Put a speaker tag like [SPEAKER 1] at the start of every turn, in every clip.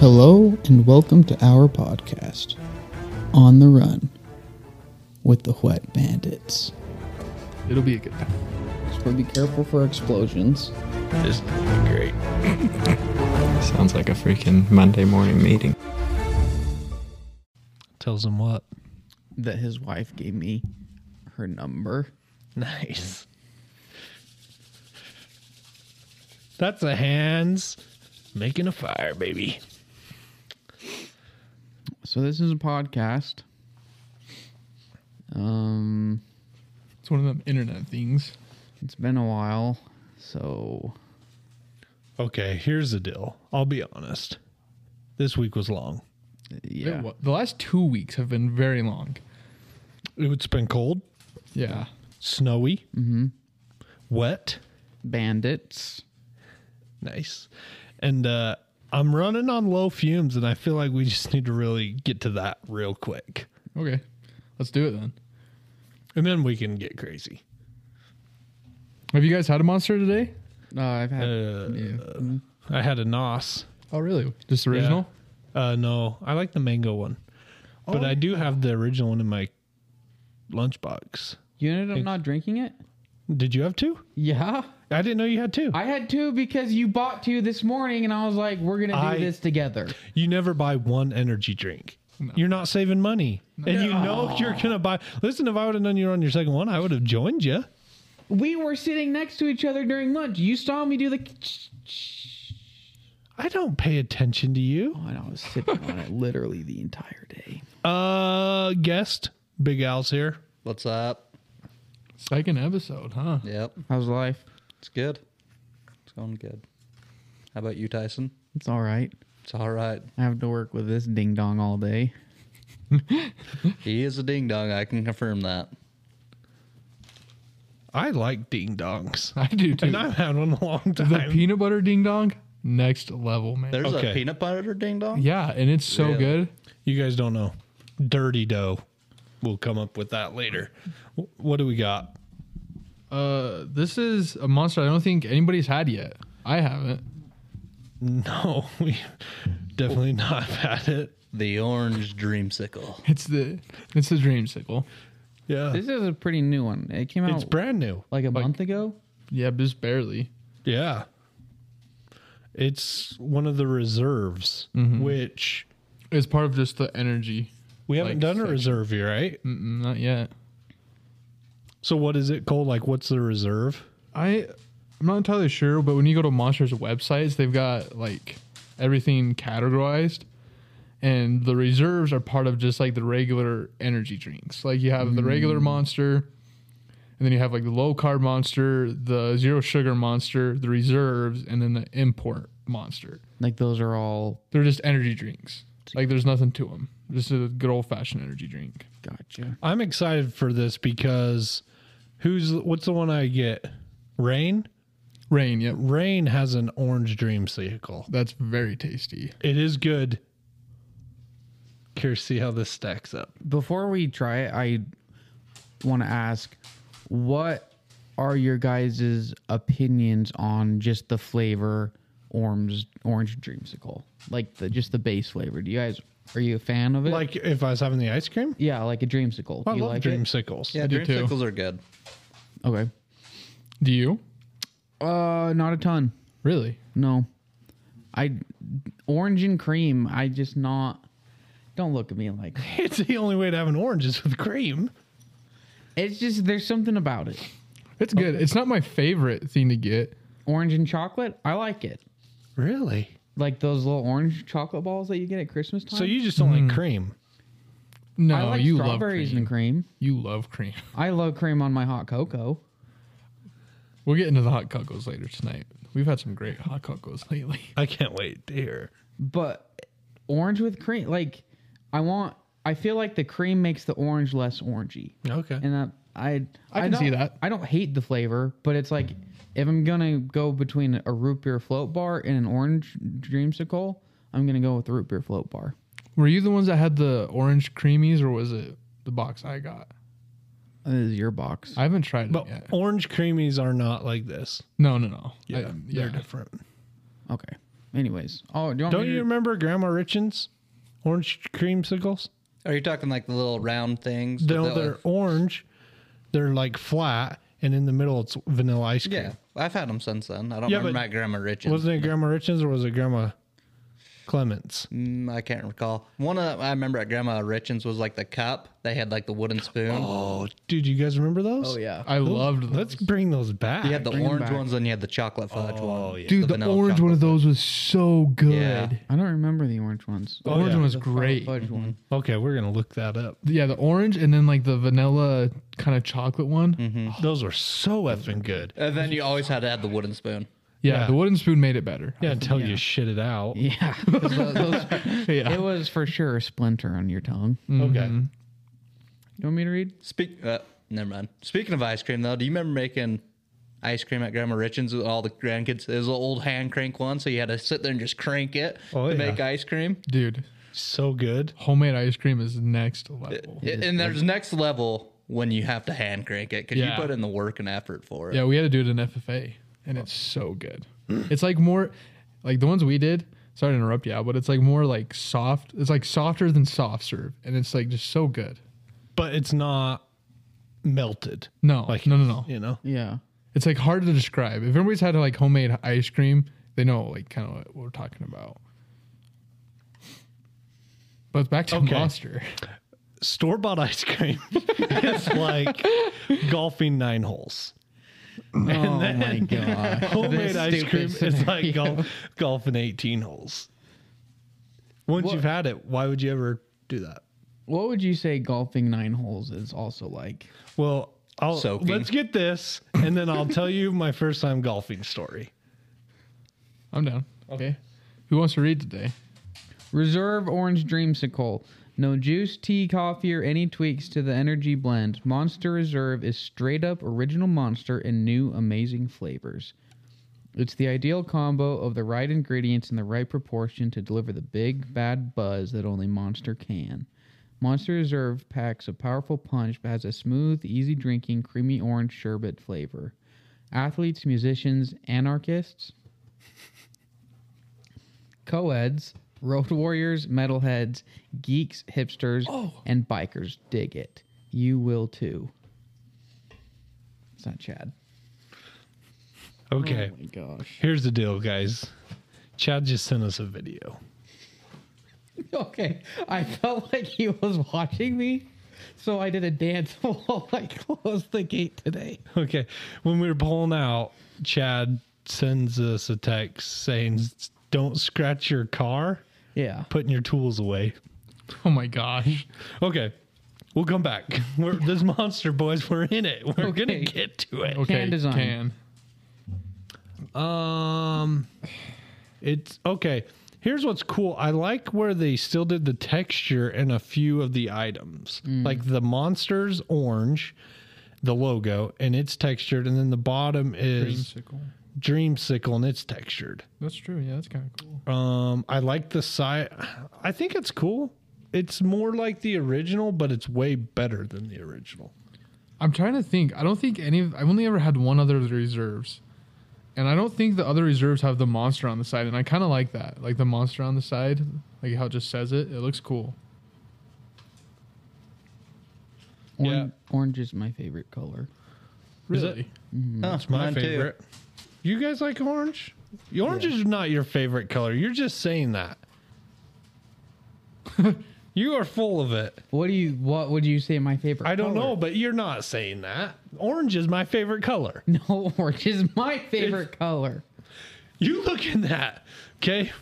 [SPEAKER 1] Hello and welcome to our podcast, On the Run with the Wet Bandits.
[SPEAKER 2] It'll be a good time.
[SPEAKER 1] Just gotta be careful for explosions.
[SPEAKER 2] It's great.
[SPEAKER 3] Sounds like a freaking Monday morning meeting.
[SPEAKER 2] Tells them what.
[SPEAKER 1] That his wife gave me her number.
[SPEAKER 2] Nice. That's a hands making a fire, baby.
[SPEAKER 1] So this is a podcast. Um,
[SPEAKER 4] It's one of them internet things.
[SPEAKER 1] it's been a while, so
[SPEAKER 2] Okay, here's the deal. I'll be honest. This week was long.
[SPEAKER 1] yeah.
[SPEAKER 4] It wa- the last two weeks have been very long.
[SPEAKER 2] It's been cold,
[SPEAKER 4] Yeah.
[SPEAKER 2] snowy, mm-hmm. wet.
[SPEAKER 1] Bandits.
[SPEAKER 2] Nice. And uh, I'm running on low fumes, and I feel like we just need to really get to that real quick.
[SPEAKER 4] Okay. Let's do it then.
[SPEAKER 2] And then we can get crazy.
[SPEAKER 4] Have you guys had a monster today?
[SPEAKER 1] Uh, I've had
[SPEAKER 2] Uh, I had a nos.
[SPEAKER 4] Oh, really? Just original?
[SPEAKER 2] Uh, no, I like the mango one,
[SPEAKER 4] Oh.
[SPEAKER 2] but I do have the original one in my lunchbox.
[SPEAKER 1] you ended up not drinking it.
[SPEAKER 2] Did you have two?
[SPEAKER 1] Yeah,
[SPEAKER 2] I didn't know you had two.
[SPEAKER 1] I had two because you bought two this morning, and I was like, "We're gonna do
[SPEAKER 2] I-
[SPEAKER 1] this together."
[SPEAKER 2] you never buy one energy drink. You're not saving money, and you know you're gonna buy. Listen, if I would have known you were on your second one, I would have joined you.
[SPEAKER 1] We were sitting next to each other during lunch. You saw me do the.
[SPEAKER 2] I don't pay attention to you.
[SPEAKER 1] And I was sipping on it literally the entire day.
[SPEAKER 2] Uh, guest, Big Al's here.
[SPEAKER 5] What's up?
[SPEAKER 4] Second episode, huh?
[SPEAKER 5] Yep,
[SPEAKER 1] How's life?
[SPEAKER 5] it's good. It's going good. How about you, Tyson?
[SPEAKER 1] It's all right.
[SPEAKER 5] It's all right.
[SPEAKER 1] I have to work with this ding dong all day.
[SPEAKER 5] He is a ding dong. I can confirm that.
[SPEAKER 2] I like ding dongs,
[SPEAKER 4] I do too.
[SPEAKER 2] and I've had one a long
[SPEAKER 4] the
[SPEAKER 2] time.
[SPEAKER 4] peanut butter ding dong, next level, man.
[SPEAKER 5] There's
[SPEAKER 2] Okay.
[SPEAKER 5] a peanut butter ding dong.
[SPEAKER 4] yeah, and it's so
[SPEAKER 5] Really?
[SPEAKER 4] good.
[SPEAKER 2] You guys don't know. Dirty dough. We'll come up with that later. Wh- What do we got?
[SPEAKER 4] Uh, this is a monster I don't think anybody's had yet. I haven't.
[SPEAKER 2] No, Oh, we definitely not had it.
[SPEAKER 5] The orange dreamsicle.
[SPEAKER 4] It's the it's the dream sickle.
[SPEAKER 2] Yeah.
[SPEAKER 1] This is a pretty new one. It came out
[SPEAKER 2] It's brand new.
[SPEAKER 1] like a month ago.
[SPEAKER 4] Yeah, just barely.
[SPEAKER 2] Yeah. It's one of the reserves, which
[SPEAKER 4] It's part of just the energy.
[SPEAKER 2] we haven't
[SPEAKER 4] Like
[SPEAKER 2] done a
[SPEAKER 4] section.
[SPEAKER 2] reserve here, right?
[SPEAKER 4] Mm-mm, not yet.
[SPEAKER 2] So what is it called? Like what's the reserve?
[SPEAKER 4] I I'm not entirely sure, but when you go to Monsters websites, they've got like everything categorized. And the reserves are part of just like the regular energy drinks. Like you have the regular monster, and then you have like the low carb monster, the zero sugar monster, the reserves, and then the import monster.
[SPEAKER 1] Like those are all
[SPEAKER 4] They're just energy drinks. Like there's nothing to them. Just a good old fashioned energy drink.
[SPEAKER 1] gotcha.
[SPEAKER 2] I'm excited for this because who's what's the one I get? Rain?
[SPEAKER 4] Rain, yep.
[SPEAKER 2] Rain has an orange dream cycle.
[SPEAKER 4] That's very tasty.
[SPEAKER 2] It is good. Curious to see how this stacks up.
[SPEAKER 1] Before we try it, I want to ask, what are your guys' opinions on just the flavor orange orange dreamsicle? Like the just the base flavor. Do you guys are you a fan of it?
[SPEAKER 2] Like if I was having the ice cream,
[SPEAKER 1] yeah, like a dreamsicle.
[SPEAKER 2] I
[SPEAKER 1] Do you
[SPEAKER 2] love
[SPEAKER 1] like
[SPEAKER 2] dreamsicles.
[SPEAKER 5] Yeah,
[SPEAKER 4] do too.
[SPEAKER 5] dreamsicles are good.
[SPEAKER 1] it? Okay.
[SPEAKER 4] Do you?
[SPEAKER 1] Uh, not a ton.
[SPEAKER 4] Really?
[SPEAKER 1] No, I orange and cream. I just not. Don't look at me like
[SPEAKER 2] It's the only way to have an orange is with cream.
[SPEAKER 1] it's just there's something about it.
[SPEAKER 4] It's good. It's not my favorite thing to get.
[SPEAKER 1] Orange and chocolate. I like it.
[SPEAKER 2] Really?
[SPEAKER 1] Like those little orange chocolate balls that you get at Christmas time.
[SPEAKER 2] So you just don't like cream.
[SPEAKER 4] No,
[SPEAKER 1] I like
[SPEAKER 4] Oh, you love
[SPEAKER 1] strawberries
[SPEAKER 4] cream.
[SPEAKER 1] and cream.
[SPEAKER 4] you love cream.
[SPEAKER 1] I love cream on my hot cocoa.
[SPEAKER 4] We'll get into the hot cocos later tonight. We've had some great hot cocos lately.
[SPEAKER 2] I can't wait to hear.
[SPEAKER 1] but orange with cream like i want i feel like the cream makes the orange less orangey
[SPEAKER 2] Okay.
[SPEAKER 1] and uh, i
[SPEAKER 4] I can see
[SPEAKER 1] don't-
[SPEAKER 4] that.
[SPEAKER 1] i don't hate the flavor but it's like if i'm gonna go between a root beer float bar and an orange dreamsicle i'm gonna go with the root beer float bar
[SPEAKER 4] Were you the ones that had the orange creamies, or was it the box I got?
[SPEAKER 1] this is your box
[SPEAKER 4] I haven't tried
[SPEAKER 2] But
[SPEAKER 4] it yet.
[SPEAKER 2] orange creamies are not like this.
[SPEAKER 4] No, no, no. I-
[SPEAKER 2] They're different.
[SPEAKER 1] okay Anyways, oh, do you want
[SPEAKER 2] Don't
[SPEAKER 1] me
[SPEAKER 2] you
[SPEAKER 1] to-
[SPEAKER 2] remember Grandma Richens? Orange creamsicles?
[SPEAKER 5] Are you talking like the little round things?
[SPEAKER 2] They're,
[SPEAKER 5] With the-
[SPEAKER 2] they're orange. They're like flat, and in the middle it's vanilla ice cream.
[SPEAKER 5] yeah, I've had them since then. I don't
[SPEAKER 2] Yeah,
[SPEAKER 5] remember
[SPEAKER 2] but
[SPEAKER 5] my grandma Richard.
[SPEAKER 2] Wasn't it Grandma Richens or was it Grandma Clements?
[SPEAKER 5] Mm, I can't recall. One of I remember at Grandma Richens was like the cup. They had like the wooden spoon.
[SPEAKER 2] Oh, dude, you guys remember those?
[SPEAKER 1] Oh yeah.
[SPEAKER 4] I loved those.
[SPEAKER 2] Let's bring those back.
[SPEAKER 5] you had the
[SPEAKER 1] bring 'em
[SPEAKER 5] orange
[SPEAKER 1] back.
[SPEAKER 5] ones and you had the chocolate fudge one.
[SPEAKER 4] Oh, Dude, the,
[SPEAKER 5] vanilla
[SPEAKER 4] orange one
[SPEAKER 5] chocolate
[SPEAKER 4] of those was so good.
[SPEAKER 5] Yeah. Oh,
[SPEAKER 1] I don't remember the orange ones.
[SPEAKER 4] The orange
[SPEAKER 2] yeah.
[SPEAKER 4] one Oh, was great. Mm-hmm.
[SPEAKER 1] Fudge one.
[SPEAKER 2] okay, we're gonna look that up.
[SPEAKER 4] Yeah, the orange and then like the vanilla kind of chocolate one.
[SPEAKER 5] Mm-hmm.
[SPEAKER 2] Those were so effing good.
[SPEAKER 5] And Uh, then you always had to add the wooden spoon.
[SPEAKER 4] Yeah,
[SPEAKER 2] Yeah.
[SPEAKER 4] the wooden spoon made it better.
[SPEAKER 2] Yeah, until you shit it out.
[SPEAKER 1] Yeah. 'Cause tho- those-
[SPEAKER 4] Yeah.
[SPEAKER 1] It was mm-hmm. for sure a splinter on your tongue.
[SPEAKER 4] Mm.
[SPEAKER 2] Okay.
[SPEAKER 1] You want me to read?
[SPEAKER 5] Speak. Uh, never mind. Speaking of ice cream, though, do you remember making ice cream at Grandma Richens with all the grandkids? It was an old hand crank one, so you had to sit there and just crank it
[SPEAKER 2] Oh,
[SPEAKER 5] to
[SPEAKER 2] yeah.
[SPEAKER 5] make ice cream.
[SPEAKER 4] Dude,
[SPEAKER 2] So good.
[SPEAKER 4] homemade ice cream is next level.
[SPEAKER 5] A- and there's next level when you have to hand crank it because
[SPEAKER 4] Yeah.
[SPEAKER 5] you put in the work and effort for it.
[SPEAKER 4] Yeah, we had to do it in FFA, and it's so good. It's like more, like the ones we did. Sorry to interrupt you, Al, but it's like more like soft. It's like softer than soft serve, and it's like just so good.
[SPEAKER 2] But it's not melted.
[SPEAKER 4] No,
[SPEAKER 2] Like
[SPEAKER 4] no, no, no.
[SPEAKER 2] You know?
[SPEAKER 1] Yeah.
[SPEAKER 4] It's like hard to describe. If everybody's had like homemade ice cream, they know like kind of what we're talking about. But back to
[SPEAKER 2] Okay.
[SPEAKER 4] Monster.
[SPEAKER 2] Store bought ice cream is like golfing nine holes.
[SPEAKER 1] oh my god.
[SPEAKER 2] Homemade
[SPEAKER 1] This
[SPEAKER 2] ice
[SPEAKER 1] stupid
[SPEAKER 2] cream is like
[SPEAKER 1] scenario.
[SPEAKER 2] golf, golfing 18 holes. Once you've had it, why would you ever do that?
[SPEAKER 1] What would you say golfing nine holes is also like?
[SPEAKER 2] Well, I'll,
[SPEAKER 5] Soaking.
[SPEAKER 2] let's get this, and then I'll tell you my first time golfing story.
[SPEAKER 4] I'm down. Okay. Who wants to read today?
[SPEAKER 1] Reserve orange dreamsicle. No juice, tea, coffee, or any tweaks to the energy blend. Monster Reserve is straight up original monster and new amazing flavors. It's the ideal combo of the right ingredients in the right proportion to deliver the big bad buzz that only Monster can. Monster Reserve packs a powerful punch but has a smooth, easy drinking, creamy orange sherbet flavor. Athletes, musicians, anarchists, co-eds, road warriors, metalheads, geeks, hipsters, and bikers dig it. You will too. It's not Chad.
[SPEAKER 2] Okay,
[SPEAKER 1] Oh my gosh.
[SPEAKER 2] here's the deal, guys. Chad just sent us a video.
[SPEAKER 1] Okay. I felt like he was watching me, so I did a dance while I closed the gate today.
[SPEAKER 2] Okay, when we were pulling out, Chad sends us a text saying, "Don't scratch your car,
[SPEAKER 1] Yeah.
[SPEAKER 2] putting your tools away."
[SPEAKER 4] Oh my gosh.
[SPEAKER 2] Okay, we'll come back. We're, this monster boys, we're in it. We're gonna
[SPEAKER 1] Okay.
[SPEAKER 2] get to it.
[SPEAKER 4] Okay.
[SPEAKER 1] design.
[SPEAKER 4] Can.
[SPEAKER 2] Um, it's okay. Here's what's cool. I like where they still did the texture in a few of the items, like the monster's orange, the logo, and it's textured, and then the bottom is dreamsicle and it's textured.
[SPEAKER 4] That's true. Yeah, that's kind of cool.
[SPEAKER 2] Um, I like the side. I think it's cool. It's more like the original, but it's way better than the original.
[SPEAKER 4] I'm trying to think. I don't think any of I've only ever had one other of the reserves. And I don't think the other reserves have the monster on the side, and I kind of like that, like the monster on the side, like how it just says it. It looks cool.
[SPEAKER 1] Orange,
[SPEAKER 2] Yeah.
[SPEAKER 1] orange is my favorite color.
[SPEAKER 2] Is it?
[SPEAKER 5] that's
[SPEAKER 2] My favorite. You guys like orange? Orange is not your favorite color. You're just saying that. you are full of it.
[SPEAKER 1] What do you what would you say my favorite
[SPEAKER 2] I don't know,
[SPEAKER 1] color?
[SPEAKER 2] but you're not saying that. Orange is my favorite color.
[SPEAKER 1] No, orange is my favorite color.
[SPEAKER 2] You look in that, okay?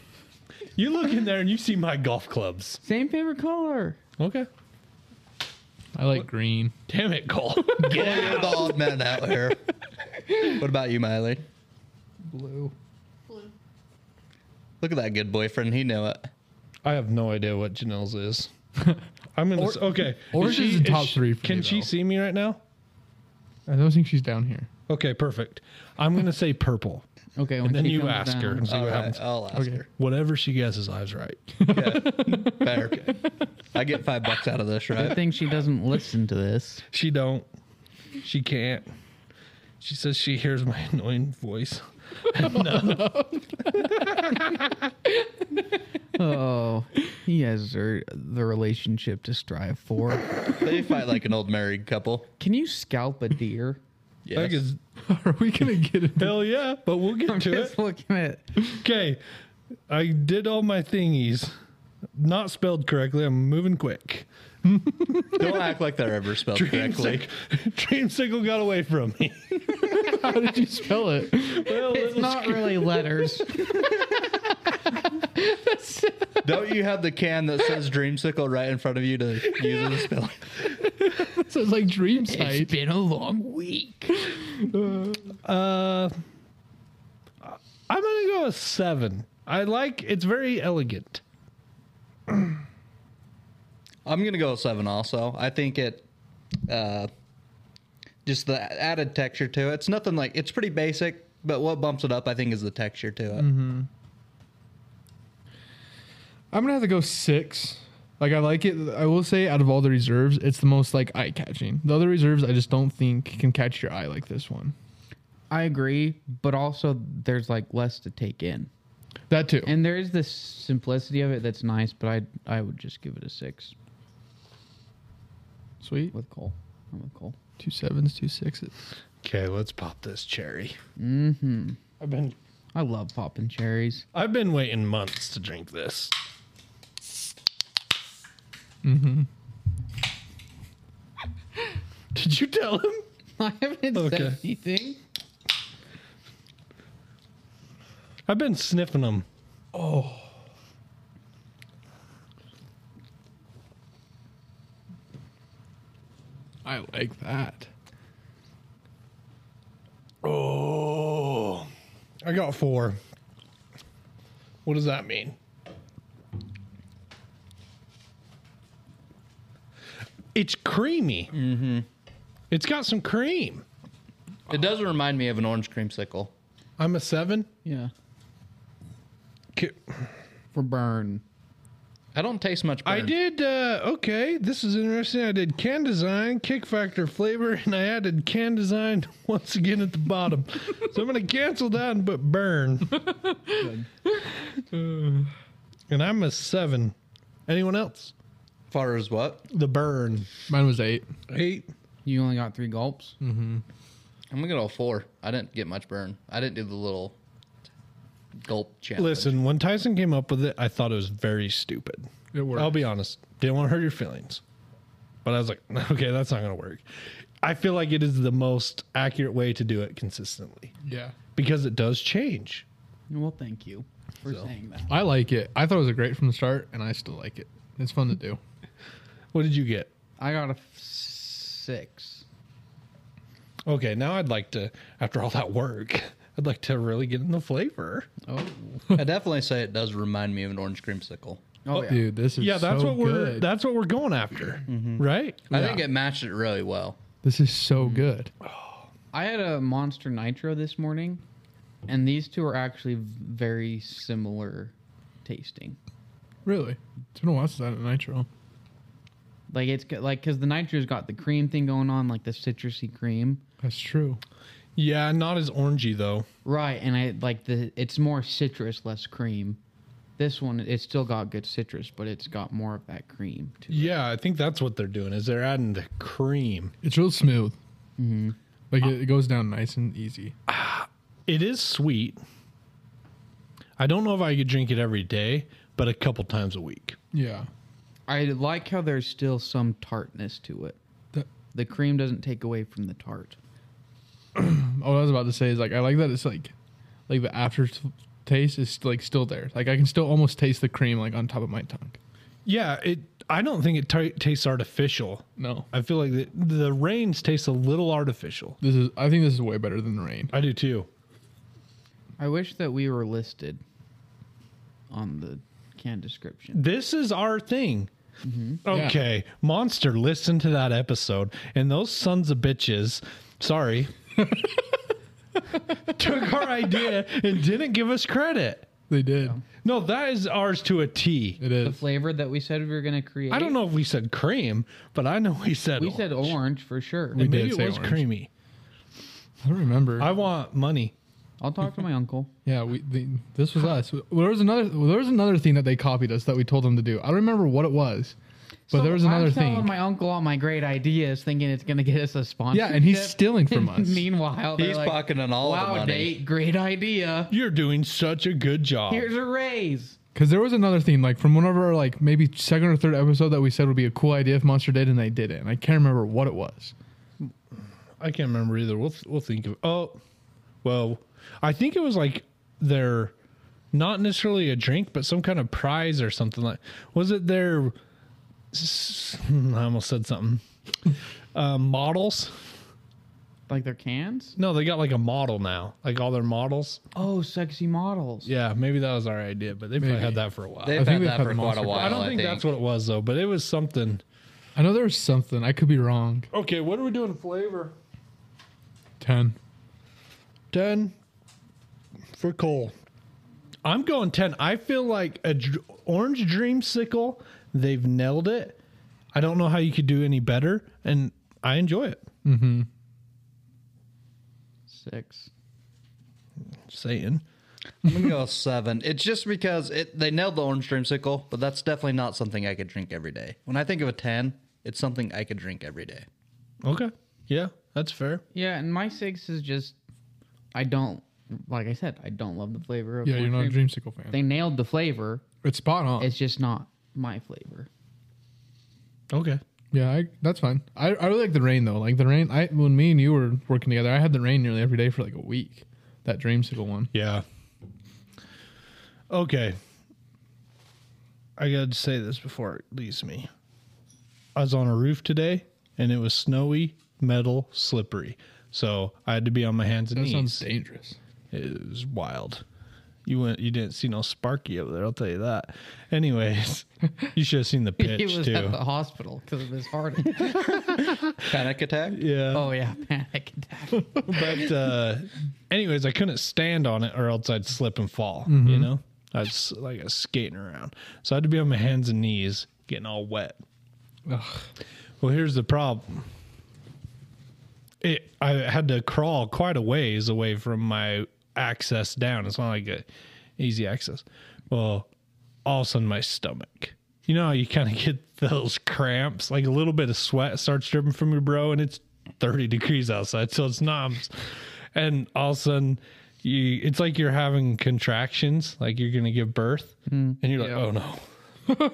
[SPEAKER 2] You look in there and you see my golf clubs.
[SPEAKER 1] Same favorite color.
[SPEAKER 2] Okay.
[SPEAKER 4] I like green.
[SPEAKER 2] Damn it, Cole.
[SPEAKER 5] Get the old man out here. What about you, Miley?
[SPEAKER 1] Blue.
[SPEAKER 5] Look at that good boyfriend. He knew it.
[SPEAKER 2] I have no idea what Janelle's is. I'm gonna. s- okay.
[SPEAKER 4] orange is the top three for
[SPEAKER 2] can
[SPEAKER 4] me,
[SPEAKER 2] she
[SPEAKER 4] though.
[SPEAKER 2] see me right now?
[SPEAKER 4] I don't think she's down here.
[SPEAKER 2] Okay, perfect. I'm gonna say purple.
[SPEAKER 1] Okay,
[SPEAKER 2] And
[SPEAKER 1] when
[SPEAKER 2] then
[SPEAKER 1] she
[SPEAKER 2] you
[SPEAKER 1] comes
[SPEAKER 2] ask her
[SPEAKER 1] down-
[SPEAKER 2] and see
[SPEAKER 5] All
[SPEAKER 2] what
[SPEAKER 5] right,
[SPEAKER 2] happens.
[SPEAKER 5] I'll ask her.
[SPEAKER 2] Whatever she guesses, I was right.
[SPEAKER 5] Fair. I get five bucks out of this,
[SPEAKER 1] Good
[SPEAKER 5] right?
[SPEAKER 1] thing she doesn't listen to this.
[SPEAKER 2] She don't. She can't. She says she hears my annoying voice
[SPEAKER 1] Oh, you guys are the relationship to strive for.
[SPEAKER 5] They fight like an old married couple.
[SPEAKER 1] Can you scalp a deer?
[SPEAKER 5] Yes.
[SPEAKER 2] Like it's-
[SPEAKER 4] Are we gonna get it?
[SPEAKER 2] hell yeah, but we'll get
[SPEAKER 1] I'm
[SPEAKER 2] to it.
[SPEAKER 1] just looking at.
[SPEAKER 2] Okay, I did all my thingies. Not spelled correctly. I'm moving quick.
[SPEAKER 5] Don't act like they're ever spelled Oh, correctly.
[SPEAKER 2] Dreamsicle, Dreamsicle got away from me.
[SPEAKER 4] How did you spell it?
[SPEAKER 2] Well,
[SPEAKER 1] It's
[SPEAKER 2] it was-
[SPEAKER 1] not really letters.
[SPEAKER 5] Don't you have the can that says Dreamsicle right in front of you to use as a spelling?
[SPEAKER 4] So it's like dream
[SPEAKER 1] It's
[SPEAKER 4] site.
[SPEAKER 1] been a long week.
[SPEAKER 2] uh, I'm gonna go a seven. I like. It's very elegant.
[SPEAKER 5] I'm gonna go seven. Also, I think it, uh, just the added texture to it. It's nothing like it's pretty basic, but what bumps it up, I think, is the texture to it.
[SPEAKER 4] I'm gonna have to go six. Like I like it. I will say, out of all the reserves, it's the most like eye catching. The other reserves, I just don't think can catch your eye like this one.
[SPEAKER 1] I agree, but also there's like less to take in,
[SPEAKER 4] That too.
[SPEAKER 1] and there is this simplicity of it that's nice. But I I would just give it a six
[SPEAKER 4] Sweet.
[SPEAKER 1] with Cole. I'm with Cole.
[SPEAKER 4] Two sevens, two sixes.
[SPEAKER 2] Okay, let's pop this cherry.
[SPEAKER 1] Mm-hmm.
[SPEAKER 2] I've been
[SPEAKER 1] I love popping cherries.
[SPEAKER 2] I've been waiting months to drink this. Mm-hmm. Did you tell him?
[SPEAKER 1] I haven't
[SPEAKER 2] Okay.
[SPEAKER 1] said anything.
[SPEAKER 2] I've been sniffing them.
[SPEAKER 4] I like that.
[SPEAKER 2] Oh, I got four. What does that mean? It's creamy. Mm-hmm. It's got some cream.
[SPEAKER 5] It does remind me of an orange creamsicle.
[SPEAKER 2] I'm a seven.
[SPEAKER 1] Yeah,
[SPEAKER 2] K-
[SPEAKER 1] for burn.
[SPEAKER 5] I don't taste much. Burn.
[SPEAKER 2] I did uh, okay. This is interesting. I did can design, kick factor, flavor, and I added can design once again at the bottom. so I'm gonna cancel that and put burn. and I'm a seven. Anyone else?
[SPEAKER 5] Far as what?
[SPEAKER 2] The burn
[SPEAKER 4] Mine was eight.
[SPEAKER 2] eight.
[SPEAKER 1] You only got three gulps.
[SPEAKER 2] Mm.
[SPEAKER 5] I'm gonna go four. I didn't get much burn. I didn't do the little gulp challenge.
[SPEAKER 2] Listen, when Tyson came up with it, I thought it was very stupid.
[SPEAKER 4] It worked.
[SPEAKER 2] I'll be honest. Didn't want to hurt your feelings. But I was like, okay, that's not going to work. I feel like it is the most accurate way to do it consistently
[SPEAKER 4] Yeah.
[SPEAKER 2] because it does change.
[SPEAKER 1] Well, thank you for saying that.
[SPEAKER 4] I like it. I thought it was great from the start, and I still like it. It's fun to do.
[SPEAKER 2] What did you get?
[SPEAKER 1] I got a f- six.
[SPEAKER 2] Okay, now I'd like to, after all that work, I'd like to really get in the flavor.
[SPEAKER 1] Oh,
[SPEAKER 5] I definitely say it does remind me of an orange creamsicle.
[SPEAKER 1] oh yeah.
[SPEAKER 4] Dude, this is
[SPEAKER 2] yeah, that's
[SPEAKER 4] so
[SPEAKER 2] what we're
[SPEAKER 4] good.
[SPEAKER 2] that's what we're going after, right?
[SPEAKER 5] I think it matched it really well.
[SPEAKER 4] this is so
[SPEAKER 2] Mm.
[SPEAKER 4] good.
[SPEAKER 1] I had a Monster Nitro this morning, and these two are actually very similar tasting.
[SPEAKER 4] Really, it's been a while since I had a nitro.
[SPEAKER 1] Like it's got- like because the nitro's got the cream thing going on, like the citrusy cream,
[SPEAKER 4] That's true.
[SPEAKER 2] Yeah, not as orangey though.
[SPEAKER 1] right? And I like the it's more citrus, less cream. This one it's still got good citrus, but it's got more of that cream too.
[SPEAKER 2] Yeah, I think that's what they're doing is they're adding the cream.
[SPEAKER 4] It's real smooth.
[SPEAKER 2] Mm-hmm.
[SPEAKER 4] Like
[SPEAKER 2] Uh,
[SPEAKER 4] it, it goes down nice and easy.
[SPEAKER 2] It is sweet. I don't know if I could drink it every day, but a couple times a week.
[SPEAKER 4] Yeah,
[SPEAKER 1] I like how there's still some tartness to it.
[SPEAKER 4] That-
[SPEAKER 1] The cream doesn't take away from the tart.
[SPEAKER 4] Oh, what I was about to say is like I like that it's like like the aftertaste is like still there. Like I can still almost taste the cream like on top of my tongue.
[SPEAKER 2] Yeah, it. I don't think it t- tastes artificial.
[SPEAKER 4] No,
[SPEAKER 2] I feel like the, the rains taste a little artificial.
[SPEAKER 4] this is I think this is way better than the rain.
[SPEAKER 2] I do too.
[SPEAKER 1] I wish that we were listed on the can description.
[SPEAKER 2] This is our thing. Okay, monster. Listen to that episode, and those sons of bitches. Sorry, took our idea and didn't give us credit.
[SPEAKER 4] They did.
[SPEAKER 2] No, that is ours to a T.
[SPEAKER 4] It
[SPEAKER 1] The
[SPEAKER 4] is.
[SPEAKER 1] flavor that we said we were going to create.
[SPEAKER 2] I don't know if we said cream, but I know we said
[SPEAKER 1] We said orange for sure.
[SPEAKER 4] We
[SPEAKER 2] maybe
[SPEAKER 4] did
[SPEAKER 2] it
[SPEAKER 4] say
[SPEAKER 2] was
[SPEAKER 4] orange.
[SPEAKER 2] creamy.
[SPEAKER 4] I don't remember.
[SPEAKER 2] I want money.
[SPEAKER 1] I'll talk to my uncle.
[SPEAKER 4] Yeah, we the, this was us. There was another there was another thing that they copied us that we told them to do. I don't remember what it was, but
[SPEAKER 1] So
[SPEAKER 4] there was
[SPEAKER 1] I'm
[SPEAKER 4] another
[SPEAKER 1] telling
[SPEAKER 4] thing.
[SPEAKER 1] My uncle all my great ideas, thinking it's gonna get us a sponsor.
[SPEAKER 4] yeah, and he's stealing from us.
[SPEAKER 1] Meanwhile, they're
[SPEAKER 5] He's
[SPEAKER 1] like,
[SPEAKER 5] pocketing all the
[SPEAKER 1] Wow,
[SPEAKER 5] money."
[SPEAKER 1] Nate, great idea.
[SPEAKER 2] You're doing such a good job.
[SPEAKER 1] Here's a raise.
[SPEAKER 4] Because there was another thing, like from one of our like maybe second or third episode that we said would be a cool idea if Monster did, and they did it. And I can't remember what it was.
[SPEAKER 2] I can't remember either. We'll we'll think of. Oh, well, I think it was like their, not necessarily a drink, but some kind of prize or something like. Was it their? s- I almost said something. Uh, models?
[SPEAKER 1] Like their cans?
[SPEAKER 2] No, they got like a model now. Like all their models.
[SPEAKER 1] Oh, sexy models.
[SPEAKER 2] Yeah, maybe that was our idea, but they probably
[SPEAKER 4] Maybe.
[SPEAKER 2] had that for a while.
[SPEAKER 5] They've
[SPEAKER 4] think
[SPEAKER 5] had
[SPEAKER 4] they've
[SPEAKER 5] that
[SPEAKER 4] had the
[SPEAKER 5] for quite a
[SPEAKER 4] Monster Truck.
[SPEAKER 5] while.
[SPEAKER 2] I don't think, that's what it was though, but it was something.
[SPEAKER 4] I know there was something. I could be wrong.
[SPEAKER 2] Okay, what are we doing flavor?
[SPEAKER 4] Ten.
[SPEAKER 2] 10 for Cole. I'm going 10. I feel like a dr- orange dreamsicle, they've nailed it. I don't know how you could do any better, and I enjoy it.
[SPEAKER 1] Six.
[SPEAKER 2] Saying.
[SPEAKER 5] I'm gonna go seven. It's just because it they nailed the orange dreamsicle, but that's definitely not something I could drink every day. When I think of a ten, it's something I could drink every day.
[SPEAKER 2] Okay. Yeah, that's fair.
[SPEAKER 1] Yeah, and my six is just I don't like I said, I don't love the flavor of
[SPEAKER 4] Yeah, you're not a
[SPEAKER 1] orange
[SPEAKER 4] Dreamsicle fan.
[SPEAKER 1] They nailed the flavor.
[SPEAKER 4] It's spot on.
[SPEAKER 1] It's just not my flavor.
[SPEAKER 2] Okay.
[SPEAKER 4] yeah, I, that's fine. I, I really like the rain though. Like the rain. I when me and you were working together, I had the rain nearly every day for like a week. That Dreamsicle one.
[SPEAKER 2] Yeah. Okay. I got to say this before it leaves me. I was on a roof today and it was snowy, metal, slippery. So I had to be on my hands and
[SPEAKER 4] That
[SPEAKER 2] knees.
[SPEAKER 4] sounds dangerous.
[SPEAKER 2] It was wild. You went. You didn't see no Sparky over there. I'll tell you that. Anyways, you should have seen the
[SPEAKER 1] he
[SPEAKER 2] pitch
[SPEAKER 1] was
[SPEAKER 2] too.
[SPEAKER 1] at the hospital because of his heart. attack.
[SPEAKER 5] Panic attack.
[SPEAKER 2] yeah.
[SPEAKER 1] oh yeah, panic attack.
[SPEAKER 2] But uh, anyways, I couldn't stand on it or else I'd slip and fall.
[SPEAKER 1] Mm-hmm.
[SPEAKER 2] You know, I was like I was skating around, so I had to be on my hands and knees, getting all wet. Well, here's the problem. It I had to crawl quite a ways away from my access down. It's not like a easy access. Well, all of a sudden my stomach. You know how you kind of get those cramps, like a little bit of sweat starts dripping from your bro, and it's 30 degrees outside, so it's numbs. And all of a sudden, you it's like you're having contractions, like you're gonna give birth,
[SPEAKER 4] Mm,
[SPEAKER 2] and you're like, oh no.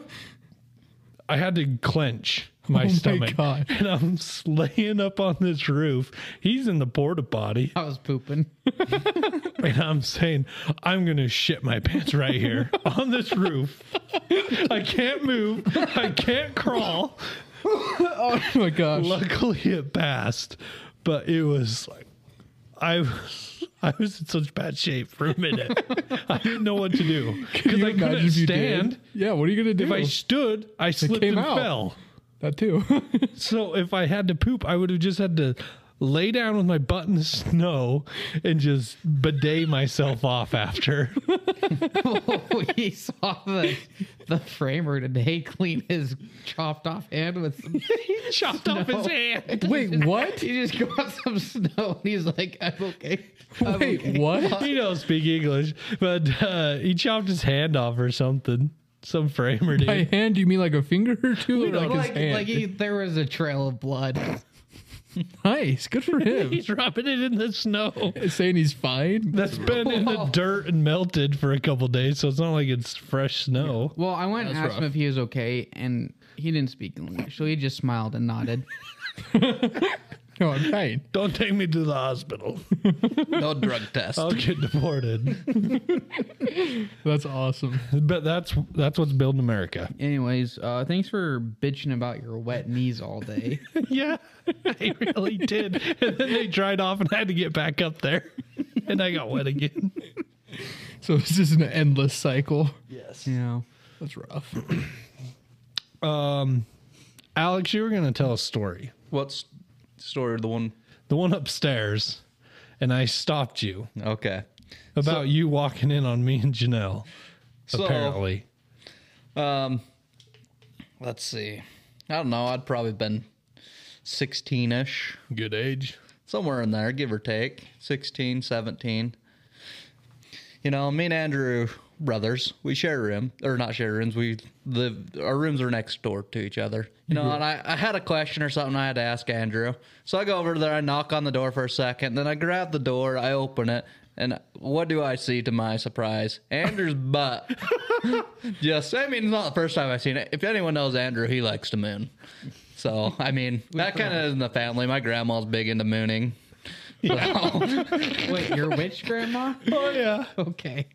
[SPEAKER 2] I had to clench my
[SPEAKER 4] Oh my
[SPEAKER 2] stomach,
[SPEAKER 4] God.
[SPEAKER 2] and I'm laying up on this roof. He's in the porta potty,
[SPEAKER 1] I was pooping.
[SPEAKER 2] and I'm saying, I'm gonna shit my pants right here on this roof. I can't move. I can't crawl.
[SPEAKER 4] Oh my gosh.
[SPEAKER 2] Luckily, it passed, but it was like I was I was in such bad shape for a minute. I didn't know what to do because
[SPEAKER 4] you
[SPEAKER 2] I
[SPEAKER 4] imagine
[SPEAKER 2] couldn't
[SPEAKER 4] if you did?
[SPEAKER 2] stand.
[SPEAKER 4] Yeah, what are you gonna do?
[SPEAKER 2] If I stood, I slipped
[SPEAKER 4] came
[SPEAKER 2] and
[SPEAKER 4] out.
[SPEAKER 2] fell.
[SPEAKER 4] that too.
[SPEAKER 2] So if I had to poop, I would have just had to lay down with my butt in the snow and just bidet myself off after.
[SPEAKER 1] we saw the the framer today clean his chopped off hand with some
[SPEAKER 2] he chopped off his hand.
[SPEAKER 4] Wait, what?
[SPEAKER 1] He just got some snow and he's like, I'm okay. I'm
[SPEAKER 4] Wait,
[SPEAKER 1] okay."
[SPEAKER 4] what?
[SPEAKER 2] He don't speak English, but uh, he chopped his hand off or something. Some framer dude.
[SPEAKER 4] By hand, do you mean like a finger or two, or like
[SPEAKER 1] Like,
[SPEAKER 4] his
[SPEAKER 1] like,
[SPEAKER 4] hand?
[SPEAKER 1] he, there was a trail of blood.
[SPEAKER 4] nice, good for him.
[SPEAKER 2] He's rubbing it in the snow.
[SPEAKER 4] Saying he's fine.
[SPEAKER 2] That's been in the
[SPEAKER 1] Wow.
[SPEAKER 2] dirt and melted for a couple days, so it's not like it's fresh snow.
[SPEAKER 1] Well, I went and asked him
[SPEAKER 4] rough.
[SPEAKER 1] if he was okay, and he didn't speak English, so he just smiled and nodded.
[SPEAKER 4] No, I'm fine.
[SPEAKER 2] Don't take me to the hospital.
[SPEAKER 5] No drug test.
[SPEAKER 2] I'll get deported.
[SPEAKER 4] That's awesome.
[SPEAKER 2] but that's that's what's building America.
[SPEAKER 1] Anyways, uh, thanks for bitching about your wet knees all day.
[SPEAKER 2] Yeah, I really did. And then they dried off, and I had to get back up there, and I got wet again.
[SPEAKER 4] So it's just an endless cycle.
[SPEAKER 1] you know,
[SPEAKER 4] That's rough.
[SPEAKER 2] Um, Alex, you were gonna tell a story,
[SPEAKER 5] What's story? The one.
[SPEAKER 2] the one upstairs, and I stopped you
[SPEAKER 5] Okay.
[SPEAKER 2] about you walking in on me and Janelle.
[SPEAKER 5] So-
[SPEAKER 2] apparently,
[SPEAKER 5] Um. Let's see. I don't know. I'd probably been sixteen ish,
[SPEAKER 2] good age.
[SPEAKER 5] somewhere in there, give or take, 16, 17. you know, me and Andrew brothers, we share a room or not share rooms. We live our rooms are next door to each other. You know, and I, I had a question or something I had to ask Andrew. So I go over there, I knock on the door for a second, then I grab the door, I open it, and what do I see to my surprise? Andrew's butt. Just I mean, it's not the first time I've seen it. If anyone knows Andrew, he likes to moon. So I mean, that kind of is in the family. My grandma's big into mooning.
[SPEAKER 1] Wait, you're a witch, Grandma?
[SPEAKER 2] Oh yeah.
[SPEAKER 1] Okay.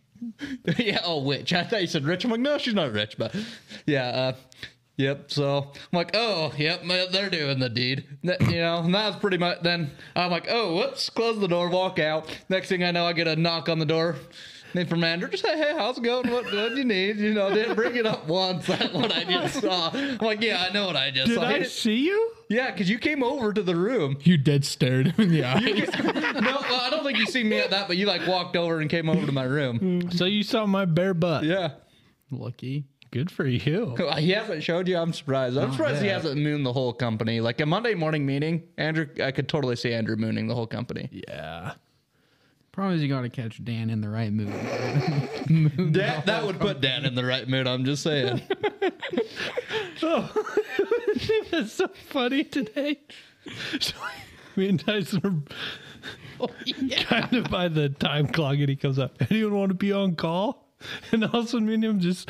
[SPEAKER 5] yeah, oh, witch. I thought you said rich. I'm like, no, she's not rich, but yeah, uh, yep. So I'm like, oh, yep, ma- they're doing the deed. That- you know, and that's pretty much. Then I'm like, oh, whoops, close the door, walk out. Next thing I know, I get a knock on the door. Then from Andrew, just hey, hey, how's it going? What, what do you need? You know, didn't bring it up once. That's what I just saw. I'm like, yeah, I know what I just
[SPEAKER 2] Did
[SPEAKER 5] saw. He
[SPEAKER 2] I
[SPEAKER 5] didn't-
[SPEAKER 2] see you?
[SPEAKER 5] yeah, because you came over to the room.
[SPEAKER 4] You dead stared him in the eye.
[SPEAKER 5] No, well, I don't think you see me at that, but you like walked over and came over to my room.
[SPEAKER 2] So you saw my bare butt.
[SPEAKER 5] Yeah.
[SPEAKER 4] Lucky.
[SPEAKER 2] Good for you.
[SPEAKER 5] Well, He hasn't showed you. I'm surprised. I'm surprised he hasn't mooned the whole company. Like a Monday morning meeting, Andrew, I could totally see Andrew mooning the whole company.
[SPEAKER 2] Yeah.
[SPEAKER 1] Problem is, you got to catch Dan in the right mood.
[SPEAKER 5] That, that would put Dan in the right mood. I'm just saying.
[SPEAKER 2] That's so funny today. So me and Tyson are kind of by the time clock, and he comes up. Anyone want to be on call? And all of a sudden, me and him just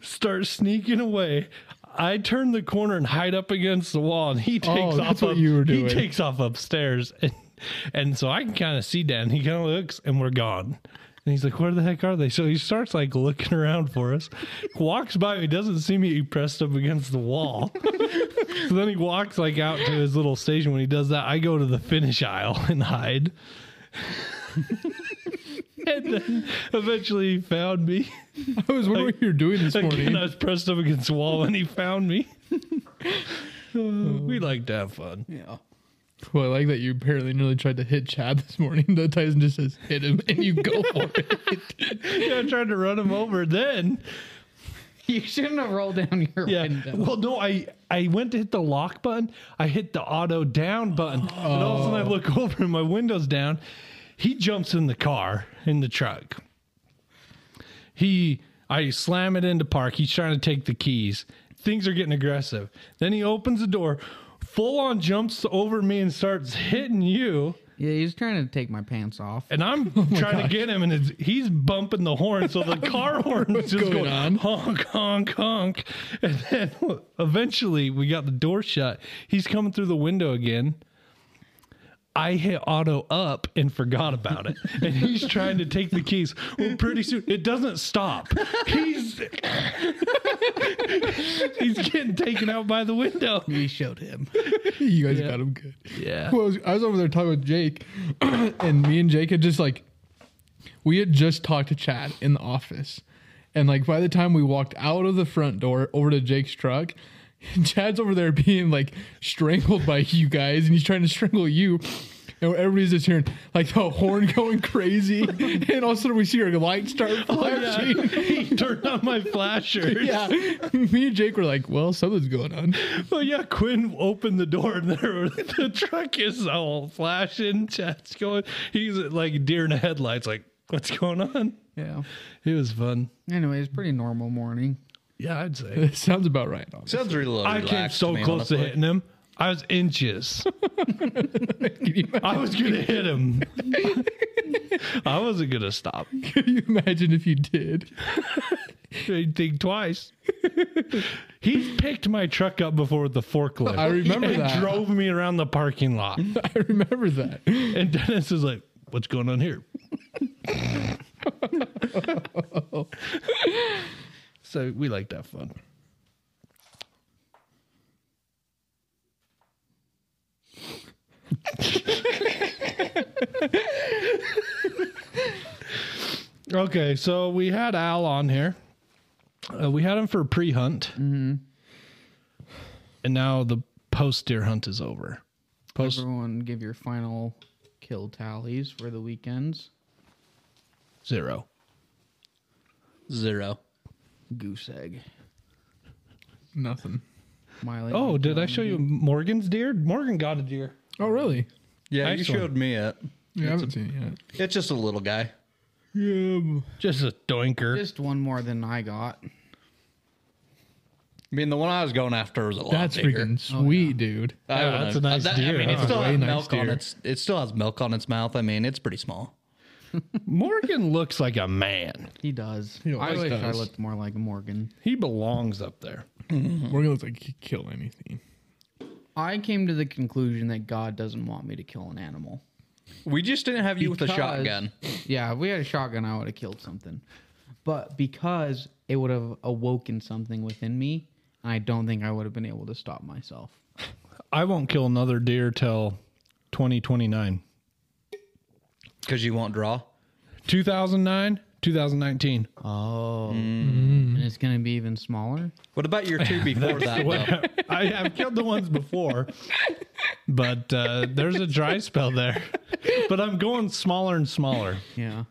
[SPEAKER 2] start sneaking away. I turn the corner and hide up against the wall, and he takes
[SPEAKER 4] Oh, that's
[SPEAKER 2] off.
[SPEAKER 4] what
[SPEAKER 2] up-
[SPEAKER 4] you were
[SPEAKER 2] He
[SPEAKER 4] doing.
[SPEAKER 2] takes off upstairs, and and so I can kind of see Dan. He kind of looks, and we're gone. And he's like, "Where the heck are they?" So he starts like looking around for us. Walks by me, doesn't see me. He pressed up against the wall. So then he walks like out to his little station. When he does that, I go to the finish aisle and hide. and then eventually he found me.
[SPEAKER 4] I was wondering what you were doing this
[SPEAKER 2] Again, I
[SPEAKER 4] morning.
[SPEAKER 2] was pressed up against the wall and he found me. Uh, we like to have fun.
[SPEAKER 1] yeah.
[SPEAKER 4] Well, I like that you apparently nearly tried to hit Chad this morning. The Tyson just says, hit him, and you go for it.
[SPEAKER 2] Yeah, I tried to run him over then.
[SPEAKER 1] You shouldn't have rolled down your
[SPEAKER 2] Yeah.
[SPEAKER 1] window.
[SPEAKER 2] Well, no, I I went to hit the lock button. I hit the auto down button. And all of a sudden I look over and my window's down. He jumps in the car, in the truck. He I slam it into park. He's trying to take the keys. Things are getting aggressive. Then he opens the door, full on jumps over me and starts hitting you.
[SPEAKER 1] Yeah, he was trying to take my pants off.
[SPEAKER 2] And I'm
[SPEAKER 4] Oh
[SPEAKER 2] trying to get him, and it's, he's bumping the horn, so the car horn's just
[SPEAKER 4] going
[SPEAKER 2] going,
[SPEAKER 4] on?
[SPEAKER 2] honk, honk, honk. And then eventually we got the door shut. He's coming through the window again. I hit auto up and forgot about it. And he's trying to take the keys. Well, pretty soon it doesn't stop. He's he's getting taken out by the window.
[SPEAKER 1] We showed him.
[SPEAKER 4] You guys got him good.
[SPEAKER 2] Yeah.
[SPEAKER 4] Well, I was, I was over there talking with Jake, and me and Jake had just like, we had just talked to Chad in the office, and like by the time we walked out of the front door over to Jake's truck, Chad's over there being like strangled by you guys, and he's trying to strangle you. And everybody's just hearing like the horn going crazy, and all of a sudden we see our lights start flashing.
[SPEAKER 2] He turned on my flashers.
[SPEAKER 4] yeah. me and Jake were like, "Well, something's going on."
[SPEAKER 2] Well, yeah, Quinn opened the door and there, the truck is all flashing. Chad's going. He's like deer in the headlights. Like, what's going on?
[SPEAKER 1] Yeah.
[SPEAKER 2] It was fun.
[SPEAKER 1] Anyway, it's pretty normal morning.
[SPEAKER 2] Yeah, I'd say.
[SPEAKER 4] It sounds about right. honestly.
[SPEAKER 5] Sounds really low.
[SPEAKER 2] I came so close to hitting him. I was inches. I was gonna hit him. I wasn't gonna stop.
[SPEAKER 4] Can you imagine if you did?
[SPEAKER 2] I'd think twice. He picked my truck up before the forklift.
[SPEAKER 4] I remember
[SPEAKER 2] and
[SPEAKER 4] that.
[SPEAKER 2] drove me around the parking lot.
[SPEAKER 4] I remember that.
[SPEAKER 2] And Dennis is like, "What's going on here?" so we like that fun. okay, so we had Al on here. Uh, we had him for pre hunt, and now the post deer hunt is over. Post
[SPEAKER 1] Everyone give your final kill tallies for the weekends.
[SPEAKER 2] zero.
[SPEAKER 5] Zero.
[SPEAKER 1] Goose egg.
[SPEAKER 4] Nothing.
[SPEAKER 1] Miley.
[SPEAKER 2] Oh, did I show you Morgan's deer? Morgan got a deer.
[SPEAKER 4] Oh, really?
[SPEAKER 5] Yeah,
[SPEAKER 2] Nice
[SPEAKER 5] you
[SPEAKER 2] one.
[SPEAKER 5] showed me it.
[SPEAKER 4] Yeah, I haven't seen it yet.
[SPEAKER 5] It's just a little guy.
[SPEAKER 2] Just a doinker.
[SPEAKER 1] Just one more than I got.
[SPEAKER 5] I mean, the one I was going after was a lot
[SPEAKER 4] That's
[SPEAKER 5] bigger.
[SPEAKER 4] freaking sweet, dude.
[SPEAKER 5] I
[SPEAKER 2] Yeah,
[SPEAKER 5] don't
[SPEAKER 2] that's
[SPEAKER 5] know.
[SPEAKER 2] a nice
[SPEAKER 5] That-
[SPEAKER 2] deer,
[SPEAKER 5] I mean, it
[SPEAKER 2] huh?
[SPEAKER 5] still
[SPEAKER 4] Way
[SPEAKER 5] has
[SPEAKER 4] nice
[SPEAKER 5] milk on
[SPEAKER 4] deer.
[SPEAKER 5] its. It still has milk on its mouth. I mean, it's pretty small.
[SPEAKER 2] Morgan looks like a man.
[SPEAKER 1] He does. I
[SPEAKER 4] always
[SPEAKER 1] wish I
[SPEAKER 4] does.
[SPEAKER 1] looked more like Morgan.
[SPEAKER 2] He belongs up there.
[SPEAKER 4] Morgan looks like he could kill anything.
[SPEAKER 1] I came to the conclusion that God doesn't want me to kill an animal.
[SPEAKER 5] We just didn't have you with a
[SPEAKER 1] Because-
[SPEAKER 5] shotgun.
[SPEAKER 1] Yeah, if we had a shotgun, I would have killed something. But because it would have awoken something within me, I don't think I would have been able to stop myself.
[SPEAKER 2] I won't kill another deer till 2029.
[SPEAKER 5] Because you won't draw.
[SPEAKER 2] 2009, 2019.
[SPEAKER 1] Oh.
[SPEAKER 2] Mm-hmm.
[SPEAKER 1] And it's going to be even smaller?
[SPEAKER 5] What about your two before that? though?
[SPEAKER 2] Well, I have killed the ones before, but uh, there's a dry spell there. But I'm going smaller and smaller,
[SPEAKER 1] Yeah.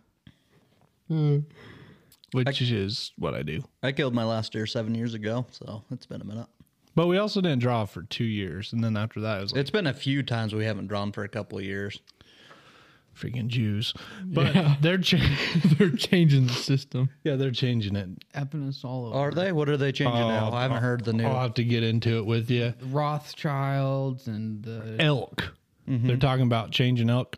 [SPEAKER 2] which is what I do.
[SPEAKER 5] I killed my last deer seven years ago, so it's been a minute.
[SPEAKER 2] But we also didn't draw for two years, and then after that, it was like
[SPEAKER 5] It's been a few times we haven't drawn for a couple of years.
[SPEAKER 2] freaking Jews. But they're cha-
[SPEAKER 4] They're changing the system.
[SPEAKER 2] yeah, they're changing it.
[SPEAKER 1] Epping us all over.
[SPEAKER 5] Are they? What are they changing now? Oh, I haven't heard the new.
[SPEAKER 2] I'll have to get into it with you.
[SPEAKER 1] Rothschilds and the.
[SPEAKER 2] Elk.
[SPEAKER 5] Mm-hmm.
[SPEAKER 2] They're talking about changing elk.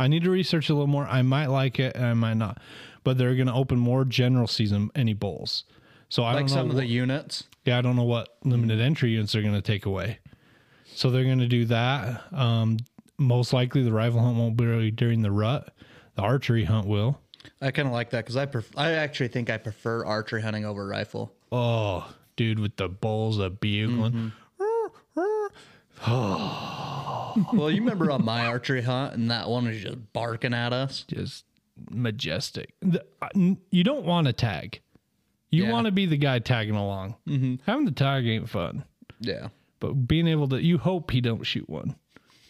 [SPEAKER 2] I need to research a little more. I might like it and I might not. But they're going to open more general season any bulls. So I
[SPEAKER 5] like
[SPEAKER 2] don't know
[SPEAKER 5] some of
[SPEAKER 2] what-
[SPEAKER 5] the units.
[SPEAKER 2] yeah, I don't know what limited entry units they're going to take away. So they're going to do that. Um, most likely, the rifle hunt won't be really during the rut. The archery hunt will.
[SPEAKER 5] I kind of like that because I pref- I actually think I prefer archery hunting over rifle.
[SPEAKER 2] Oh, dude, with the bulls a
[SPEAKER 5] Mm-hmm.
[SPEAKER 2] bugling.
[SPEAKER 5] well, you remember on my archery hunt, and that one was just barking at us.
[SPEAKER 2] Just majestic. The- I- n- you don't want to tag. You
[SPEAKER 5] Yeah.
[SPEAKER 2] want to be the guy tagging along.
[SPEAKER 4] Mm-hmm.
[SPEAKER 2] Having the tag ain't fun,
[SPEAKER 5] Yeah.
[SPEAKER 2] but being able to, you hope he don't shoot one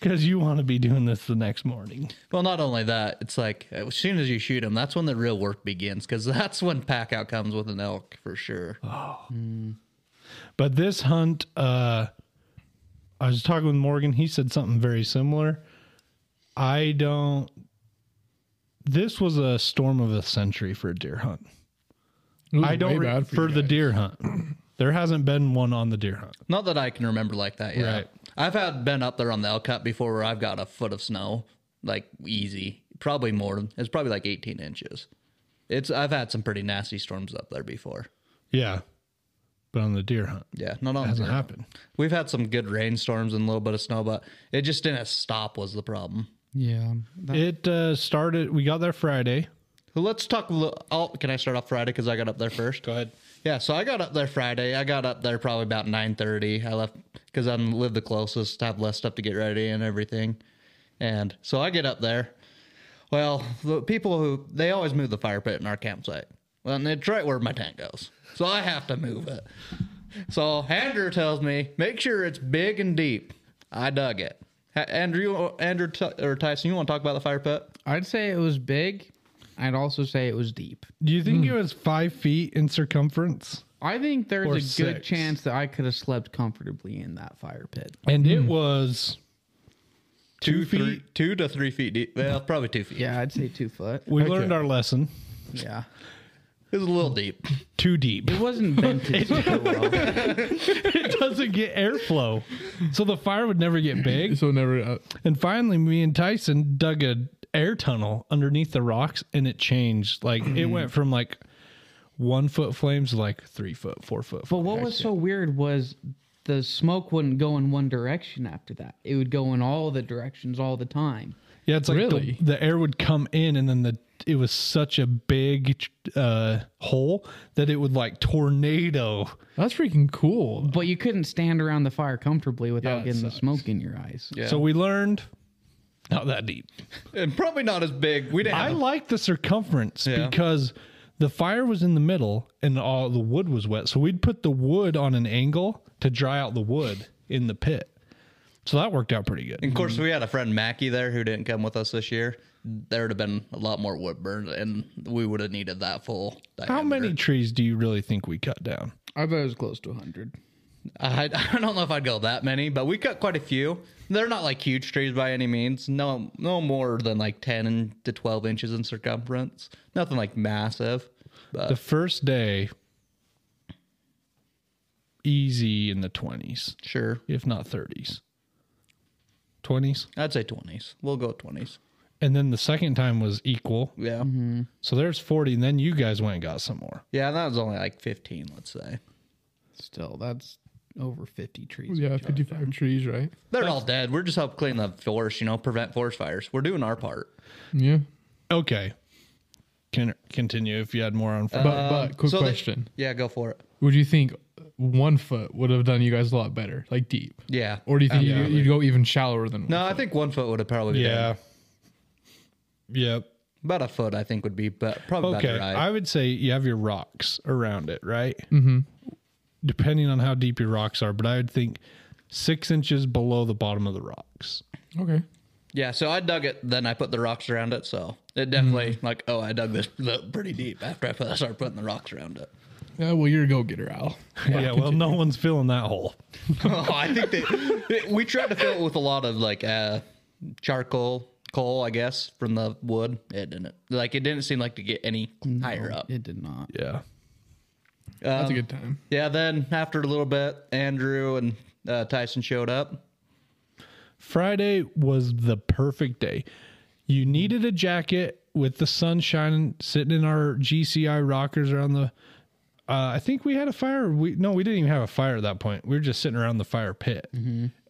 [SPEAKER 2] because you want to be doing this the next morning.
[SPEAKER 5] Well, not only that, it's like as soon as you shoot them, that's when the real work begins because that's when pack out comes with an elk for sure.
[SPEAKER 2] But this hunt, uh, I was talking with Morgan. He said something very similar. I don't. This was a storm of a century for a deer hunt.
[SPEAKER 4] It was
[SPEAKER 2] I don't
[SPEAKER 4] way
[SPEAKER 2] re-
[SPEAKER 4] bad
[SPEAKER 2] for,
[SPEAKER 4] you
[SPEAKER 2] the
[SPEAKER 4] guys.
[SPEAKER 2] deer hunt. There hasn't been one on the deer hunt.
[SPEAKER 5] Not that I can remember like that. Yeah.
[SPEAKER 2] Right.
[SPEAKER 5] I've had been up there on the elk hunt before where I've got a foot of snow, like easy, probably more. than It's probably like 18 inches. It's I've had some pretty nasty storms up there before.
[SPEAKER 2] Yeah, but on the deer hunt
[SPEAKER 5] Yeah, not on
[SPEAKER 2] hasn't happened.
[SPEAKER 5] We've had some good rainstorms and a little bit of snow, but it just didn't stop was the problem.
[SPEAKER 1] Yeah. That-
[SPEAKER 2] It uh, started. We got there Friday.
[SPEAKER 5] Well, Let's talk. a little- Oh, can I start off Friday because I got up there first? Go
[SPEAKER 2] ahead.
[SPEAKER 5] Yeah, so I got up there Friday. I got up there probably about nine thirty. I left because I live the closest. Have less stuff to get ready and everything, and so I get up there. Well, the people who they always move the fire pit in our campsite. Well, and it's right where my tent goes, so I have to move it. So Andrew tells me, make sure it's big and deep. I dug it. Ha- Andrew, you- Andrew, T- or Tyson, you want to talk about the fire pit?
[SPEAKER 1] I'd say it was big. I'd also say it was deep.
[SPEAKER 2] Do you
[SPEAKER 5] Hmm.
[SPEAKER 2] think it was five feet in circumference?
[SPEAKER 1] I think there's
[SPEAKER 2] Or
[SPEAKER 1] a good
[SPEAKER 2] six.
[SPEAKER 1] chance that I could have slept comfortably in that fire pit.
[SPEAKER 2] And it was two, feet.
[SPEAKER 5] three, Hmm. two to three feet deep. Well, probably two feet.
[SPEAKER 1] Yeah, I'd say two foot.
[SPEAKER 2] We learned our lesson.
[SPEAKER 1] Yeah.
[SPEAKER 5] It was a little deep.
[SPEAKER 2] Too deep.
[SPEAKER 1] It wasn't vented super well.
[SPEAKER 2] it doesn't get airflow. So the fire would never get big.
[SPEAKER 4] So never. Uh,
[SPEAKER 2] And finally, me and Tyson dug a air tunnel underneath the rocks and it changed. Like it
[SPEAKER 5] Hmm.
[SPEAKER 2] went from like one foot flames to like three foot, four foot.
[SPEAKER 1] But what was so weird was the smoke wouldn't go in one direction after that. It would go in all the directions all the time.
[SPEAKER 2] yeah, it's like the-
[SPEAKER 4] Really?
[SPEAKER 2] the, air would come in and then the it was such a big uh, hole that it would like tornado.
[SPEAKER 4] that's freaking cool.
[SPEAKER 1] But you couldn't stand around the fire comfortably without
[SPEAKER 4] that
[SPEAKER 1] getting the
[SPEAKER 4] sucks.
[SPEAKER 1] smoke in your eyes.
[SPEAKER 5] Yeah.
[SPEAKER 2] So we learned not that deep.
[SPEAKER 5] and probably not as big. We didn't.
[SPEAKER 2] I
[SPEAKER 5] have-
[SPEAKER 2] like the circumference
[SPEAKER 5] Yeah.
[SPEAKER 2] because the fire was in the middle and all the wood was wet. So we'd put the wood on an angle to dry out the wood in the pit. So that worked out pretty good.
[SPEAKER 5] and of course, we had a friend Mackie there who didn't come with us this year. There would have been a lot more wood burned, and we would have needed that full.
[SPEAKER 2] How
[SPEAKER 5] diameter.
[SPEAKER 2] many trees do you really think we cut down?
[SPEAKER 1] I bet it was close to 100.
[SPEAKER 5] I, I don't know if I'd go that many, but we cut quite a few. They're not like huge trees by any means. No, no more than like ten to twelve inches in circumference. Nothing like massive. But
[SPEAKER 2] The first day, easy in the 20s,
[SPEAKER 5] sure,
[SPEAKER 2] if not 30s. 20s.
[SPEAKER 5] I'd say twenties. We'll go twenties.
[SPEAKER 2] And then the second time was equal.
[SPEAKER 5] Yeah,
[SPEAKER 2] So there's 40. And then you guys went and got some more.
[SPEAKER 5] yeah. That was only like fifteen, let's say.
[SPEAKER 1] Still, that's over 50 trees.
[SPEAKER 4] Yeah, 55 trees, right?
[SPEAKER 5] They're all dead. We're just help clean the forest, you know, prevent forest fires. We're doing our part.
[SPEAKER 4] Yeah.
[SPEAKER 2] Okay. Can continue if you had more on.
[SPEAKER 4] But, but Uh, quick
[SPEAKER 5] so they-
[SPEAKER 4] question.
[SPEAKER 5] Yeah, go for it.
[SPEAKER 4] would you think one foot would have done you guys a lot better, like deep?
[SPEAKER 5] Yeah.
[SPEAKER 4] Or do you think you you'd go even shallower than one?
[SPEAKER 5] No, I think one foot would have probably been
[SPEAKER 2] yeah. Yep.
[SPEAKER 5] about a foot. I think would be, but probably
[SPEAKER 2] Okay.
[SPEAKER 5] about right.
[SPEAKER 2] I would say you have your rocks around it, right? Mm-hmm. Depending on how deep your rocks are, but I would think six inches below the bottom of the rocks.
[SPEAKER 4] Okay.
[SPEAKER 5] Yeah, so I dug it, then I put the rocks around it. So it definitely
[SPEAKER 4] Mm.
[SPEAKER 5] like, oh, I dug this pretty deep after I put, started putting the rocks around it.
[SPEAKER 4] Yeah, well, you're a go getter, Al.
[SPEAKER 2] yeah. Well, no one's filling that hole.
[SPEAKER 5] oh, I think that we tried to fill it with a lot of like uh, charcoal, coal, I guess, from the wood. It didn't like it didn't seem like to get any higher up.
[SPEAKER 1] It did not.
[SPEAKER 2] Yeah. Um,
[SPEAKER 4] That's a good time.
[SPEAKER 5] Yeah, then after a little bit, Andrew and uh, Tyson showed up.
[SPEAKER 2] Friday was the perfect day. You needed a jacket with the sun shining, sitting in our GCI rockers around the. Uh, I think we had a fire. We no, we didn't even have a fire at that point. We were just sitting around the fire pit,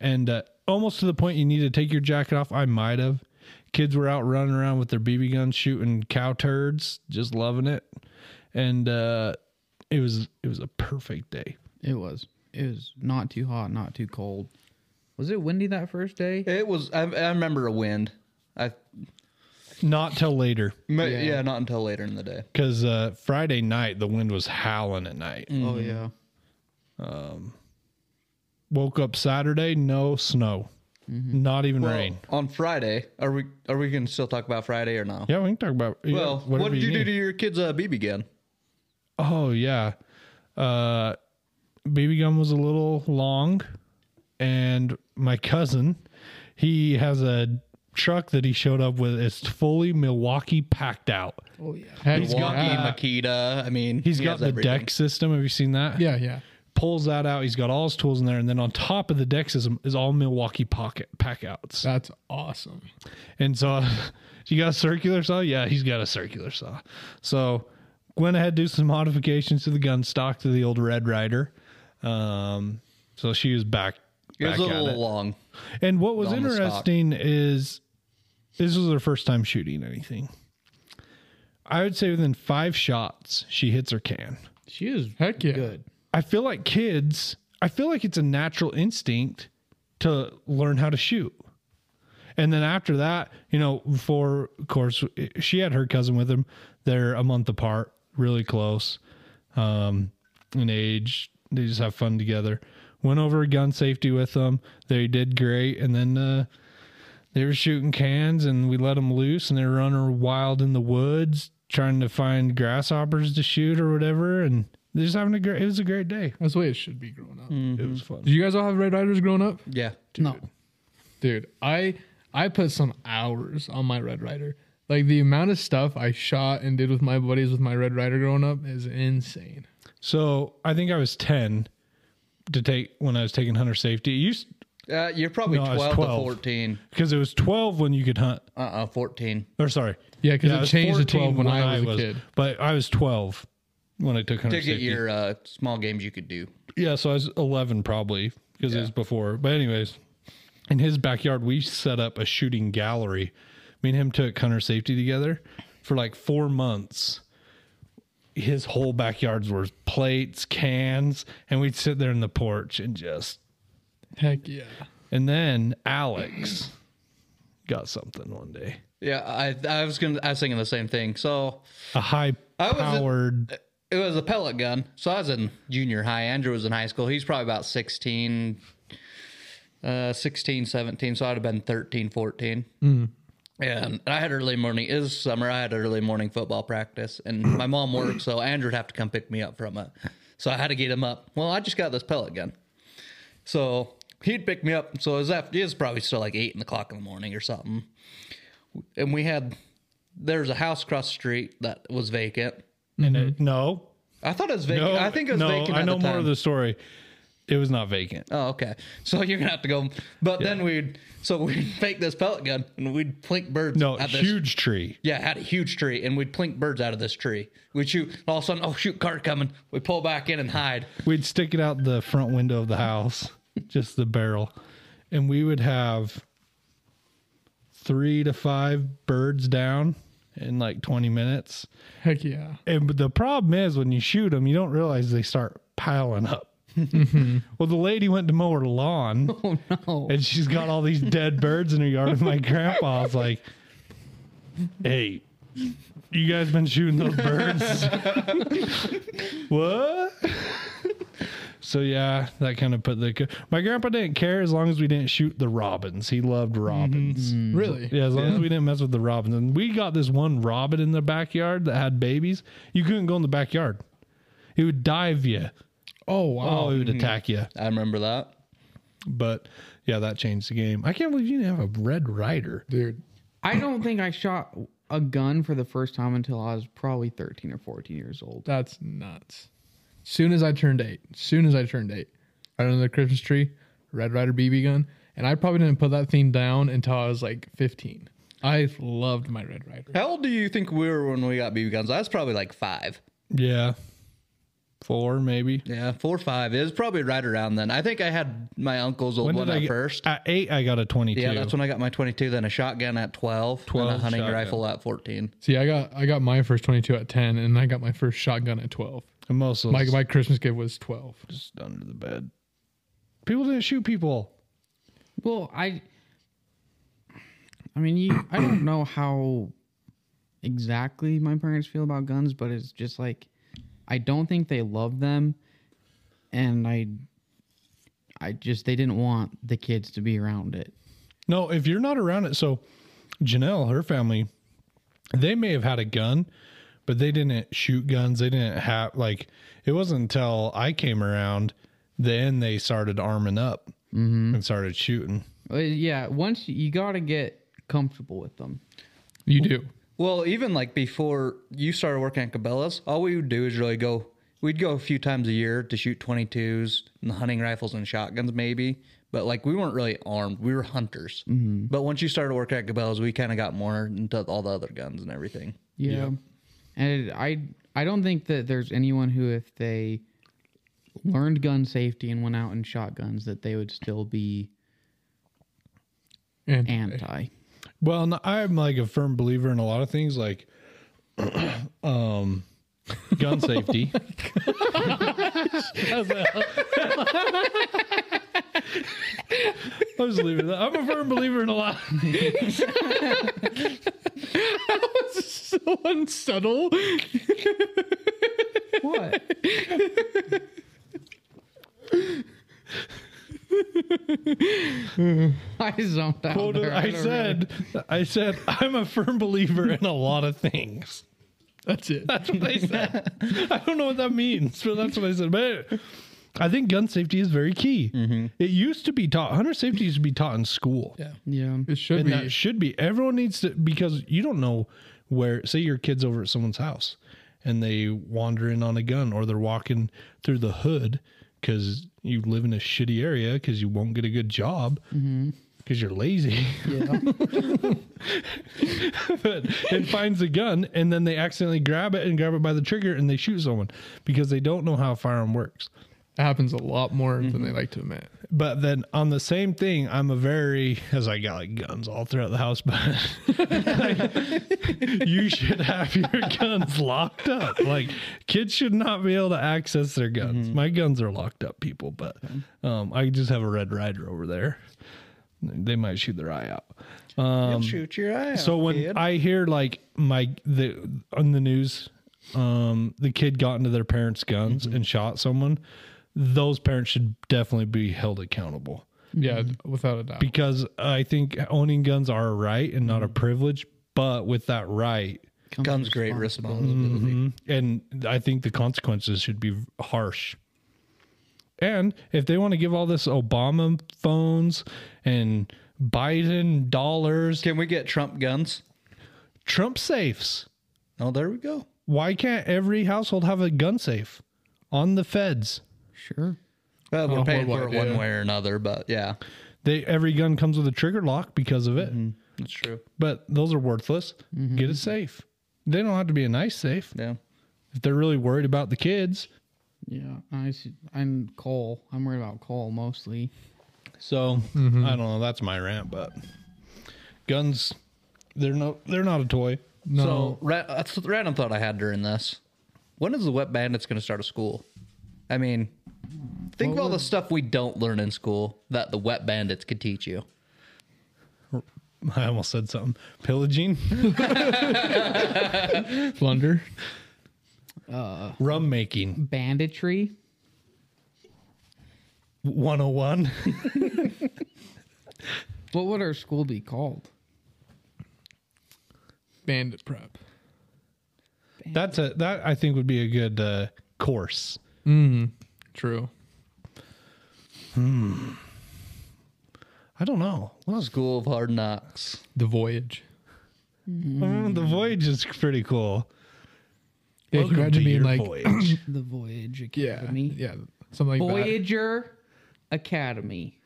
[SPEAKER 2] and uh, almost to the point you need to take your jacket off. I might have. Kids were out running around with their BB guns, shooting cow turds, just loving it, and uh, it was it was a perfect day.
[SPEAKER 1] It was. It was not too hot, not too cold. Was it windy that first day?
[SPEAKER 5] It was I, I remember a wind. I
[SPEAKER 2] Not till later,
[SPEAKER 5] ma- yeah. not until later in the day.
[SPEAKER 2] because uh, Friday night the wind was howling at night.
[SPEAKER 1] Oh yeah.
[SPEAKER 2] Woke up Saturday, no snow,
[SPEAKER 5] Mm-hmm.
[SPEAKER 2] not even
[SPEAKER 5] Well,
[SPEAKER 2] rain.
[SPEAKER 5] on Friday, are we are we gonna still talk about Friday or no?
[SPEAKER 2] Yeah, we can talk about. yeah,
[SPEAKER 5] Well, what
[SPEAKER 2] whatever
[SPEAKER 5] did you, do
[SPEAKER 2] need.
[SPEAKER 5] to your kid's uh, BB gun?
[SPEAKER 2] Oh yeah, uh, BB gun was a little long, and my cousin, he has a truck that he showed up with. It's fully Milwaukee packed out.
[SPEAKER 1] Oh yeah.
[SPEAKER 4] Heck
[SPEAKER 5] Milwaukee, Makita. I mean,
[SPEAKER 2] uh, He's
[SPEAKER 5] he
[SPEAKER 2] got
[SPEAKER 5] has
[SPEAKER 2] the
[SPEAKER 5] everything.
[SPEAKER 2] deck system. Have you seen that?
[SPEAKER 4] Yeah, yeah.
[SPEAKER 2] Pulls that out. He's got all his tools in there, and then on top of the deck system is all Milwaukee pocket pack outs.
[SPEAKER 4] That's awesome.
[SPEAKER 2] And so you got a circular saw? Yeah, he's got a circular saw. So went ahead do some modifications to the gun stock to the old Red Rider. Um, so she was back.
[SPEAKER 5] It was
[SPEAKER 2] back
[SPEAKER 5] a
[SPEAKER 2] at
[SPEAKER 5] little
[SPEAKER 2] it.
[SPEAKER 5] long.
[SPEAKER 2] And what was
[SPEAKER 5] on the stock.
[SPEAKER 2] interesting is this was her first time shooting anything. I would say within five shots, she hits her can.
[SPEAKER 1] She is
[SPEAKER 4] Heck yeah.
[SPEAKER 1] good.
[SPEAKER 2] I feel like kids, I feel like it's a natural instinct to learn how to shoot. And then after that, you know, for of course, she had her cousin with him. They're a month apart, really close um, in age. They just have fun together. Went over gun safety with them. They did great. And then uh, they were shooting cans and we let them loose and they were running wild in the woods trying to find grasshoppers to shoot or whatever. And they're just having a great, it was a great day.
[SPEAKER 4] That's the way it should be growing up.
[SPEAKER 2] It was fun.
[SPEAKER 4] Did you guys all have Red Riders growing up?
[SPEAKER 5] Yeah.
[SPEAKER 1] No.
[SPEAKER 4] Dude, I I put some hours on my Red Rider. Like the amount of stuff I shot and did with my buddies with my Red Rider growing up is insane.
[SPEAKER 2] So I think I was 10 to take when I was taking hunter safety. It used
[SPEAKER 5] Uh, you're probably
[SPEAKER 2] No, I was
[SPEAKER 5] 12,
[SPEAKER 2] 12.
[SPEAKER 5] to 14.
[SPEAKER 2] because it was 12 when you could hunt,
[SPEAKER 5] Uh uh 14.
[SPEAKER 2] or sorry.
[SPEAKER 4] Yeah, because
[SPEAKER 2] I
[SPEAKER 4] it
[SPEAKER 2] was
[SPEAKER 4] changed to
[SPEAKER 2] 14
[SPEAKER 4] 12 when, I was a kid.
[SPEAKER 2] But I was 12 when I took hunter
[SPEAKER 5] To get
[SPEAKER 2] safety.
[SPEAKER 5] your uh, small games you could do.
[SPEAKER 2] Yeah, so I was 11 probably because it was before. But anyways, in his backyard, we set up a shooting gallery. Me and him took hunter safety together for like four months. His whole backyard's were plates, cans, and we'd sit there in the porch and just.
[SPEAKER 4] Heck yeah.
[SPEAKER 2] And then Alex got something one day,
[SPEAKER 5] Yeah, I I was gonna I was thinking the same thing. So
[SPEAKER 2] a high
[SPEAKER 5] I was a-
[SPEAKER 2] powered.
[SPEAKER 5] it was a pellet gun. So I was in junior high. Andrew was in high school. He's probably about 16, uh, 16, 17. So I'd have been 13, 14. And I had early morning, it was summer. I had early morning football practice. And my mom worked. So Andrew would have to come pick me up from it. So I had to get him up. Well, I just got this pellet gun. So he'd pick me up. So it was, after, it was probably still like eight in the clock in the morning or something. And we had, there's a house across the street that was vacant.
[SPEAKER 2] And it, no,
[SPEAKER 5] I thought it was Mm-hmm. vacant.
[SPEAKER 2] no,
[SPEAKER 5] I think it was
[SPEAKER 2] no,
[SPEAKER 5] vacant.
[SPEAKER 2] I
[SPEAKER 5] at
[SPEAKER 2] know
[SPEAKER 5] the
[SPEAKER 2] more
[SPEAKER 5] time.
[SPEAKER 2] of the story. It was not vacant.
[SPEAKER 5] Oh, okay. So you're gonna have to go. But then we'd so we'd make this pellet gun and we'd plink birds.
[SPEAKER 2] No,
[SPEAKER 5] at this-
[SPEAKER 2] huge tree.
[SPEAKER 5] Yeah, had a huge tree, and we'd plink birds out of this tree. We'd shoot, and all of a sudden, oh shoot, car coming. We pull back in and hide.
[SPEAKER 2] We'd stick it out the front window of the house, just the barrel, and we would have three to five birds down in like twenty minutes.
[SPEAKER 4] Heck yeah.
[SPEAKER 2] And but the problem is when you shoot them, you don't realize they start piling up. Well, the lady went to mow her lawn. And she's got all these dead birds in her yard. And my grandpa's like, hey, you guys been shooting those birds? what? So yeah, that kind of put the. My grandpa didn't care as long as we didn't shoot the robins. He loved robins.
[SPEAKER 4] Really?
[SPEAKER 2] Yeah, as long as we didn't mess with the robins. And we got this one robin in the backyard that had babies. You couldn't go in the backyard. He would dive you.
[SPEAKER 4] Oh wow.
[SPEAKER 2] Oh, he
[SPEAKER 5] Mm-hmm.
[SPEAKER 2] would attack you.
[SPEAKER 5] I remember that.
[SPEAKER 2] But yeah, that changed the game. I can't believe you didn't have a red rider.
[SPEAKER 4] Dude.
[SPEAKER 1] I don't think I shot a gun for the first time until I was probably 13 or 14 years old.
[SPEAKER 4] That's nuts. Soon as I turned eight, soon as I turned eight, right under the Christmas tree, Red Rider BB gun, and I probably didn't put that thing down until I was like 15. I loved my Red Rider.
[SPEAKER 5] How old do you think we were when we got BB guns? I was probably like five.
[SPEAKER 2] Yeah. Four, maybe.
[SPEAKER 5] Yeah, four or five. It was probably right around then. I think I had my uncle's old one at
[SPEAKER 2] I get,
[SPEAKER 5] first.
[SPEAKER 2] At eight, I got a 22.
[SPEAKER 5] yeah, that's when I got my 22, then a shotgun at 12, 12
[SPEAKER 2] 12
[SPEAKER 5] and a hunting
[SPEAKER 2] shotgun.
[SPEAKER 5] rifle at 14.
[SPEAKER 4] See, I got I got my first 22 at 10, and I got my first shotgun at 12.
[SPEAKER 2] And most of
[SPEAKER 4] My
[SPEAKER 2] those
[SPEAKER 4] my Christmas gift was 12.
[SPEAKER 2] just under the bed. People didn't shoot people.
[SPEAKER 1] Well, I I mean, you, I don't know how exactly my parents feel about guns, but it's just like I don't think they love them and I I just they didn't want the kids to be around it.
[SPEAKER 2] No, if you're not around it, so Janelle, her family, they may have had a gun, but they didn't shoot guns. They didn't have like it wasn't until I came around then they started arming up and started shooting.
[SPEAKER 1] Uh, yeah, once you, you got to get comfortable with them.
[SPEAKER 4] You do.
[SPEAKER 5] Well, even like before you started working at Cabela's, all we would do is really go. We'd go a few times a year to shoot 22s and hunting rifles and shotguns, maybe. But like we weren't really armed. We were hunters. But once you started working at Cabela's, we kind of got more into all the other guns and everything.
[SPEAKER 1] Yeah. And I I don't think that there's anyone who if they learned gun safety and went out and shot guns that they would still be
[SPEAKER 4] And
[SPEAKER 1] anti.
[SPEAKER 2] Well, no, I'm like a firm believer in a lot of things like um gun safety. I'll just leave it at that. I'm a firm believer in a lot
[SPEAKER 4] so unsubtle.
[SPEAKER 1] What? I zoned out.
[SPEAKER 2] Well,
[SPEAKER 1] there.
[SPEAKER 2] I
[SPEAKER 1] don't
[SPEAKER 2] said, I said, I'm a firm believer in a lot of things.
[SPEAKER 4] That's it.
[SPEAKER 2] That's what I said. I don't know what that means, but that's what I said. But I think gun safety is very key. It used to be taught. Hunter safety used to be taught in school.
[SPEAKER 4] Yeah.
[SPEAKER 1] Really. Yeah.
[SPEAKER 4] It should
[SPEAKER 2] And
[SPEAKER 4] be.
[SPEAKER 2] that should be. Everyone needs to because you don't know where. Say your kid's over at someone's house, and they wander in on a gun, or they're walking through the hood because you live in a shitty area because you won't get a good job because you're lazy. but it finds a gun, and then they accidentally grab it and grab it by the trigger, and they shoot someone because they don't know how a firearm works
[SPEAKER 4] It happens a lot more than they like to admit.
[SPEAKER 2] but then on the same thing, I'm a very as I got like guns all throughout the house, but like, you should have your guns locked up. Like kids should not be able to access their guns.
[SPEAKER 5] Mm-hmm.
[SPEAKER 2] My guns are locked up, people, but um, I just have a red rider over there. They might shoot their eye out. Um,
[SPEAKER 5] shoot your eye.
[SPEAKER 2] So when I hear like my the on the news, um, the kid got into their parents' guns
[SPEAKER 5] Mm-hmm.
[SPEAKER 2] and shot someone, those parents should definitely be held accountable
[SPEAKER 4] Yeah, without a doubt.
[SPEAKER 2] because I think owning guns are a right and
[SPEAKER 5] Mm-hmm.
[SPEAKER 2] not a privilege. But with that right,
[SPEAKER 5] guns, great
[SPEAKER 2] Mm-hmm.
[SPEAKER 5] responsibility.
[SPEAKER 2] and I think the consequences should be harsh. And if they want to give all this Obama phones and Biden dollars,
[SPEAKER 5] Can we get Trump guns?
[SPEAKER 2] Trump safes,
[SPEAKER 5] Oh, there we go.
[SPEAKER 2] why can't every household have a gun safe on the feds?
[SPEAKER 1] Sure.
[SPEAKER 5] Well, we're
[SPEAKER 4] Oh,
[SPEAKER 5] paying
[SPEAKER 4] one
[SPEAKER 5] for it
[SPEAKER 4] way,
[SPEAKER 5] one
[SPEAKER 4] yeah.
[SPEAKER 5] way or another, but yeah,
[SPEAKER 2] They every gun comes with a trigger lock because of it.
[SPEAKER 5] that's true.
[SPEAKER 2] But those are worthless. Get a safe. They don't have to be a nice safe.
[SPEAKER 5] Yeah.
[SPEAKER 2] If they're really worried about the kids,
[SPEAKER 1] Yeah, I see. I'm Cole. I'm worried about Cole mostly.
[SPEAKER 2] So
[SPEAKER 4] Mm-hmm.
[SPEAKER 2] I don't know. That's my rant, but guns, they're no, they're not a toy.
[SPEAKER 4] No.
[SPEAKER 5] So ra- that's the random thought I had during this. When is the wet bandits going to start a school? I mean, think of all the stuff we don't learn in school that the wet bandits could teach you.
[SPEAKER 2] I almost said something. Pillaging,
[SPEAKER 4] plunder.
[SPEAKER 2] rum making,
[SPEAKER 1] Banditry.
[SPEAKER 2] 101.
[SPEAKER 1] What would our school be called?
[SPEAKER 4] Bandit prep.
[SPEAKER 2] That's a that I think would be a good uh, course.
[SPEAKER 4] True.
[SPEAKER 2] I don't know. What else?
[SPEAKER 5] School of hard knocks.
[SPEAKER 4] The voyage.
[SPEAKER 2] Mm, the voyage is pretty cool.
[SPEAKER 4] Yeah,
[SPEAKER 2] Welcome
[SPEAKER 4] can you imagine
[SPEAKER 2] to
[SPEAKER 4] being
[SPEAKER 2] your
[SPEAKER 4] like,
[SPEAKER 2] voyage.
[SPEAKER 1] The Voyage
[SPEAKER 4] yeah,
[SPEAKER 1] Academy.
[SPEAKER 4] yeah, something like
[SPEAKER 1] Voyager Academy.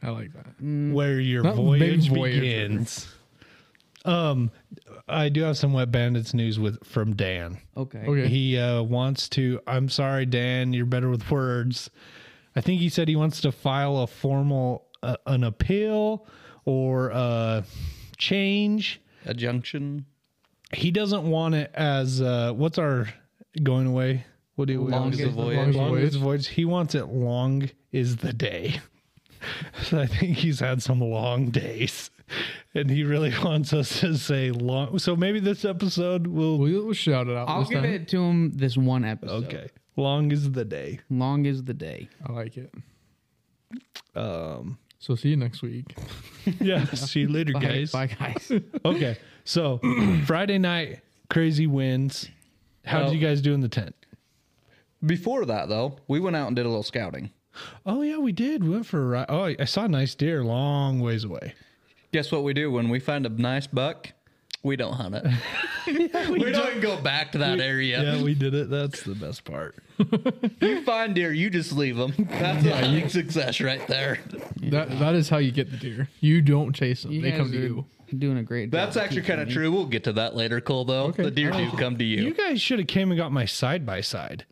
[SPEAKER 4] that. I like that.
[SPEAKER 1] Mm.
[SPEAKER 2] where your
[SPEAKER 4] Not
[SPEAKER 2] voyage
[SPEAKER 4] big voyager.
[SPEAKER 2] begins. Um, I do have some wet bandits news with from Dan.
[SPEAKER 1] Okay.
[SPEAKER 4] Okay.
[SPEAKER 2] He uh, wants to. I'm sorry, Dan. You're better with words. I think he said he wants to file a formal uh, an appeal or a change.
[SPEAKER 5] A junction.
[SPEAKER 2] He doesn't want it as uh, what's our going away? What do we
[SPEAKER 5] Long
[SPEAKER 2] always
[SPEAKER 5] is
[SPEAKER 2] say?
[SPEAKER 5] the
[SPEAKER 4] Long as
[SPEAKER 5] voyage.
[SPEAKER 4] the
[SPEAKER 2] Long
[SPEAKER 4] voyage.
[SPEAKER 2] is the voyage. He wants it long is the day. so I think he's had some long days, and he really wants us to say long. So maybe this episode will.
[SPEAKER 4] We'll, we'll shout it out.
[SPEAKER 1] I'll
[SPEAKER 4] this
[SPEAKER 1] give
[SPEAKER 4] time.
[SPEAKER 1] it to him this one episode.
[SPEAKER 2] Okay, long is the day.
[SPEAKER 1] Long is the day.
[SPEAKER 4] I like it.
[SPEAKER 2] Um,
[SPEAKER 4] So see you next week.
[SPEAKER 2] yeah. See you later, guys.
[SPEAKER 1] Bye, guys.
[SPEAKER 2] Okay. So Friday night, crazy winds. How
[SPEAKER 5] Well-
[SPEAKER 2] did you guys do in the tent?
[SPEAKER 5] Before that, though, we went out and did a little scouting.
[SPEAKER 2] Oh yeah, we did. We went for a ride. Oh, I saw a nice deer a long ways away.
[SPEAKER 5] Guess what we do when we find a nice buck? We don't hunt it. we, don't go back to that area.
[SPEAKER 2] Yeah, we did it. That's the best part.
[SPEAKER 5] You find deer, you just leave them. That's a big success right there.
[SPEAKER 4] That that is how you get the deer. You don't chase them;
[SPEAKER 1] You
[SPEAKER 4] they
[SPEAKER 1] guys
[SPEAKER 4] come to
[SPEAKER 1] are
[SPEAKER 4] you.
[SPEAKER 1] Doing a great job.
[SPEAKER 5] That's actually kind of true. We'll get to that later, Cole. Though
[SPEAKER 4] Okay.
[SPEAKER 5] the deer do come to
[SPEAKER 2] You
[SPEAKER 5] you.
[SPEAKER 2] guys should have came and got my side by side.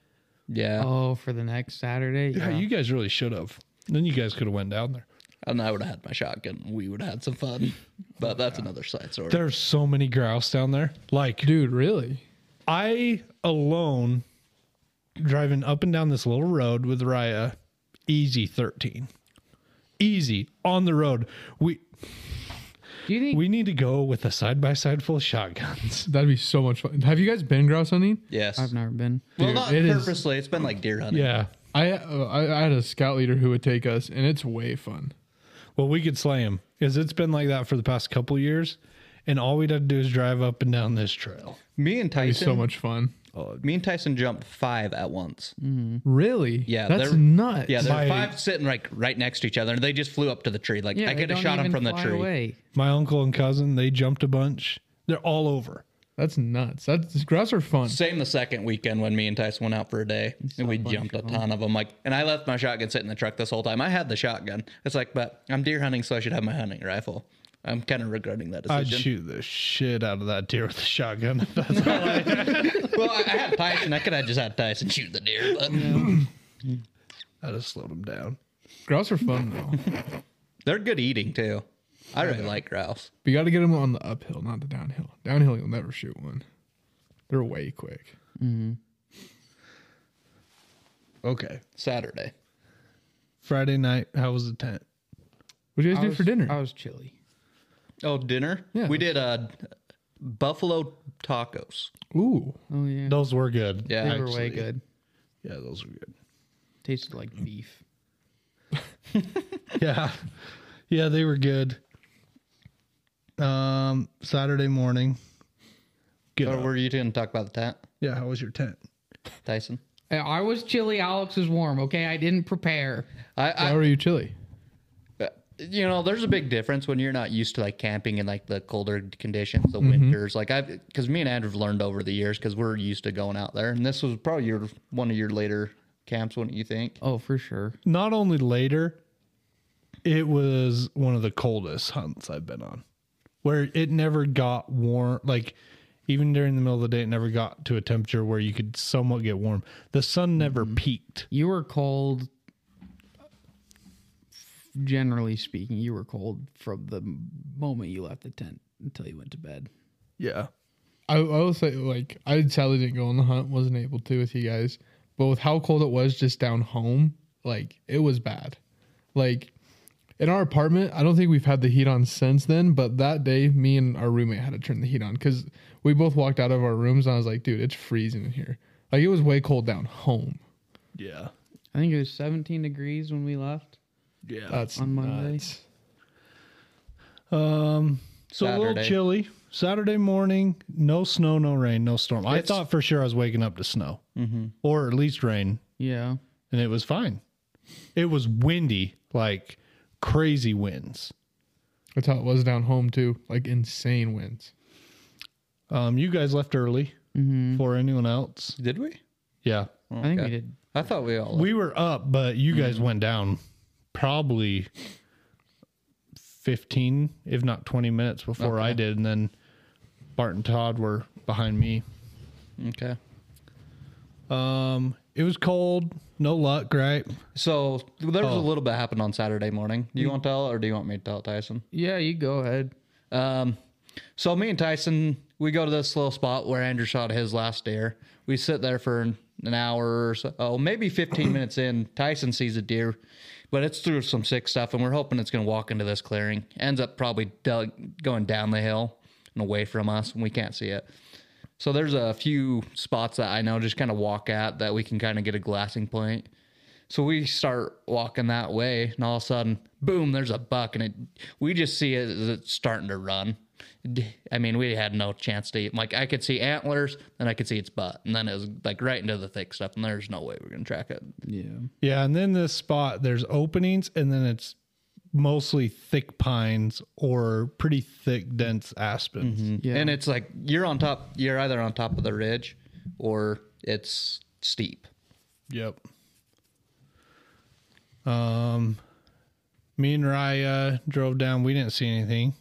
[SPEAKER 5] Yeah,
[SPEAKER 1] Oh, for the next Saturday.
[SPEAKER 2] Yeah,
[SPEAKER 1] Yeah.
[SPEAKER 2] you guys really should have. Then you guys could have went down there.
[SPEAKER 5] and I would have had my shotgun. We would have had some fun. But that's another side story.
[SPEAKER 2] There's so many grouse down there. Like
[SPEAKER 4] Dude, really?
[SPEAKER 2] I alone driving up and down this little road with Raya, easy 13. Easy on the road. We
[SPEAKER 1] Do you think
[SPEAKER 2] we need to go with a side by side full of shotguns.
[SPEAKER 4] That'd be so much fun. Have you guys been grouse hunting?
[SPEAKER 5] yes.
[SPEAKER 1] I've never been?
[SPEAKER 5] well,
[SPEAKER 4] Dude,
[SPEAKER 5] not
[SPEAKER 4] it is-
[SPEAKER 5] purposely. It's been like deer hunting.
[SPEAKER 2] Yeah.
[SPEAKER 4] I, uh, I I had a scout leader who would take us, and it's way fun.
[SPEAKER 2] Well, we could slay them because it's been like that for the past couple years, and all we'd have to do is drive up and down this trail.
[SPEAKER 5] Me and
[SPEAKER 4] It'd be
[SPEAKER 5] Tyson. Oh,
[SPEAKER 4] so much fun.
[SPEAKER 5] Me and Tyson jumped five at once.
[SPEAKER 4] Really?
[SPEAKER 5] Yeah,
[SPEAKER 4] that's
[SPEAKER 5] they're-
[SPEAKER 4] nuts.
[SPEAKER 5] Yeah, there
[SPEAKER 2] My-
[SPEAKER 5] were five sitting like right next to each other, and they just flew up to the tree. Like
[SPEAKER 1] Yeah,
[SPEAKER 5] I
[SPEAKER 1] they
[SPEAKER 5] could have
[SPEAKER 1] don't
[SPEAKER 5] shot them
[SPEAKER 1] even
[SPEAKER 5] from the
[SPEAKER 1] fly
[SPEAKER 5] tree.
[SPEAKER 1] away.
[SPEAKER 2] My uncle and cousin they jumped a bunch. They're all over.
[SPEAKER 4] that's nuts. That's grouse are fun.
[SPEAKER 5] Same the second weekend when me and Tyson went out for a day and we jumped a ton of them. Like, and I left my shotgun sitting in the truck this whole time. I had the shotgun. It's like, but I'm deer hunting, so I should have my hunting rifle. I'm kind of regretting that
[SPEAKER 2] I'd
[SPEAKER 5] decision.
[SPEAKER 2] shoot the shit out of that deer with a shotgun. That's all I,
[SPEAKER 5] well, I, I had Tyson. I could have just had Tyson shoot the deer, but
[SPEAKER 2] I'd have slowed them down.
[SPEAKER 4] Grouse are fun though.
[SPEAKER 5] they're good eating too. I really like grouse.
[SPEAKER 4] but you got to get them on the uphill, not the downhill. Downhill, you'll never shoot one. They're way quick.
[SPEAKER 2] Okay.
[SPEAKER 5] Saturday.
[SPEAKER 2] Friday night, how was the tent?
[SPEAKER 4] What do you
[SPEAKER 1] I
[SPEAKER 4] guys do
[SPEAKER 1] was-
[SPEAKER 4] for dinner?
[SPEAKER 1] I was chilly.
[SPEAKER 5] Oh, dinner.
[SPEAKER 4] Yeah.
[SPEAKER 5] we did uh, buffalo tacos.
[SPEAKER 4] Ooh,
[SPEAKER 1] Oh yeah,
[SPEAKER 2] Those were good.
[SPEAKER 5] Yeah.
[SPEAKER 1] they
[SPEAKER 5] They
[SPEAKER 1] were way
[SPEAKER 2] actually.
[SPEAKER 1] good.
[SPEAKER 2] Yeah, those were good.
[SPEAKER 1] Tasted like beef.
[SPEAKER 2] Yeah. Yeah, they were good. Um, Saturday morning. Good.
[SPEAKER 5] Or were you going to talk about the tent,
[SPEAKER 2] yeah, how was your tent?
[SPEAKER 5] Tyson?
[SPEAKER 1] I- I was chilly. Alex was warm. Okay, I didn't prepare.
[SPEAKER 5] I, I
[SPEAKER 4] Why were you chilly?
[SPEAKER 5] you know, there's a big difference when you're not used to like camping in like the colder conditions, the winters. Like I've, because me and Andrew have learned over the years, because we're used to going out there, and this was probably your one of your later camps, wouldn't you think?
[SPEAKER 1] Oh, for sure.
[SPEAKER 2] Not only later, it was one of the coldest hunts I've been on, where it never got warm. Like even during the middle of the day, it never got to a temperature where you could somewhat get warm. The sun never peaked.
[SPEAKER 1] You were cold. Generally speaking, you were cold from the moment you left the tent until you went to bed.
[SPEAKER 2] Yeah.
[SPEAKER 4] I, I will say, like, I sadly didn't go on the hunt, wasn't able to with you guys. But with how cold it was just down home, like, it was bad. Like, in our apartment, I don't think we've had the heat on since then. But that day, me and our roommate had to turn the heat on because we both walked out of our rooms and I was like, dude, it's freezing in here. Like, it was way cold down home.
[SPEAKER 2] Yeah.
[SPEAKER 1] I think it was 17 degrees when we left.
[SPEAKER 2] Yeah.
[SPEAKER 4] That's
[SPEAKER 1] On Monday?
[SPEAKER 4] nuts.
[SPEAKER 2] Um, so a little
[SPEAKER 5] Saturday.
[SPEAKER 2] chilly. Saturday morning, no snow, no rain, no storm. I thought for sure I was waking up to snow or at least rain,
[SPEAKER 1] Yeah.
[SPEAKER 2] and it was fine. It was windy, like crazy winds.
[SPEAKER 4] That's how it was down home, too. Like, insane winds.
[SPEAKER 2] Um, you guys left early for anyone else.
[SPEAKER 5] Did we?
[SPEAKER 2] Yeah.
[SPEAKER 1] I think we
[SPEAKER 5] Okay.
[SPEAKER 1] did.
[SPEAKER 5] I thought we all.
[SPEAKER 2] We were up, but you guys went down probably 15, if not 20 minutes before I did. And then Bart and Todd were behind me.
[SPEAKER 5] okay.
[SPEAKER 2] Um, it was cold, no luck, right?
[SPEAKER 5] So there was a little bit happened on Saturday morning. Do you want to tell, it or do you want me to tell it, Tyson?
[SPEAKER 1] Yeah, you go ahead.
[SPEAKER 5] Um, so me and Tyson, we go to this little spot where Andrew shot his last deer. We sit there for an, an hour or so, oh, maybe 15 minutes in. Tyson sees a deer, but it's through some sick stuff, and we're hoping it's going to walk into this clearing. Ends up probably dug, going down the hill and away from us, and we can't see it. So there's a few spots that I know just kind of walk at that we can kind of get a glassing point. So we start walking that way, and all of a sudden, boom! There's a buck, and it we just see it as it's starting to run. D- I mean, we had no chance to. Eat. Like I could see antlers, then I could see its butt, and then it was like right into the thick stuff, and there's no way we're gonna track it.
[SPEAKER 1] Yeah.
[SPEAKER 2] Yeah. And then this spot, there's openings, and then it's mostly thick pines or pretty thick, dense aspens.
[SPEAKER 1] Yeah.
[SPEAKER 5] And it's like you're on top. You're either on top of the ridge, or it's steep.
[SPEAKER 2] Yep. Um, me and Raya drove down. We didn't see anything.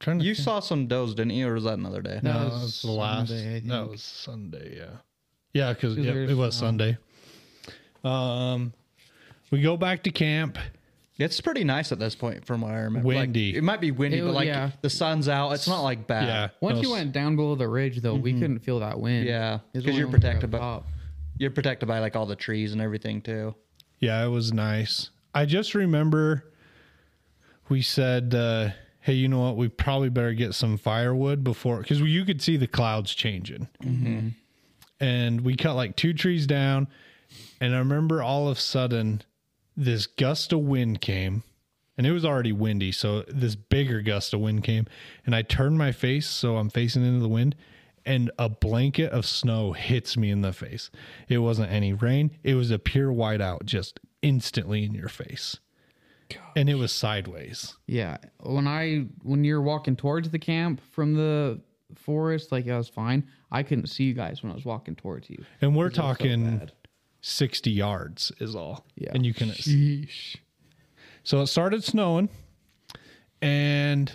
[SPEAKER 2] trying to
[SPEAKER 5] You
[SPEAKER 2] think.
[SPEAKER 5] saw some does, didn't you, or was that another day?
[SPEAKER 1] No.
[SPEAKER 2] No,
[SPEAKER 1] was
[SPEAKER 2] that was the last.
[SPEAKER 1] Sunday, I think.
[SPEAKER 2] that was Sunday. Yeah, yeah, because
[SPEAKER 1] 'Cause there's-
[SPEAKER 2] it was Sunday. Um, we go back to camp.
[SPEAKER 5] It's pretty nice at this point, from what I remember. Like,
[SPEAKER 2] Windy.
[SPEAKER 5] it might be windy,
[SPEAKER 1] It-
[SPEAKER 5] but like
[SPEAKER 1] yeah.
[SPEAKER 5] the sun's out. It's not like bad.
[SPEAKER 2] Yeah.
[SPEAKER 1] Once
[SPEAKER 2] no
[SPEAKER 1] you
[SPEAKER 2] s-
[SPEAKER 1] went down below the ridge, though, we couldn't feel that wind. It
[SPEAKER 5] Yeah,
[SPEAKER 1] was
[SPEAKER 5] 'cause
[SPEAKER 1] Mm-hmm. only
[SPEAKER 5] you're
[SPEAKER 1] when we were
[SPEAKER 5] protected
[SPEAKER 1] up
[SPEAKER 5] by-
[SPEAKER 1] top.
[SPEAKER 5] You're protected by like all the trees and everything too.
[SPEAKER 2] Yeah, it was nice. I just remember we said, uh, "Hey, you know what? We probably better get some firewood before because you could see the clouds changing." And we cut like two trees down, and I remember all of a sudden this gust of wind came, and it was already windy, so this bigger gust of wind came, and I turned my face so I'm facing into the wind. And a blanket of snow hits me in the face. It wasn't any rain. It was a pure whiteout just instantly in your face. And it was sideways.
[SPEAKER 1] Yeah. When I when you're walking towards the camp from the forest, like I was fine. I couldn't see you guys when I was walking towards you.
[SPEAKER 2] And we're talking 60 yards is all.
[SPEAKER 1] Yeah.
[SPEAKER 2] And you can
[SPEAKER 4] Yeesh.
[SPEAKER 2] So it started snowing, and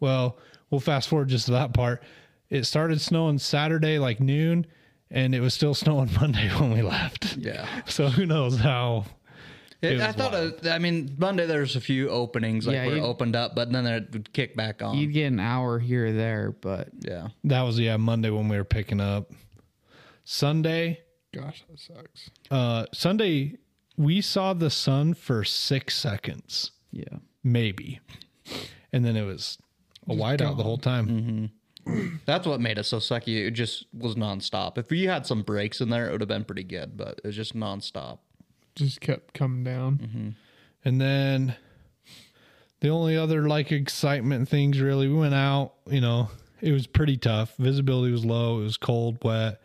[SPEAKER 2] well, we'll fast forward just to that part. It started snowing Saturday, like noon, and it was still snowing Monday when we left.
[SPEAKER 5] Yeah.
[SPEAKER 2] So who knows how? It
[SPEAKER 5] I
[SPEAKER 2] was
[SPEAKER 5] thought, it, I mean, Monday there's a few openings, like
[SPEAKER 1] Yeah,
[SPEAKER 5] where it
[SPEAKER 1] you-
[SPEAKER 5] opened up, but then it would kick back on.
[SPEAKER 1] You'd get an hour here or there, but
[SPEAKER 5] yeah.
[SPEAKER 2] That was yeah Monday when we were picking up. Sunday,
[SPEAKER 4] Gosh, that sucks.
[SPEAKER 2] uh, Sunday we saw the sun for six seconds,
[SPEAKER 1] yeah.
[SPEAKER 2] maybe, and then it was a whiteout the whole time.
[SPEAKER 5] That's what made it so sucky. It just was nonstop. If you had some breaks in there, it would have been pretty good, but it was just nonstop.
[SPEAKER 4] Just kept coming down.
[SPEAKER 2] And then the only other like excitement things really, we went out, you know, it was pretty tough. Visibility was low, it was cold, wet.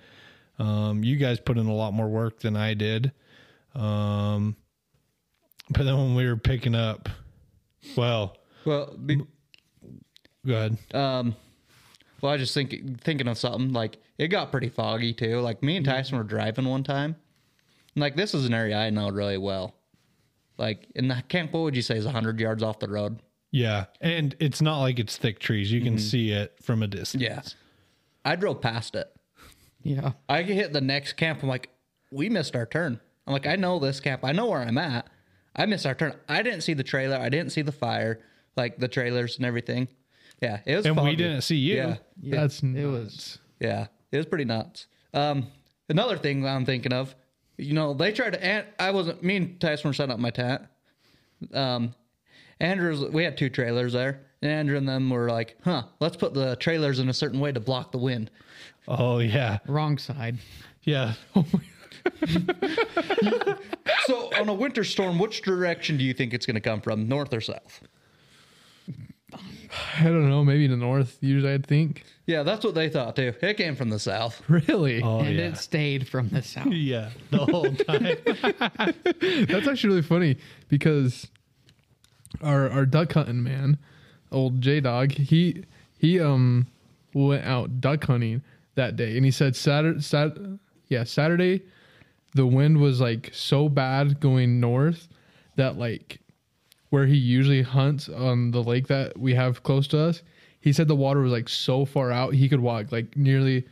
[SPEAKER 2] Um, you guys put in a lot more work than I did. Um, but then when we were picking up, well,
[SPEAKER 5] Well, be,
[SPEAKER 2] go ahead.
[SPEAKER 5] um, well, I just think thinking of something like it got pretty foggy too. Like me and Tyson were driving one time. And, like this is an area I know really well. Like in the camp, what would you say is hundred yards off the road?
[SPEAKER 2] Yeah, and it's not like it's thick trees. You
[SPEAKER 5] Mm-hmm.
[SPEAKER 2] can see it from a distance.
[SPEAKER 5] Yes. I drove past it.
[SPEAKER 1] Yeah.
[SPEAKER 5] I get hit the next camp. I'm like, we missed our turn. I'm like, I know this camp. I know where I'm at. I missed our turn. I didn't see the trailer. I didn't see the fire, like the trailers and everything. Yeah, it was.
[SPEAKER 2] and we
[SPEAKER 5] foggy.
[SPEAKER 2] didn't see you.
[SPEAKER 5] Yeah,
[SPEAKER 4] That's
[SPEAKER 1] It
[SPEAKER 4] nuts.
[SPEAKER 1] was.
[SPEAKER 5] yeah, it was pretty nuts. Um, another thing that I'm thinking of, you know, they tried to. And I wasn't. Me and Tyson were setting up my tent. Um, Andrew's. We had two trailers there, and Andrew and them were like, "Huh, let's put the trailers in a certain way to block the wind."
[SPEAKER 2] Oh yeah,
[SPEAKER 1] Wrong side.
[SPEAKER 2] yeah.
[SPEAKER 5] So, on a winter storm, which direction do you think it's going to come from, north or south?
[SPEAKER 4] I don't know. Maybe the north. Usually, I'd think.
[SPEAKER 5] Yeah, that's what they thought too. It came from the south.
[SPEAKER 4] Really?
[SPEAKER 2] Oh
[SPEAKER 1] and
[SPEAKER 2] yeah.
[SPEAKER 1] it stayed from the south.
[SPEAKER 2] yeah, the whole time.
[SPEAKER 4] That's actually really funny because our our duck hunting man, old J Dog, he he um went out duck hunting that day, and he said Saturday, sat, yeah Saturday, the wind was like so bad going north that like where he usually hunts on the lake that we have close to us, he said the water was like so far out he could walk like nearly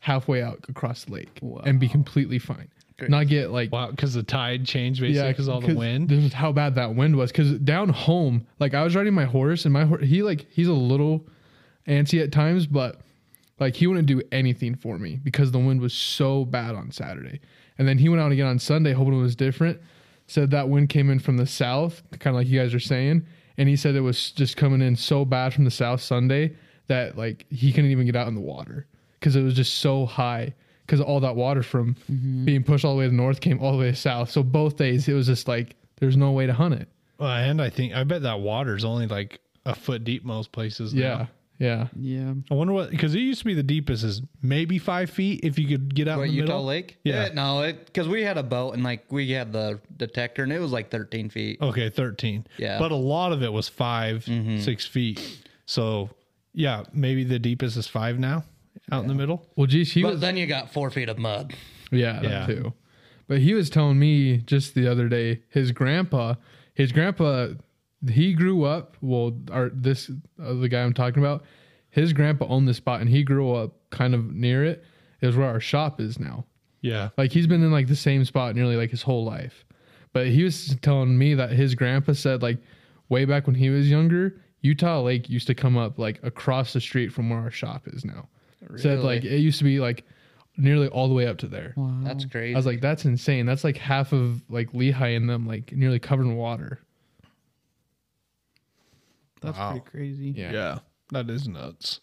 [SPEAKER 4] halfway out across the lake and be completely fine. Not get like
[SPEAKER 2] wow, because the tide changed basically because all the wind.
[SPEAKER 4] This is how bad that wind was. Because down home, like I was riding my horse, and my horse, he like he's a little antsy at times, but like he wouldn't do anything for me because the wind was so bad on Saturday. And then he went out again on Sunday, hoping it was different. Said that wind came in from the south, kind of like you guys are saying, and he said it was just coming in so bad from the south Sunday that like he couldn't even get out in the water because it was just so high because all that water from being pushed all the way to north came all the way to south. So both days it was just like there's no way to hunt it.
[SPEAKER 2] Well, and I think I bet that water's only like a foot deep most places. now.
[SPEAKER 4] Yeah, yeah.
[SPEAKER 1] Yeah.
[SPEAKER 2] I wonder what because it used to be the deepest is maybe five feet if you could get out
[SPEAKER 5] What
[SPEAKER 2] in the
[SPEAKER 5] Utah
[SPEAKER 2] middle.
[SPEAKER 5] Lake?
[SPEAKER 2] Yeah.
[SPEAKER 5] no, it because we had a boat and like we had the detector and it was like 13 feet.
[SPEAKER 2] Okay, thirteen.
[SPEAKER 5] Yeah. Mm-hmm.
[SPEAKER 2] but a lot of it was 5 six feet. So yeah, maybe the deepest is five now, out in the middle.
[SPEAKER 4] Well, geez, he
[SPEAKER 5] but
[SPEAKER 4] was
[SPEAKER 5] then you got four feet of mud.
[SPEAKER 4] Yeah,
[SPEAKER 2] Yeah.
[SPEAKER 4] that too. But he was telling me just the other day, his grandpa, his grandpa, he grew up. Well, our this uh, the guy I'm talking about, his grandpa owned this spot, and he grew up kind of near it. It was where our shop is now.
[SPEAKER 2] Yeah,
[SPEAKER 4] Like he's been in like the same spot nearly like his whole life. But he was telling me that his grandpa said like way back when he was younger, Utah Lake used to come up like across the street from where our shop is now. Said like it used to be like nearly all the way up to there.
[SPEAKER 5] That's crazy.
[SPEAKER 4] I was like, that's insane. That's like half of like Lehigh in them, like nearly covered in water.
[SPEAKER 1] That's pretty crazy.
[SPEAKER 4] Yeah.
[SPEAKER 2] yeah, that is nuts.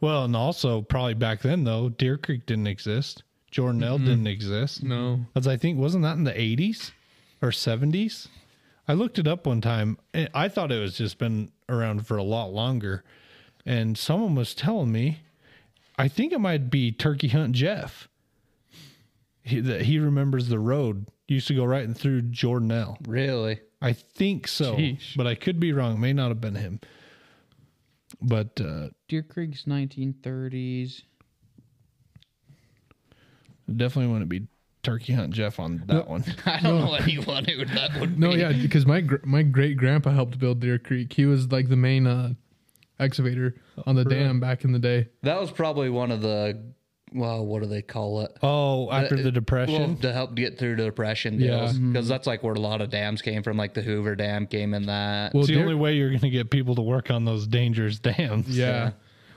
[SPEAKER 2] Well, and also probably back then though, Deer Creek didn't exist. Jordanelle didn't exist.
[SPEAKER 4] No.
[SPEAKER 2] As I think, wasn't that in the eighties or seventies? I looked it up one time. And I thought it was just been around for a lot longer. And someone was telling me, I think it might be Turkey Hunt Jeff. He, that he remembers the road used to go right and through Jordanelle.
[SPEAKER 5] really?
[SPEAKER 2] I think so,
[SPEAKER 4] Sheesh.
[SPEAKER 2] but I could be wrong. It may not have been him. But uh,
[SPEAKER 1] Deer Creek's 1930s.
[SPEAKER 2] definitely wouldn't be Turkey Hunt Jeff on that one.
[SPEAKER 5] I don't know anyone who that would.
[SPEAKER 4] No,
[SPEAKER 5] be.
[SPEAKER 4] yeah, because my gr- my great grandpa helped build Deer Creek. He was like the main uh, excavator on the dam back in the day.
[SPEAKER 5] that was probably one of the. Well, what do they call it?
[SPEAKER 2] Oh, after the
[SPEAKER 5] Well,
[SPEAKER 2] depression.
[SPEAKER 5] to help get through the depression deals, because that's like where a lot of dams came from. Like the Hoover Dam came in that.
[SPEAKER 4] Well,
[SPEAKER 2] it's the
[SPEAKER 4] Deer-
[SPEAKER 2] only way you're going to get people to work on those dangerous dams.
[SPEAKER 4] Yeah.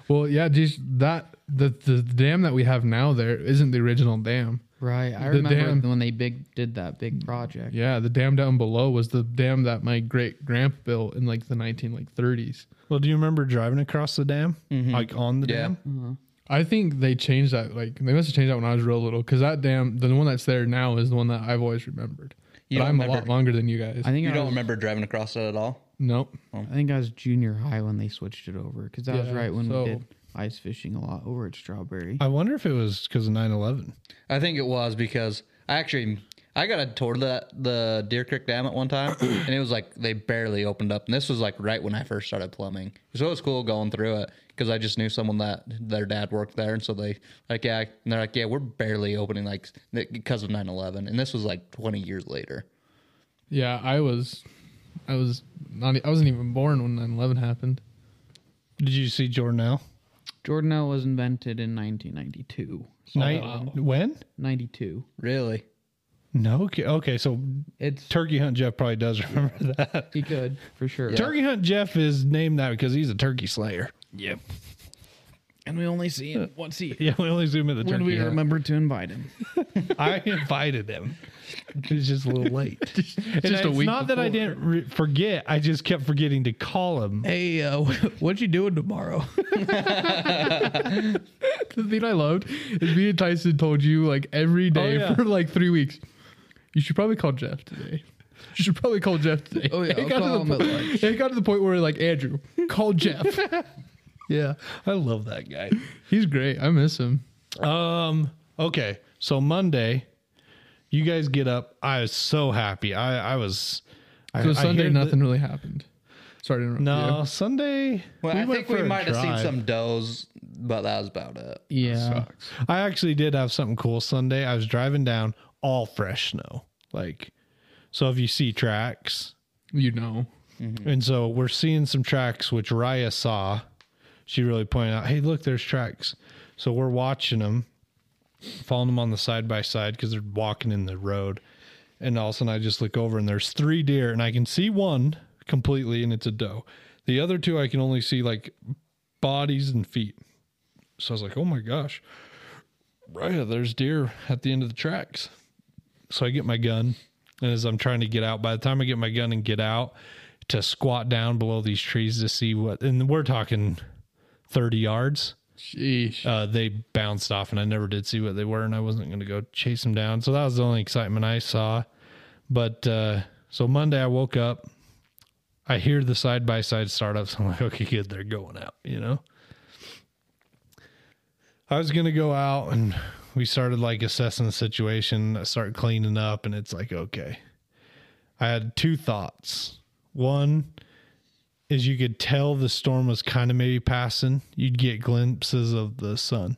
[SPEAKER 4] Well, yeah, geez, that the, the dam that we have now there isn't the original dam.
[SPEAKER 1] Right. I
[SPEAKER 4] The
[SPEAKER 1] remember
[SPEAKER 4] dam.
[SPEAKER 1] when they big did that big project.
[SPEAKER 4] Yeah, the dam down below was the dam that my great grandpa built in like the nineteen like thirties.
[SPEAKER 2] Well, do you remember driving across the dam, like on the
[SPEAKER 5] Yeah.
[SPEAKER 2] dam?
[SPEAKER 4] I think they changed that. Like they must have changed that when I was real little, because that dam, the one that's there now, is the one that I've always remembered.
[SPEAKER 5] You
[SPEAKER 4] but
[SPEAKER 5] don't
[SPEAKER 4] I'm a lot
[SPEAKER 5] remember-
[SPEAKER 4] longer than you guys.
[SPEAKER 1] I think
[SPEAKER 5] You
[SPEAKER 1] I
[SPEAKER 5] don't
[SPEAKER 1] was-
[SPEAKER 5] remember driving across it at all?
[SPEAKER 4] nope.
[SPEAKER 1] I think I was junior high when they switched it over because that was
[SPEAKER 4] Yeah,
[SPEAKER 1] right when
[SPEAKER 4] so-
[SPEAKER 1] we did. ice fishing a lot over at Strawberry.
[SPEAKER 2] I wonder if it was because of 9 11.
[SPEAKER 5] I think it was because I actually I got a tour to that the Deer Creek Dam at one time, and it was like they barely opened up. And this was like right when I first started plumbing, so it was cool going through it because I just knew someone that their dad worked there, and so they like yeah, and they're like yeah, we're barely opening like because of 9-11. and this was like twenty years later.
[SPEAKER 4] Yeah, I was, I was not. e, I wasn't even born when 9/11 happened.
[SPEAKER 2] Did you see Jordanelle?
[SPEAKER 1] Jordanelle was invented in 1992.
[SPEAKER 2] Night, When?
[SPEAKER 1] 92.
[SPEAKER 5] Really?
[SPEAKER 2] No. Okay, okay, so
[SPEAKER 1] It's
[SPEAKER 2] Turkey Hunt Jeff probably does remember that.
[SPEAKER 1] he could for sure.
[SPEAKER 2] Turkey Hunt Jeff is named that because he's a turkey slayer.
[SPEAKER 1] Yep. And we only see him once he
[SPEAKER 2] Yeah, we only zoom in the
[SPEAKER 1] when
[SPEAKER 2] turkey.
[SPEAKER 1] we
[SPEAKER 2] hunt.
[SPEAKER 1] remember to invite him.
[SPEAKER 2] I invited him. It's just a little late. And
[SPEAKER 4] just a
[SPEAKER 2] it's
[SPEAKER 4] week
[SPEAKER 2] not that I
[SPEAKER 4] before.
[SPEAKER 2] didn't re- forget. I just kept forgetting to call him.
[SPEAKER 1] Hey, uh, what you doing tomorrow?
[SPEAKER 4] The thing I loved is me and Tyson told you like
[SPEAKER 1] Oh,
[SPEAKER 4] every day
[SPEAKER 2] yeah.
[SPEAKER 4] for like three weeks. You should probably call Jeff today. You should probably call Jeff today.
[SPEAKER 1] Oh, yeah, I'll
[SPEAKER 4] it got,
[SPEAKER 1] call
[SPEAKER 4] to
[SPEAKER 1] him
[SPEAKER 4] the
[SPEAKER 1] at
[SPEAKER 4] point, it got to the point where like Andrew, call Jeff.
[SPEAKER 2] Yeah, I love that guy.
[SPEAKER 4] He's great. I miss him.
[SPEAKER 2] Um. Okay. So Monday, you guys get up. I was so happy. I I was. I,
[SPEAKER 4] So
[SPEAKER 2] I
[SPEAKER 4] Sunday,
[SPEAKER 2] hear
[SPEAKER 4] nothing really happened. Sorry to interrupt.
[SPEAKER 2] The, no
[SPEAKER 4] you.
[SPEAKER 2] Sunday.
[SPEAKER 5] Well, I
[SPEAKER 2] went
[SPEAKER 5] think
[SPEAKER 2] for
[SPEAKER 5] we
[SPEAKER 2] a
[SPEAKER 5] might have seen
[SPEAKER 2] drive.
[SPEAKER 5] some does, but that was about it.
[SPEAKER 1] yeah.
[SPEAKER 2] I actually did have something cool Sunday. I was driving down all fresh snow. Like, so if you see tracks,
[SPEAKER 4] you know.
[SPEAKER 2] And so we're seeing some tracks, which Raya saw. She really pointed out, hey, look, there's tracks. So we're watching them, following them on the side by side because they're walking in the road. And all of a sudden I just look over and there's three deer, and I can see one completely, and it's a doe. The other two, I can only see like bodies and feet. So I was like, oh my gosh, Raya, there's deer at the end of the tracks. So I get my gun, and as I'm trying to get out, by the time I get my gun and get out to squat down below these trees to see what, and we're talking 30 yards,
[SPEAKER 4] Sheesh.
[SPEAKER 2] uh, they bounced off, and I never did see what they were, and I wasn't going to go chase them down. So that was the only excitement I saw. But uh, so Monday, I woke up, I hear the side by side startups. I'm like, okay, good, they're going out, you know? I was gonna go out and we started like assessing the situation. I start cleaning up and it's like, okay. I had two thoughts. One is you could tell the storm was kind of maybe passing. You'd get glimpses of the sun.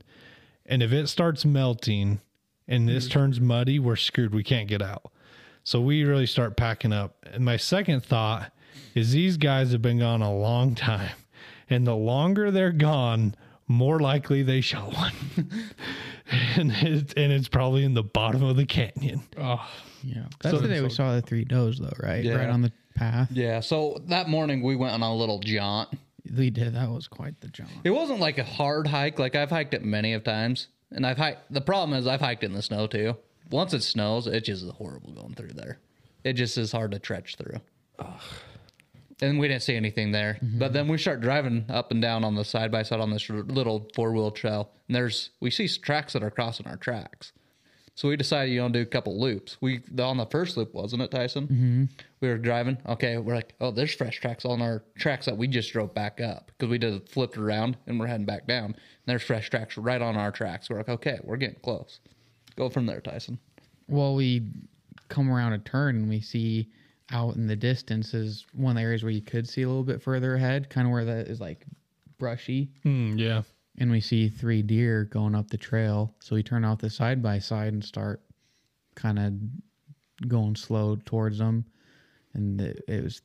[SPEAKER 2] And if it starts melting and this turns muddy, we're screwed. We can't get out. So we really start packing up. And my second thought is these guys have been gone a long time. And the longer they're gone, more likely they shot one. and, it's, and it's probably in the bottom of the canyon.
[SPEAKER 4] Oh,
[SPEAKER 1] Yeah. That's the day we saw the three does, though, right?
[SPEAKER 5] Yeah.
[SPEAKER 1] Right on the path.
[SPEAKER 5] Yeah. So that morning we went on a little jaunt.
[SPEAKER 1] We did. That was quite the jaunt.
[SPEAKER 5] It wasn't like a hard hike. Like I've hiked it many of times, and I've hiked. The problem is I've hiked in the snow too. Once it snows, it just is horrible going through there. It just is hard to trudge through. And we didn't see anything there. But then we start driving up and down on the side by side on this r- little four wheel trail, and there's we see tracks that are crossing our tracks. So we decided, you know, do a couple loops. We the, on the first loop, wasn't it, Tyson? Mm-hmm. We were driving. Okay, we're like, oh, there's fresh tracks on our tracks that we just drove back up because we did flipped around and we're heading back down. And there's fresh tracks right on our tracks. We're like, okay, we're getting close. Go from there, Tyson.
[SPEAKER 1] Well, we come around a turn and we see out in the distance is one of the areas where you could see a little bit further ahead, kind of where that is like brushy.
[SPEAKER 2] yeah.
[SPEAKER 1] And we see three deer going up the trail. So we turn off the side by side and start kind of going slow towards them. And it, it was,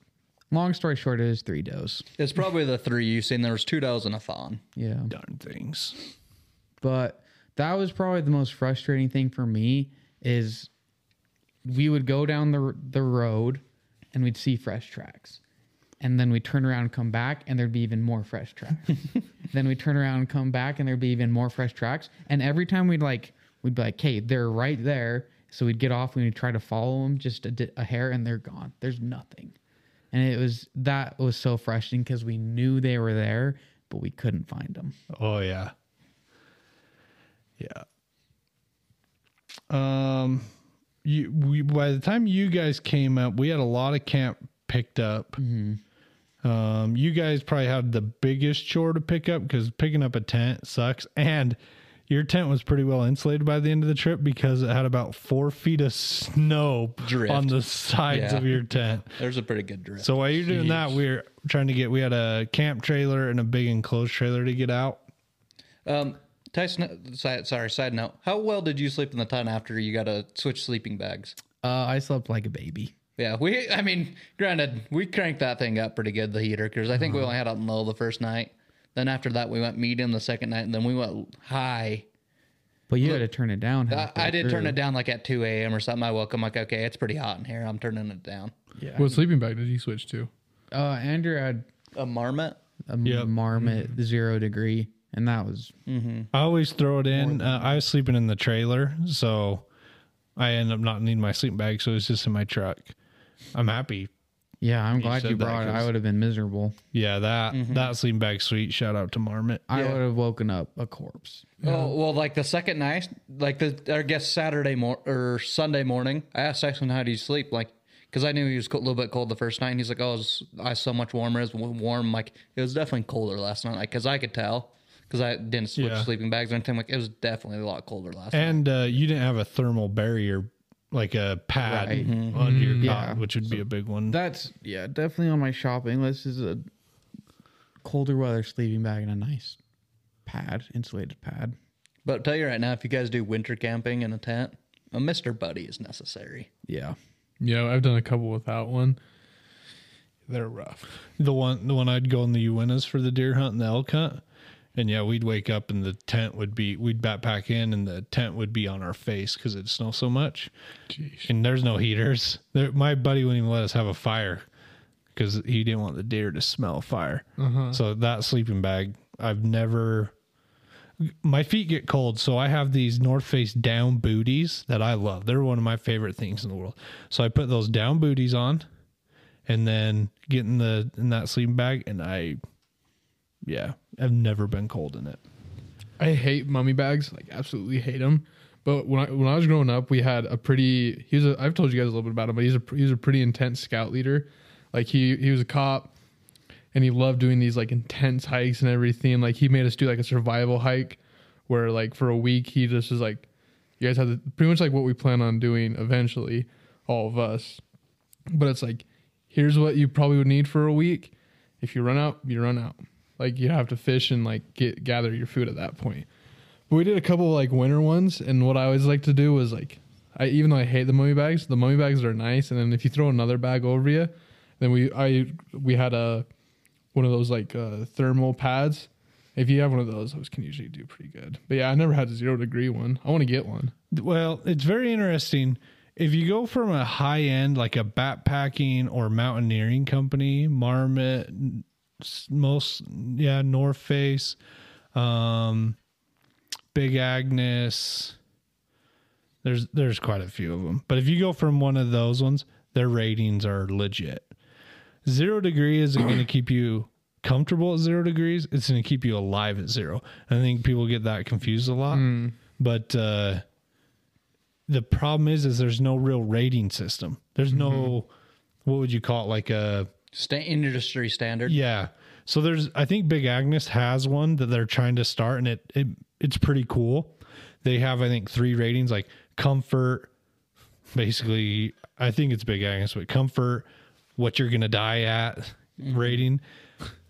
[SPEAKER 1] long story short, it was three does.
[SPEAKER 5] It's probably the three you seen. There was two does and a fawn.
[SPEAKER 1] Yeah.
[SPEAKER 2] Darn things.
[SPEAKER 1] but that was probably the most frustrating thing for me is we would go down the the road and we'd see fresh tracks and then we turn around and come back and there'd be even more fresh tracks then we turn around and come back and there'd be even more fresh tracks and every time we'd like we'd be like hey they're right there so we'd get off and we'd try to follow them just a, di- a hair and they're gone there's nothing and it was that was so frustrating because we knew they were there but we couldn't find them
[SPEAKER 2] Oh yeah. Yeah. Um you
[SPEAKER 5] Mm-hmm.
[SPEAKER 2] we by the time you guys came up, we had a lot of camp picked up. Um, you guys probably have the biggest chore to pick up because picking up a tent sucks. And your tent was pretty well insulated by the end of the trip because it had about four feet of snow
[SPEAKER 5] Drift.
[SPEAKER 2] on the sides
[SPEAKER 5] Yeah.
[SPEAKER 2] of your tent.
[SPEAKER 5] There's a pretty good drift.
[SPEAKER 2] So while you're doing that, we're trying to get. We had a camp trailer and a big enclosed trailer to get out.
[SPEAKER 5] Um, Tyson, si- sorry, side note. How well did you sleep in the tent after you got to switch sleeping bags?
[SPEAKER 1] Uh, I slept like a baby.
[SPEAKER 5] Yeah, we. I mean, granted, we cranked that thing up pretty good, the heater, because I think we only had it low the first night. Then after that, we went medium the second night, and then we went high.
[SPEAKER 1] But you had to turn it down.
[SPEAKER 5] I, I did turn it down like at 2 a.m. or something. I woke up I'm like, okay, it's pretty hot in here. I'm turning it down.
[SPEAKER 4] What sleeping bag did he switch to?
[SPEAKER 1] Uh, Andrew had
[SPEAKER 5] A marmot.
[SPEAKER 1] a marmot zero degree, and that was
[SPEAKER 2] I always throw it in. Uh, I was sleeping in the trailer, so I end up not needing my sleeping bag, so it's just in my truck. I'm happy.
[SPEAKER 1] yeah. I'm glad
[SPEAKER 2] said
[SPEAKER 1] you
[SPEAKER 2] that
[SPEAKER 1] brought it.
[SPEAKER 2] 'cause-
[SPEAKER 1] I would have been miserable.
[SPEAKER 2] Yeah, that that sleeping bag sweet. Shout out to Marmot.
[SPEAKER 1] Mm-hmm. I would have woken up a corpse.
[SPEAKER 5] Oh well, like the second night, like the I guess Saturday mor- or Sunday morning, I asked Tyson how do you sleep, like because I knew he was co- a little bit cold the first night, and he's like, oh, it's I was so much warmer, it's w- warm. Like it was definitely colder last night, like because I could tell because I didn't switch
[SPEAKER 2] Yeah.
[SPEAKER 5] sleeping bags or anything. Like it was definitely a lot colder last night.
[SPEAKER 2] And uh, you didn't have a thermal barrier like a pad
[SPEAKER 1] Right. Mm-hmm.
[SPEAKER 2] under your cot,
[SPEAKER 1] Yeah.
[SPEAKER 2] which would be a big one.
[SPEAKER 1] That's yeah, definitely on my shopping list is a colder weather sleeping bag and a nice pad, insulated pad.
[SPEAKER 5] But I'll tell you right now, if you guys do winter camping in a tent, a Mister Buddy is necessary.
[SPEAKER 1] Yeah.
[SPEAKER 4] Yeah, I've done a couple without one. They're rough.
[SPEAKER 2] the one the one I'd go in the Uintas for the deer hunt and the elk hunt. And yeah, we'd wake up and the tent would be we'd backpack in and the tent would be on our face because it snows so much.
[SPEAKER 4] Jeez.
[SPEAKER 2] And there's no heaters. There, my buddy wouldn't even let us have a fire because he didn't want the deer to smell fire. So that sleeping bag, I've never. My feet get cold, so I have these North Face down booties that I love. They're one of my favorite things in the world. So I put those down booties on, and then get in the in that sleeping bag, and I, yeah, I've never been cold in it.
[SPEAKER 4] I hate mummy bags. Like absolutely hate them. But when I when I was growing up, we had a pretty. He was. A, I've told you guys a little bit about him, but he's a he was a pretty intense scout leader. Like he he was a cop, and he loved doing these like intense hikes and everything. Like he made us do like a survival hike, where like for a week he just was like, you guys have to pretty much like what we plan on doing eventually, all of us. But it's like, here's what you probably would need for a week. If you run out, you run out. Like you have to fish and like get gather your food at that point. But we did a couple like winter ones, and what I always like to do was like, I even though I hate the mummy bags, the mummy bags are nice. And then if you throw another bag over you, then we I we had a one of those like uh, thermal pads. If you have one of those, those can usually do pretty good. But yeah, I never had a zero degree one. I want to get one.
[SPEAKER 2] Well, it's very interesting. If you go from a high end, like a backpacking or mountaineering company, Marmot, n- s- most, yeah, North Face, um, Big Agnes, there's there's quite a few of them. But if you go from one of those ones, their ratings are legit. Zero degree isn't going to keep you comfortable at zero degrees. It's going to keep you alive at zero. I think people get that confused a lot. But uh, the problem is, is there's no real rating system. There's no what would you call it like a
[SPEAKER 5] Sta industry standard.
[SPEAKER 2] yeah. So there's I think Big Agnes has one that they're trying to start and it, it it's pretty cool. They have I think three ratings like comfort basically I think it's Big Agnes but comfort what you're going to die at rating.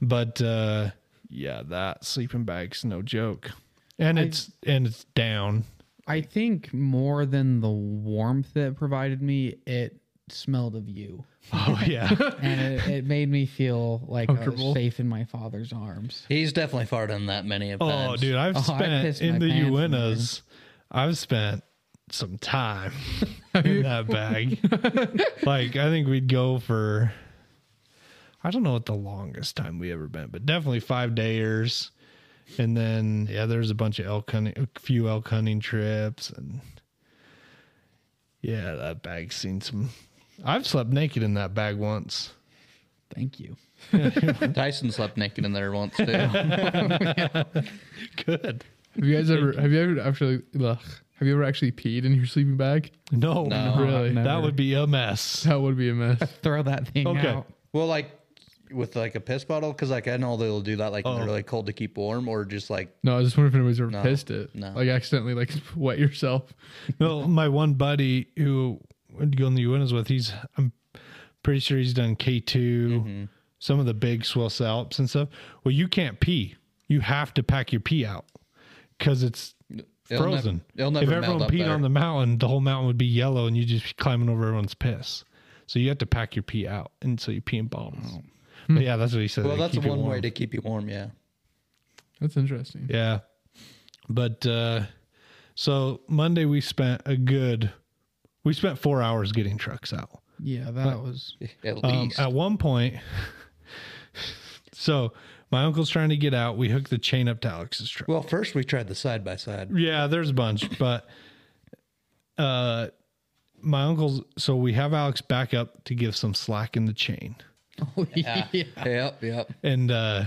[SPEAKER 2] But uh yeah, that sleeping bag's no joke. And it's and it's down.
[SPEAKER 1] I think more than the warmth that it provided me, it smelled of you.
[SPEAKER 2] Oh yeah.
[SPEAKER 1] And it, it made me feel like I was safe in my father's arms.
[SPEAKER 5] He's definitely farted that many of times.
[SPEAKER 2] Oh, dude, I've
[SPEAKER 1] Oh, I
[SPEAKER 2] spent
[SPEAKER 1] pissed
[SPEAKER 2] in
[SPEAKER 1] my
[SPEAKER 2] the
[SPEAKER 1] pants in there.
[SPEAKER 2] Uintas. I've spent some time in that bag. like I think we'd go for. I don't know what the longest time we ever been, but definitely five dayers. And then yeah, there's a bunch of elk hunting, a few elk hunting trips, and yeah, that bag's seen some. I've slept naked in that bag once.
[SPEAKER 1] Thank you.
[SPEAKER 5] Tyson slept naked in there once too.
[SPEAKER 2] Good.
[SPEAKER 4] Have you guys ever? Have you ever actually? Ugh, have you ever actually peed in your sleeping bag?
[SPEAKER 2] No,
[SPEAKER 5] No.
[SPEAKER 4] really?
[SPEAKER 2] that would be a mess.
[SPEAKER 4] That would be a mess.
[SPEAKER 1] Throw that thing
[SPEAKER 2] Okay.
[SPEAKER 1] out.
[SPEAKER 5] Well, like with like a piss bottle? Because like I know they'll do that like
[SPEAKER 2] Oh.
[SPEAKER 5] when they're really cold to keep warm, or just like
[SPEAKER 4] No, I was just wondering if anybody's ever pissed it.
[SPEAKER 5] no.
[SPEAKER 4] Like accidentally like wet yourself.
[SPEAKER 2] No, my one buddy who would go in the Uintas with, he's I'm pretty sure he's done K 2
[SPEAKER 5] Mm-hmm.
[SPEAKER 2] some of the big swell salps and stuff. Well, you can't pee. You have to pack your pee out because it's
[SPEAKER 5] It'll nev-
[SPEAKER 2] frozen.
[SPEAKER 5] it'll never
[SPEAKER 2] if
[SPEAKER 5] melt
[SPEAKER 2] everyone
[SPEAKER 5] up
[SPEAKER 2] peed
[SPEAKER 5] there.
[SPEAKER 2] on the mountain, the whole mountain would be yellow, and you'd just be climbing over everyone's piss. So you have to pack your pee out, and so you pee in bottles. But yeah, that's what he said.
[SPEAKER 5] Oh. Hmm. well,
[SPEAKER 2] they
[SPEAKER 5] that's
[SPEAKER 2] keep it
[SPEAKER 5] one
[SPEAKER 2] warm.
[SPEAKER 5] way to keep you warm. Yeah,
[SPEAKER 4] That's interesting.
[SPEAKER 2] Yeah. But uh so Monday we spent a good we spent 4 hours getting trucks out.
[SPEAKER 1] Yeah, that was
[SPEAKER 5] at
[SPEAKER 2] Um,
[SPEAKER 5] least
[SPEAKER 2] at one point so my uncle's trying to get out, we hook the chain up to Alex's truck.
[SPEAKER 5] Well, first we tried the side by side.
[SPEAKER 2] Yeah, there's a bunch, but uh my uncle's so we have Alex back up to give some slack in the chain.
[SPEAKER 5] Yep, yep.
[SPEAKER 2] and uh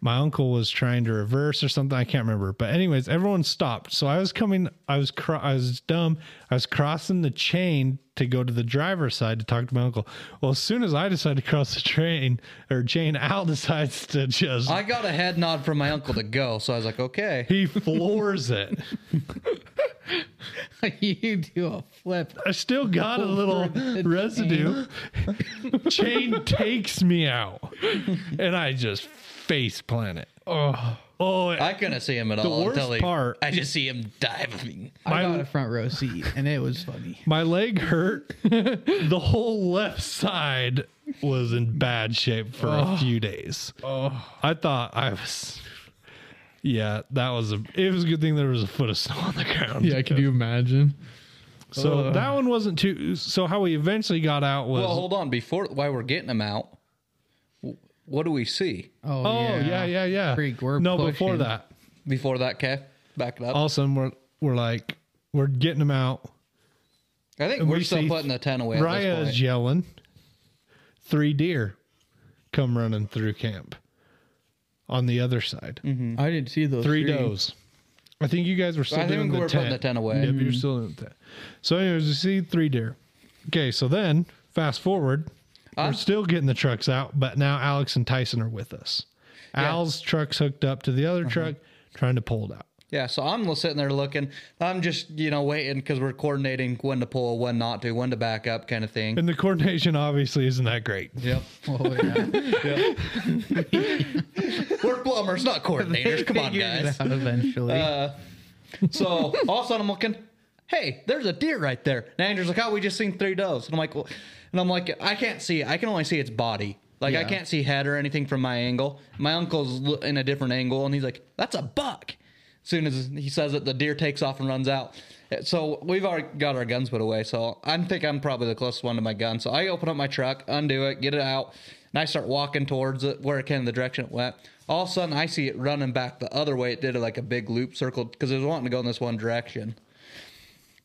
[SPEAKER 2] my uncle was trying to reverse or something i can't remember but anyways everyone stopped so i was coming i was cro- i was dumb i was crossing the chain to go to the driver's side to talk to my uncle well as soon as i decide to cross the train or chain al decides to just
[SPEAKER 5] I got a head nod from my uncle to go, so I was like, okay.
[SPEAKER 2] he floors it
[SPEAKER 1] you do a flip.
[SPEAKER 2] i still got a little residue chain takes me out and i just face plant it oh oh it
[SPEAKER 5] I couldn't see him at all
[SPEAKER 2] worst
[SPEAKER 5] until he,
[SPEAKER 2] part-
[SPEAKER 5] I just see him diving.
[SPEAKER 1] I
[SPEAKER 2] My-
[SPEAKER 1] got a front row seat, and it was funny.
[SPEAKER 2] My leg hurt. the whole left side was in bad shape for a few days. Oh. I thought I was. Yeah, that was a. It was a good thing there was a foot of snow on the ground.
[SPEAKER 4] Yeah, could you imagine?
[SPEAKER 2] So that one wasn't too. So how we eventually got out was.
[SPEAKER 5] Well, hold on. Before, while we're getting him out, w- what do we see
[SPEAKER 1] Oh,
[SPEAKER 2] oh yeah, yeah, yeah.
[SPEAKER 1] Freak, we're
[SPEAKER 2] no, before
[SPEAKER 1] pushing.
[SPEAKER 2] that,
[SPEAKER 5] before that, Kev? Back it up.
[SPEAKER 2] all of a sudden we're we're like we're getting them out.
[SPEAKER 5] I think we're
[SPEAKER 2] we
[SPEAKER 5] still
[SPEAKER 2] see
[SPEAKER 5] putting the 10 away. at
[SPEAKER 2] Raya
[SPEAKER 5] this
[SPEAKER 2] is
[SPEAKER 5] point.
[SPEAKER 2] yelling. Three deer come running through camp on the other side.
[SPEAKER 1] I didn't see those
[SPEAKER 2] three does. I think you guys were still
[SPEAKER 5] I
[SPEAKER 2] doing
[SPEAKER 5] think
[SPEAKER 2] the
[SPEAKER 5] we're
[SPEAKER 2] tent.
[SPEAKER 5] putting the 10 away.
[SPEAKER 2] Yeah, but you're still doing the tent. So, anyways, you see three deer. Okay, so then fast forward, we're still getting the trucks out, but now Alex and Tyson are with us. Al's truck's hooked up to the other truck, trying to pull it out.
[SPEAKER 5] Yeah, so I'm sitting there looking. I'm just, you know, waiting because we're coordinating when to pull, when not to, when to back up kind of thing.
[SPEAKER 2] And the coordination obviously isn't that great.
[SPEAKER 5] Yep.
[SPEAKER 1] Oh, yeah.
[SPEAKER 5] We're plumbers, not coordinators. Come on, guys.
[SPEAKER 1] Out eventually.
[SPEAKER 5] Uh, So all of a sudden I'm looking, hey, there's a deer right there. And Andrew's like, oh, we just seen three does. And I'm like, well, and I'm like, I can't see. I can only see its body. Like I
[SPEAKER 1] Yeah.
[SPEAKER 5] can't see head or anything from my angle. My uncle's lo- in a different angle, and he's like, that's a buck. As soon as he says it, the deer takes off and runs out. So we've already got our guns put away. So I think I'm probably the closest one to my gun. So I open up my truck, undo it, get it out, and I start walking towards it where it came, the direction it went. All of a sudden, I see it running back the other way. It did like a big loop circle because it was wanting to go in this one direction.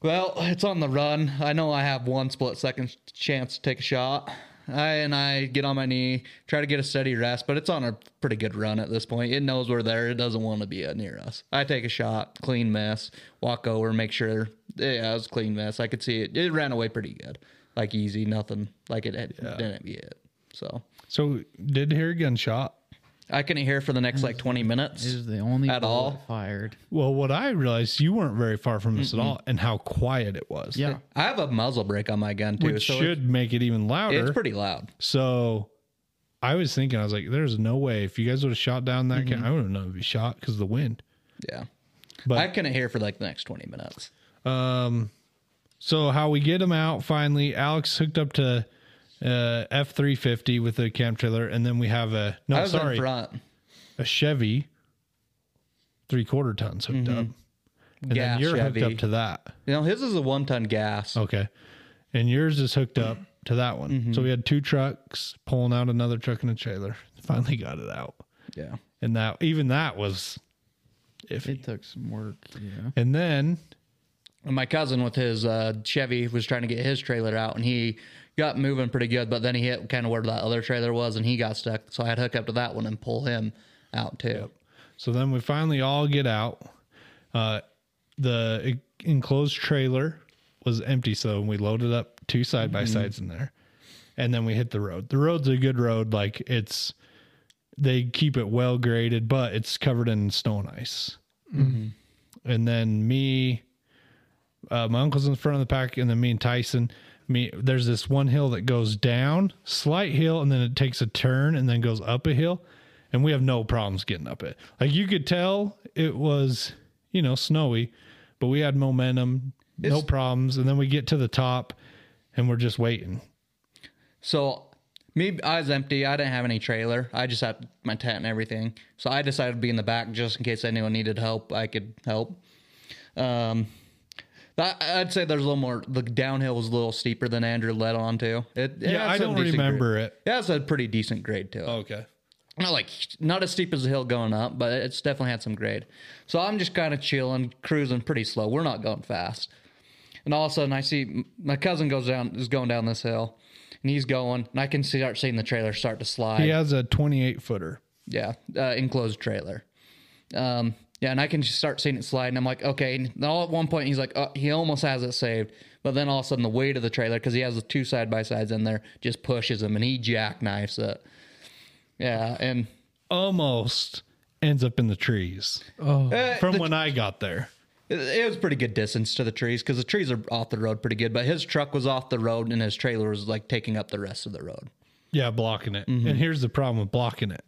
[SPEAKER 5] Well, it's on the run. I know I have one split second chance to take a shot. I and I get on my knee, try to get a steady rest, but it's on a pretty good run at this point. It knows we're there. It doesn't want to be uh, near us. I take a shot, clean miss, walk over, make sure. Yeah, it was a clean miss. I could see it. It ran away pretty good, like easy, nothing. Like it had, didn't be it. So
[SPEAKER 2] So, did hear a gunshot.
[SPEAKER 5] I couldn't hear for the next like twenty minutes.
[SPEAKER 1] This is the only
[SPEAKER 5] At
[SPEAKER 1] bullet
[SPEAKER 5] all?
[SPEAKER 1] fired.
[SPEAKER 2] Well, what I realized, you weren't very far from us at all, and how quiet it was.
[SPEAKER 1] Yeah.
[SPEAKER 5] I have a muzzle brake on my gun too,
[SPEAKER 2] Which
[SPEAKER 5] so it-
[SPEAKER 2] should make it even louder.
[SPEAKER 5] it's pretty loud.
[SPEAKER 2] So I was thinking, I was like, there's no way if you guys would have shot down that,
[SPEAKER 5] Mm-hmm.
[SPEAKER 2] ca- I wouldn't have been shot because of the wind.
[SPEAKER 5] Yeah,
[SPEAKER 2] But-
[SPEAKER 5] I couldn't hear for like the next twenty minutes.
[SPEAKER 2] So how we get him out finally? Alex hooked up to uh, F three fifty with a camp trailer, and then we have a
[SPEAKER 5] I
[SPEAKER 2] no,
[SPEAKER 5] was in
[SPEAKER 2] sorry,
[SPEAKER 5] front.
[SPEAKER 2] a Chevy three quarter tons hooked up, and
[SPEAKER 5] Gas
[SPEAKER 2] then you're hooked
[SPEAKER 5] Mm-hmm. Chevy.
[SPEAKER 2] up to that.
[SPEAKER 5] You know, his is a one ton gas.
[SPEAKER 2] Okay, and yours is hooked up to that one.
[SPEAKER 5] Mm-hmm.
[SPEAKER 2] So we had two trucks pulling out another truck and a trailer. Finally got it out,
[SPEAKER 5] Yeah.
[SPEAKER 2] and that even that was iffy.
[SPEAKER 1] It took some work. Yeah.
[SPEAKER 2] And then
[SPEAKER 5] And my cousin with his uh, Chevy was trying to get his trailer out and he got moving pretty good, but then he hit kind of where that other trailer was and he got stuck. So I had to hook up to that one and pull him out too.
[SPEAKER 2] So then we finally all get out. Uh, the e-, enclosed trailer was empty, so we loaded up two side by sides in there, and then we hit the road. The road's a good road, like it's they keep it well graded, but it's covered in snow and ice. And then me, uh, my uncle's in front of the pack, and then me and Tyson. Me, there's this one hill that goes down, slight hill, and then it takes a turn and then goes up a hill, and we have no problems getting up it. Like you could tell, it was you know snowy, but we had momentum, no
[SPEAKER 5] It's-
[SPEAKER 2] problems, and then we get to the top, and we're just waiting.
[SPEAKER 5] So me, I was empty. I didn't have any trailer. I just had my tent and everything. So I decided to be in the back just in case anyone needed help. I could help. Um, that, I'd say there's a little more. The downhill was a little steeper than Andrew led on to. It, it
[SPEAKER 2] Yeah,
[SPEAKER 5] had
[SPEAKER 2] I
[SPEAKER 5] some
[SPEAKER 2] don't
[SPEAKER 5] decent grade- Oh,
[SPEAKER 2] remember it.
[SPEAKER 5] It has a pretty decent grade to it
[SPEAKER 2] Okay.
[SPEAKER 5] not like not as steep as the hill going up, but it's definitely had some grade. So I'm just kind of chilling, cruising pretty slow. We're not going fast. And all of a sudden, I see my cousin goes down is going down this hill, and he's going, and I can see- start seeing the trailer start to slide.
[SPEAKER 2] He has a 28 footer.
[SPEAKER 5] Yeah, uh, enclosed trailer. Um, yeah, and I can just start seeing it slide, and I'm like, okay. And all at one point, he's like, oh, he almost has it saved, but then all of a sudden, the weight of the trailer, because he has the two side by sides in there, just pushes him, and he jackknifes it. Yeah, and
[SPEAKER 2] almost ends up in the trees
[SPEAKER 5] eh,
[SPEAKER 2] from
[SPEAKER 5] the-
[SPEAKER 2] when I got there.
[SPEAKER 5] It- It was pretty good distance to the trees because the trees are off the road pretty good, but his truck was off the road and his trailer was like taking up the rest of the road.
[SPEAKER 2] Yeah, blocking it.
[SPEAKER 5] Mm-hmm.
[SPEAKER 2] And here's the problem with blocking it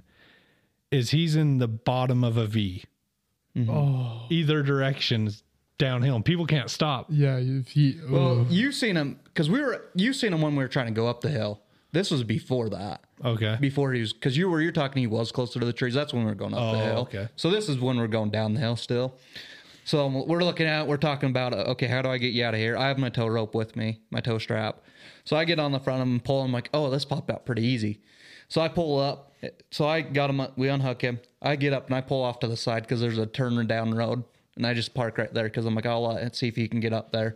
[SPEAKER 2] is he's in the bottom of a V.
[SPEAKER 5] Mm-hmm.
[SPEAKER 2] Oh, either direction is downhill and people can't stop.
[SPEAKER 4] Yeah, if he.
[SPEAKER 5] Well,
[SPEAKER 4] ugh.
[SPEAKER 5] you seen him because we were you seen him when we were trying to go up the hill. This was before that,
[SPEAKER 2] Okay.
[SPEAKER 5] before he was because you were you're talking he was closer to the trees. That's when we were going up the
[SPEAKER 2] Oh,
[SPEAKER 5] hill.
[SPEAKER 2] okay.
[SPEAKER 5] So this is when we're going down the hill still. So um, we're looking at it, we're talking about uh, okay, how do I get you out of here? I have my tow rope with me, my tow strap. So I get on the front of him, pull him like, oh, this popped out pretty easy. So I pull up. So I got him. We unhook him. I get up and I pull off to the side because there's a turn down road, and I just park right there because I'm like, I'll uh, see if he can get up there.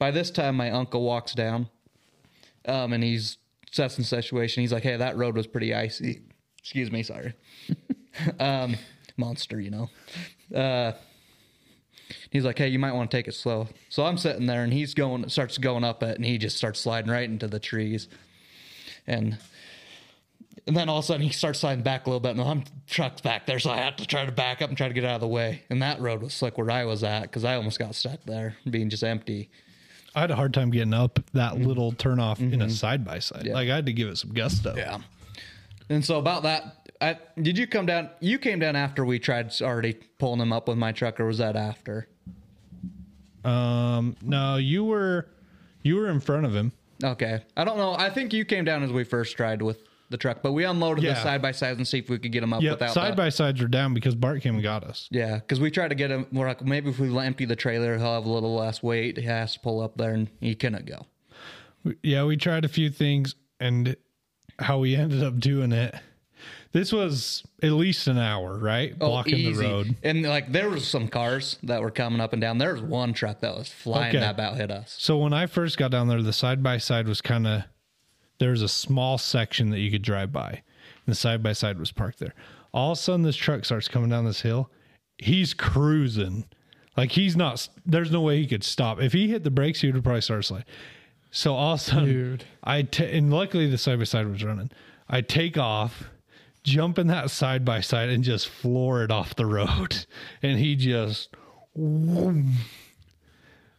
[SPEAKER 5] By this time, my uncle walks down, um, and he's assessing the situation. He's like, hey, that road was pretty icy. Excuse me, sorry. um, monster, you know. Uh, he's like, hey, you might want to take it slow. So I'm sitting there, and he's going, starts going up it, and he just starts sliding right into the trees, and and then all of a sudden he starts sliding back a little bit, and I'm trucked back there, so I have to try to back up and try to get out of the way. And that road was slick where I was at because I almost got stuck there, being just empty.
[SPEAKER 2] I had a hard time getting up that little turnoff in a side by side.
[SPEAKER 5] Mm-hmm. Yeah.
[SPEAKER 2] Like I had to give it some gusto.
[SPEAKER 5] Yeah. And so about that, I, did you come down? You came down after we tried already pulling him up with my truck, or was that after?
[SPEAKER 2] Um no, you were you were in front of him.
[SPEAKER 5] Okay, I don't know. I think you came down as we first tried with the truck, but we unloaded the
[SPEAKER 2] Yeah.
[SPEAKER 5] side by sides and see if we could get him up
[SPEAKER 2] Yep.
[SPEAKER 5] without
[SPEAKER 2] Side
[SPEAKER 5] that.
[SPEAKER 2] by sides were down because Bart came and got us.
[SPEAKER 5] Yeah, because we tried to get him. We're like, maybe if we empty the trailer, he'll have a little less weight. He has to pull up there, and he couldn't go.
[SPEAKER 2] yeah, we tried a few things and how we ended up doing it. This was at least an hour, right?
[SPEAKER 5] Oh,
[SPEAKER 2] Blocking the road.
[SPEAKER 5] And like there was some cars that were coming up and down. There was one truck that was flying
[SPEAKER 2] Okay.
[SPEAKER 5] that about hit us.
[SPEAKER 2] So when I first got down there, the side by side was kind of there was a small section that you could drive by, and the side by side was parked there. All of a sudden, this truck starts coming down this hill. He's cruising, like he's not. There's no way he could stop. If he hit the brakes, he would probably start sliding. So all of a sudden,
[SPEAKER 4] Dude.
[SPEAKER 2] I ta- and luckily the side by side was running. I take off, jump in that side by side, and just floor it off the road. And he just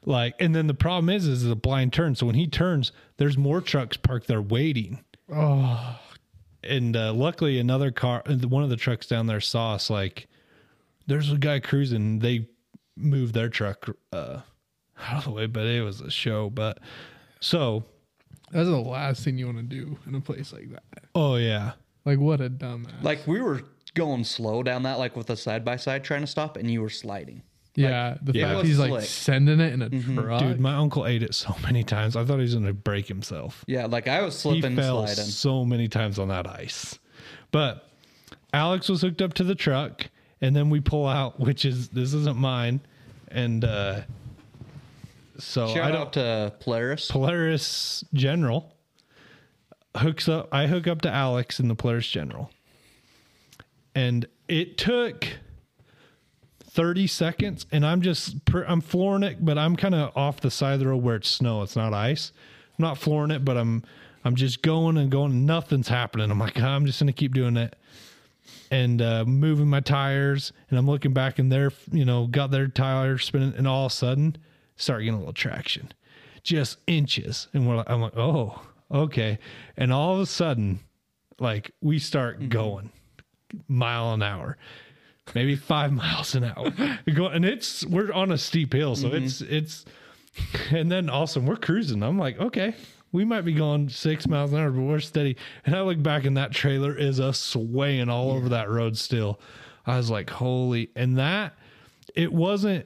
[SPEAKER 2] like, and then the problem is, is the blind turn. So when he turns, there's more trucks parked there waiting. Oh, and uh, luckily another car, one of the trucks down there saw us. Like, there's a guy cruising. They moved their truck uh, out of the way, but it was a show. But so,
[SPEAKER 4] That's the last thing you want to do in a place like that.
[SPEAKER 2] oh yeah,
[SPEAKER 4] Like, what a dumbass.
[SPEAKER 5] Like we were going slow down that, like with the side by side trying to stop, and you were sliding.
[SPEAKER 4] yeah, the
[SPEAKER 2] Yeah.
[SPEAKER 4] fact he's like
[SPEAKER 5] Slick.
[SPEAKER 4] sending it in a truck.
[SPEAKER 2] dude, my uncle ate it so many times. I thought he was gonna break himself.
[SPEAKER 5] Yeah, like I was
[SPEAKER 2] he
[SPEAKER 5] slipping, and
[SPEAKER 2] fell
[SPEAKER 5] sliding.
[SPEAKER 2] so many times on that ice. But Alex was hooked up to the truck, and then we pull out, which is this isn't mine, and uh, so I
[SPEAKER 5] Shout
[SPEAKER 2] don't.
[SPEAKER 5] out to Polaris.
[SPEAKER 2] Polaris General hooks up. I hook up to Alex in the Polaris General, and it took thirty seconds. And I'm just pr- I'm flooring it, but I'm kind of off the side of the road where it's snow. It's not ice. I'm not flooring "Ah, it, but I'm I'm just going and going. Nothing's happening. I'm like I'm just gonna keep doing it. and uh, moving my tires, and I'm looking back, and they're you know got their tire spinning, and all of a sudden start getting a little traction, just inches, and we're like, I'm like, oh, okay, and all of a sudden, like we start going mile an hour. Maybe five miles an hour, Go- and it's we're on a steep hill, so it's it's and then also we're cruising. I'm like, okay, we might be going six miles an hour, but we're steady. And I look back and that trailer is a swaying all over that road still. I was like, holy and that it wasn't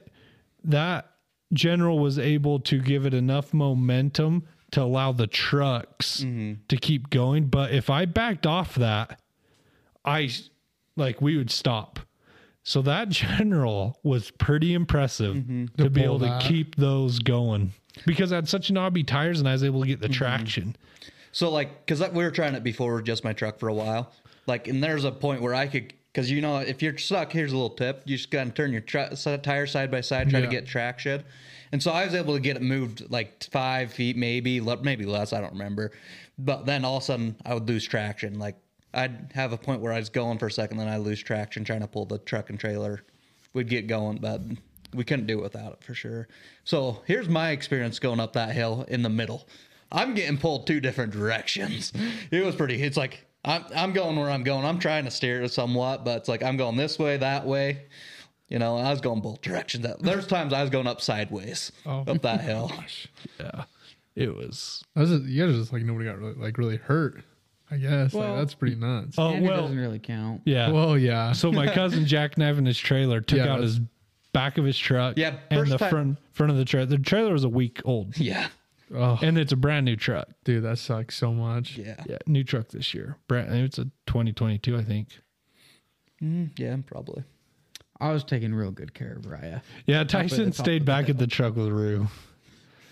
[SPEAKER 2] that general was able to give it enough momentum to allow the trucks to keep going. But if I backed off that, I like we would stop. So that general was pretty impressive to, be able
[SPEAKER 4] that.
[SPEAKER 2] to keep those going because I had such knobby tires and I was able to get the traction.
[SPEAKER 5] So like, cause that, we were trying it before with just my truck for a while. Like, and there's a point where I could, cause you know, if you're stuck, here's a little tip: you just gotta turn your tr- tire side by side, try to
[SPEAKER 4] Yeah.
[SPEAKER 5] get traction. And so I was able to get it moved like five feet, maybe, le- maybe less. I don't remember. But then all of a sudden, I would lose traction. Like I'd have a point where I was going for a second, then I lose traction trying to pull the truck and trailer. We'd get going, but we couldn't do it without it for sure. So here's my experience going up that hill in the middle. I'm getting pulled two different directions. It was pretty. It's like I'm I'm going where I'm going. I'm trying to steer it somewhat, but it's like I'm going this way, that way. You know, I was going both directions. There's times I was going up sideways
[SPEAKER 4] Oh.
[SPEAKER 5] up that hill.
[SPEAKER 2] It was
[SPEAKER 4] That was you guys are just like nobody got really, like really hurt. I guess like, that's pretty nuts.
[SPEAKER 2] oh
[SPEAKER 1] Andrew
[SPEAKER 2] well,
[SPEAKER 1] doesn't really count.
[SPEAKER 2] yeah.
[SPEAKER 4] well, yeah.
[SPEAKER 2] so my cousin Jack in his trailer took
[SPEAKER 4] Yeah,
[SPEAKER 2] out
[SPEAKER 4] that's-
[SPEAKER 2] his back of his truck
[SPEAKER 5] Yeah,
[SPEAKER 2] and
[SPEAKER 5] first
[SPEAKER 2] the
[SPEAKER 5] time-
[SPEAKER 2] front front of the trailer. The trailer was a week old
[SPEAKER 5] Yeah,
[SPEAKER 4] oh,
[SPEAKER 2] and it's a brand new truck.
[SPEAKER 4] dude, that sucks so much.
[SPEAKER 5] yeah,
[SPEAKER 2] Yeah, new truck this year. Brand it's a 2022 I think.
[SPEAKER 5] yeah, probably.
[SPEAKER 1] I was taking real good care of Raya.
[SPEAKER 2] Yeah, Tyson
[SPEAKER 1] top of
[SPEAKER 2] stayed back at the truck with Rue.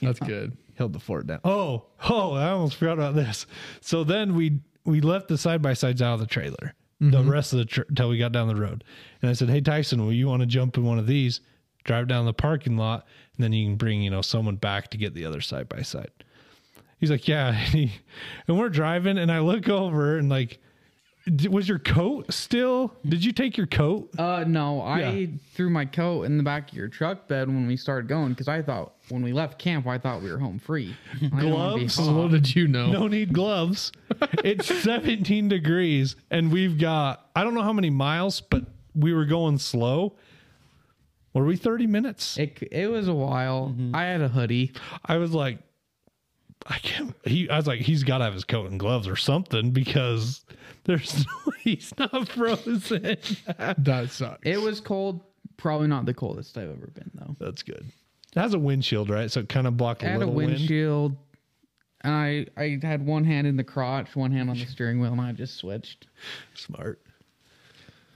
[SPEAKER 4] That's
[SPEAKER 1] Oh.
[SPEAKER 4] good.
[SPEAKER 2] held the fort down. Oh, oh, I almost forgot about this. So then we we left the side by sides out of the trailer. The rest of the tr- till we got down the road, and I said, "Hey Tyson, will you want to jump in one of these? Drive down the parking lot, and then you can bring you know someone back to get the other side by side." He's like, "Yeah," and, he, and we're driving, and I look over and like, "D- "Was your coat still? Did you take your coat?"
[SPEAKER 1] Uh, no, I
[SPEAKER 2] Yeah.
[SPEAKER 1] threw my coat in the back of your truck bed when we started going because I thought when we left camp, I thought we were home free. I don't wanna be
[SPEAKER 2] Gloves?
[SPEAKER 1] hot.
[SPEAKER 4] So little did you know.
[SPEAKER 2] no need gloves. it's 17 degrees, and we've got I don't know how many miles, but we were going slow. Were we 30 minutes?
[SPEAKER 1] It, c- it was a while. I had a hoodie.
[SPEAKER 2] I was like, I can't. He, I was like, he's got to have his coat and gloves or something because there's no, he's not frozen.
[SPEAKER 4] That sucks.
[SPEAKER 1] It was cold. Probably not the coldest I've ever been though.
[SPEAKER 2] That's good. It has a windshield, right? So it kind of blocked
[SPEAKER 1] I
[SPEAKER 2] a
[SPEAKER 1] had a
[SPEAKER 2] little wind.
[SPEAKER 1] windshield. And I, I had one hand in the crotch, one hand on the steering wheel, and I just switched.
[SPEAKER 2] Smart.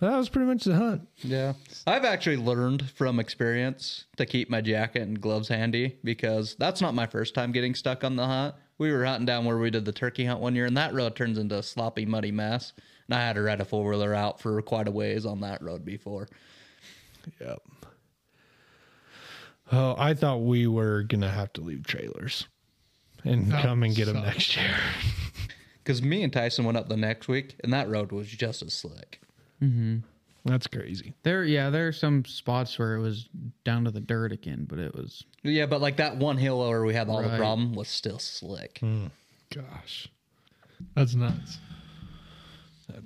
[SPEAKER 2] That was pretty much the hunt.
[SPEAKER 5] Yeah. I've actually learned from experience to keep my jacket and gloves handy because that's not my first time getting stuck on the hunt. We were hunting down where we did the turkey hunt one year, and that road turns into a sloppy, muddy mess. And I had to ride a four wheeler out for quite a ways on that road before.
[SPEAKER 2] Yep. Oh, I thought we were gonna have to leave trailers and come and get them next year.
[SPEAKER 5] Because me and Tyson went up the next week, and that road was just as slick.
[SPEAKER 2] That's crazy.
[SPEAKER 1] There, yeah, there are some spots where it was down to the dirt again, but it was
[SPEAKER 5] Yeah, but like that one hill where we had all the
[SPEAKER 1] Right.
[SPEAKER 5] problem was still slick.
[SPEAKER 4] Gosh, that's nuts.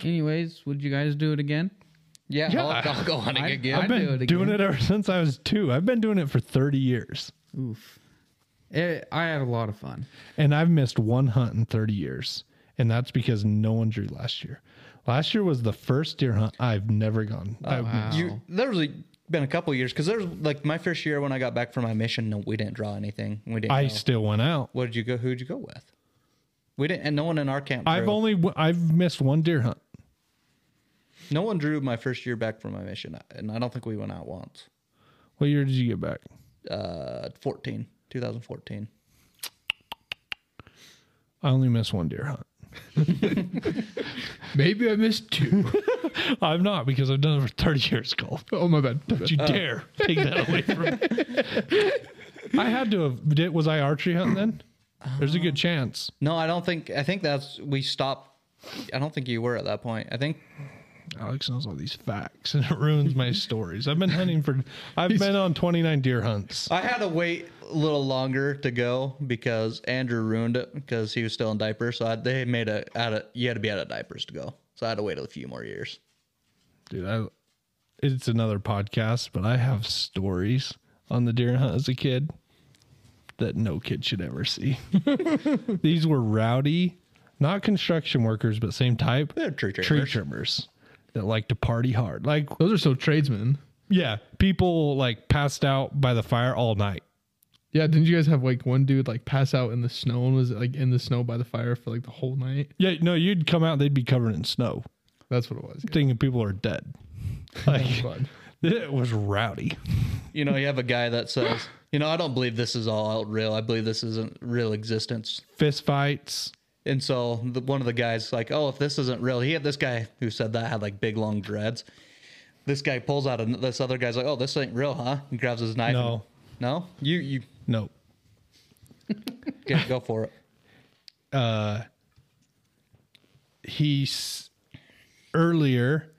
[SPEAKER 1] Anyways, would you guys do it again?
[SPEAKER 5] Yeah,
[SPEAKER 2] Yeah.
[SPEAKER 5] I'll, I'll go hunting
[SPEAKER 1] I-
[SPEAKER 5] again.
[SPEAKER 1] I-
[SPEAKER 2] I've been
[SPEAKER 1] do it
[SPEAKER 2] doing
[SPEAKER 1] again.
[SPEAKER 2] it ever since I was two. I've been doing it for thirty years,
[SPEAKER 1] Oof. It, I had a lot of fun.
[SPEAKER 2] and I've missed one hunt in thirty years, and that's because no one drew last year. Last year was the first deer hunt I've never gone.
[SPEAKER 1] Oh,
[SPEAKER 2] I've missed.
[SPEAKER 5] You, there's like been a couple years because there's like my first year when I got back from my mission, no, we didn't draw anything. We didn't.
[SPEAKER 2] I
[SPEAKER 5] know.
[SPEAKER 2] still went out.
[SPEAKER 5] What did you go? Who'd you go with? We didn't, and no one in our camp.
[SPEAKER 2] I've
[SPEAKER 5] drew.
[SPEAKER 2] only I've missed one deer hunt.
[SPEAKER 5] no one drew my first year back from my mission, and I don't think we went out once.
[SPEAKER 2] What year did you get back?
[SPEAKER 5] Uh, 14, 2014.
[SPEAKER 2] I only missed one deer hunt.
[SPEAKER 4] Maybe I missed two.
[SPEAKER 2] I'm not because I've done it for thirty years, Cole.
[SPEAKER 4] oh my bad. My bad.
[SPEAKER 2] Don't
[SPEAKER 5] uh,
[SPEAKER 2] you dare take that away from me. I had to have. Did, was I archery hunting then? There's a
[SPEAKER 5] Uh-huh.
[SPEAKER 2] good chance.
[SPEAKER 5] No, I don't think. I think that's we stopped. I don't think you were at that point. I think
[SPEAKER 2] Alex knows all these facts, and it ruins my stories. I've been hunting for. I've been on 29 deer hunts.
[SPEAKER 5] I had to wait a little longer to go because Andrew ruined it because he was still in diapers. So I, they made a out of you had to be out of diapers to go. So I had to wait a few more years.
[SPEAKER 2] dude I, it's another podcast but i have stories on the deer hunt as a kid that no kid should ever see these were rowdy not construction workers but same type
[SPEAKER 5] They're tree
[SPEAKER 2] tree
[SPEAKER 5] trimmers.
[SPEAKER 2] trimmers that like to party hard like
[SPEAKER 4] Those are so tradesmen.
[SPEAKER 2] yeah people like passed out by the fire all night
[SPEAKER 4] Yeah, didn't you guys have like one dude like pass out in the snow and was like in the snow by the fire for like the whole night?
[SPEAKER 2] yeah no you'd come out they'd be covered in snow
[SPEAKER 4] That's what it was. Yeah.
[SPEAKER 2] thinking people are dead like
[SPEAKER 4] God.
[SPEAKER 2] it was rowdy
[SPEAKER 5] You know, you have a guy that says, you know, I don't believe this is all out real. I believe this isn't real existence.
[SPEAKER 2] fist fights
[SPEAKER 5] And so the, one of the guys like, oh, if this isn't real, he had this guy who said that had like big long dreads. This guy pulls out an this other guy's like, oh, this ain't real, huh? And grabs his knife. and-
[SPEAKER 2] No.
[SPEAKER 5] no, you you
[SPEAKER 2] no
[SPEAKER 5] okay, go for it.
[SPEAKER 2] he's earlier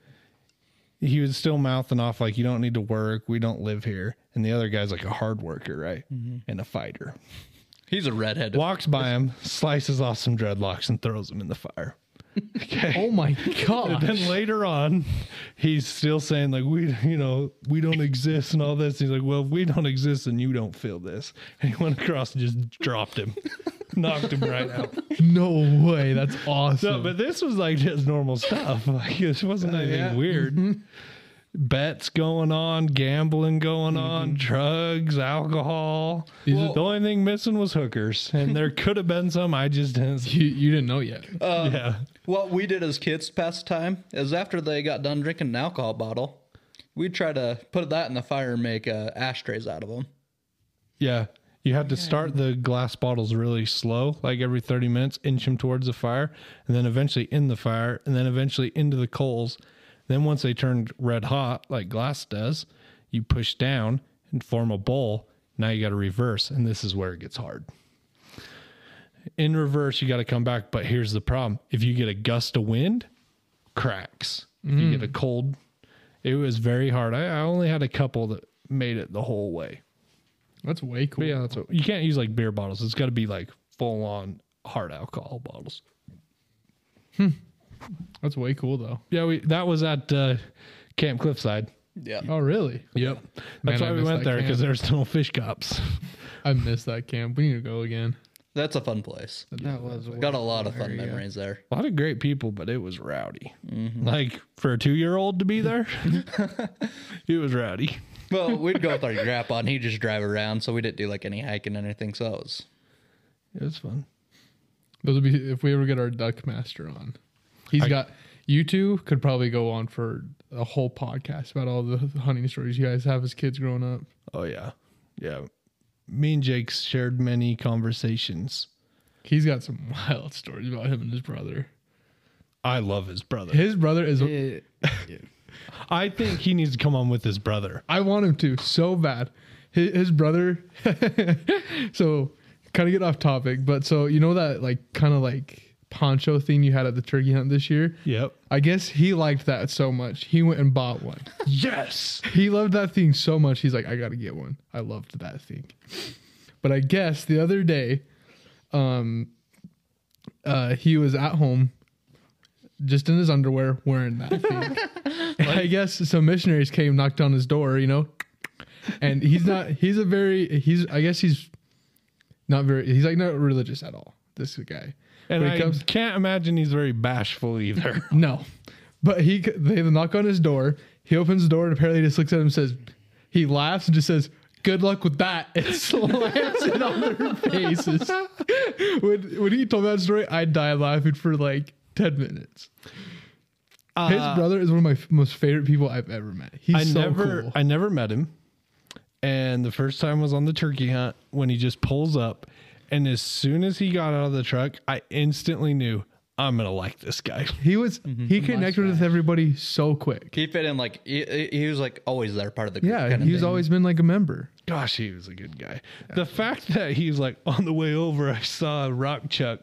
[SPEAKER 2] he was still mouthing off like you don't need to work we don't live here and the other guy's like a hard worker right and a fighter
[SPEAKER 5] He's a redhead.
[SPEAKER 2] walks by him slices off some dreadlocks and throws them in the fire okay
[SPEAKER 4] Oh my
[SPEAKER 2] and
[SPEAKER 4] god.
[SPEAKER 2] then later on he's still saying like we you know we don't exist and all this he's like well if we don't exist and you don't feel this and he went across and just dropped him knocked him right out
[SPEAKER 4] no way. That's
[SPEAKER 2] so, Uh,
[SPEAKER 4] awesome.
[SPEAKER 2] but this was like just normal stuff. Like this wasn't anything
[SPEAKER 5] yeah.
[SPEAKER 2] weird. Bets going on, gambling going on, drugs, alcohol.
[SPEAKER 4] Well-
[SPEAKER 2] Mm-hmm. the only thing missing was hookers, and there could have been some. I just didn't. See.
[SPEAKER 4] you, you didn't know yet.
[SPEAKER 2] yeah,
[SPEAKER 5] What we did as kids to pass the time is after they got done drinking an alcohol bottle, we'd try to put that in the fire and make uh, ashtrays out of them.
[SPEAKER 2] yeah. You had to start the glass bottles really slow, like every thirty minutes, inch them towards the fire, and then eventually in the fire, and then eventually into the coals. Then once they turned red hot, like glass does, you push down and form a bowl. Now you got to reverse, and this is where it gets hard. In reverse, you got to come back. But here's the problem: if you get a gust of wind, cracks. If you get a cold, it was very hard. I, I only had a couple that made it the whole way.
[SPEAKER 4] That's way cool.
[SPEAKER 2] But yeah, that's what you can't use like beer bottles. It's got to be like full on hard alcohol bottles.
[SPEAKER 4] That's way cool though.
[SPEAKER 2] Yeah, we that was at uh, Camp Cliffside.
[SPEAKER 5] Yeah.
[SPEAKER 4] Oh really?
[SPEAKER 2] Yep,
[SPEAKER 4] Man,
[SPEAKER 2] that's
[SPEAKER 4] I
[SPEAKER 2] why we
[SPEAKER 4] miss
[SPEAKER 2] went
[SPEAKER 4] that
[SPEAKER 2] there because
[SPEAKER 4] camp.
[SPEAKER 2] there's no fish cops.
[SPEAKER 4] I missed that camp. We need to go again.
[SPEAKER 5] That's a fun place.
[SPEAKER 1] That was
[SPEAKER 5] Got a lot of fun memories there.
[SPEAKER 2] A lot of great people, but it was rowdy. Like for a two year old to be there, it was rowdy.
[SPEAKER 5] Well, we'd go with our grandpa and he'd just drive around, so we didn't do like any hiking or anything. So it was
[SPEAKER 2] It was fun.
[SPEAKER 4] Those would be if we ever get our duck master on. He's
[SPEAKER 2] I-
[SPEAKER 4] got you two could probably go on for a whole podcast about all the hunting stories you guys have as kids growing up.
[SPEAKER 2] Oh yeah, yeah. Me and Jake shared many conversations.
[SPEAKER 4] He's got some wild stories about him and his brother.
[SPEAKER 2] I love his brother.
[SPEAKER 4] His brother is.
[SPEAKER 1] It,
[SPEAKER 2] I think he needs to come on with his brother.
[SPEAKER 4] I want him to so bad. His, his brother. so kind of get off topic, but so you know that like kind of like poncho thing you had at the turkey hunt this year.
[SPEAKER 2] Yep.
[SPEAKER 4] I guess he liked that so much. He went and bought one.
[SPEAKER 2] Yes.
[SPEAKER 4] He loved that thing so much. He's like, I gotta get one. I loved that thing. But I guess the other day, um, uh, he was at home, just in his underwear, wearing that thing. And I guess some missionaries came, knocked on his door, you know, and he's not. He's a very. He's. I guess he's not very. He's like not religious at all. This guy.
[SPEAKER 2] And
[SPEAKER 4] When it
[SPEAKER 2] I
[SPEAKER 4] comes-
[SPEAKER 2] can't imagine he's very bashful either.
[SPEAKER 4] No, but he they knock on his door. He opens the door and apparently just looks at him and says, he laughs and just says, "Good luck with that," and slams it on their faces. when when he told that story, I died laughing for like ten minutes. His brother is one of my f- most favorite people I've ever met. He's
[SPEAKER 2] I
[SPEAKER 4] so
[SPEAKER 2] never,
[SPEAKER 4] cool.
[SPEAKER 2] I never met him. And the first time was on the turkey hunt when he just pulls up, and as soon as he got out of the truck, I instantly knew I'm gonna like this guy.
[SPEAKER 4] he was he connected with everybody so quick.
[SPEAKER 5] he fit in like he, he was like always there, part of the group.
[SPEAKER 4] Yeah,
[SPEAKER 5] kinda
[SPEAKER 4] he's
[SPEAKER 5] thing.
[SPEAKER 4] always been like a member.
[SPEAKER 2] Gosh, he was a good guy. The fact that he's like on the way over, I saw a rock chuck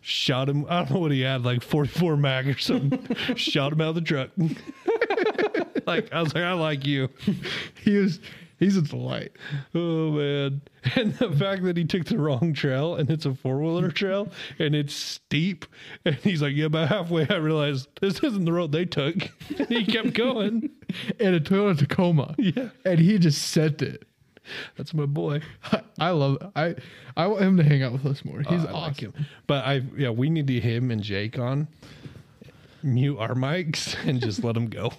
[SPEAKER 2] shot him. I don't know what he had, like 44 mag or something. shot him out of the truck. like I was like, I like you. He was he's a delight. Oh man. And the fact that he took the wrong trail and it's a four wheeler trail and it's steep. And he's like, Yeah, about halfway I realized this isn't the road they took. And he kept going.
[SPEAKER 4] and a Toyota Tacoma.
[SPEAKER 2] Yeah.
[SPEAKER 4] And he just sent it.
[SPEAKER 2] That's my boy.
[SPEAKER 4] I love I I want him to hang out with us more. He's
[SPEAKER 1] Oh,
[SPEAKER 2] I
[SPEAKER 4] awesome.
[SPEAKER 2] like him. But I yeah, we need to him and Jake on. Mute our mics and just let him go.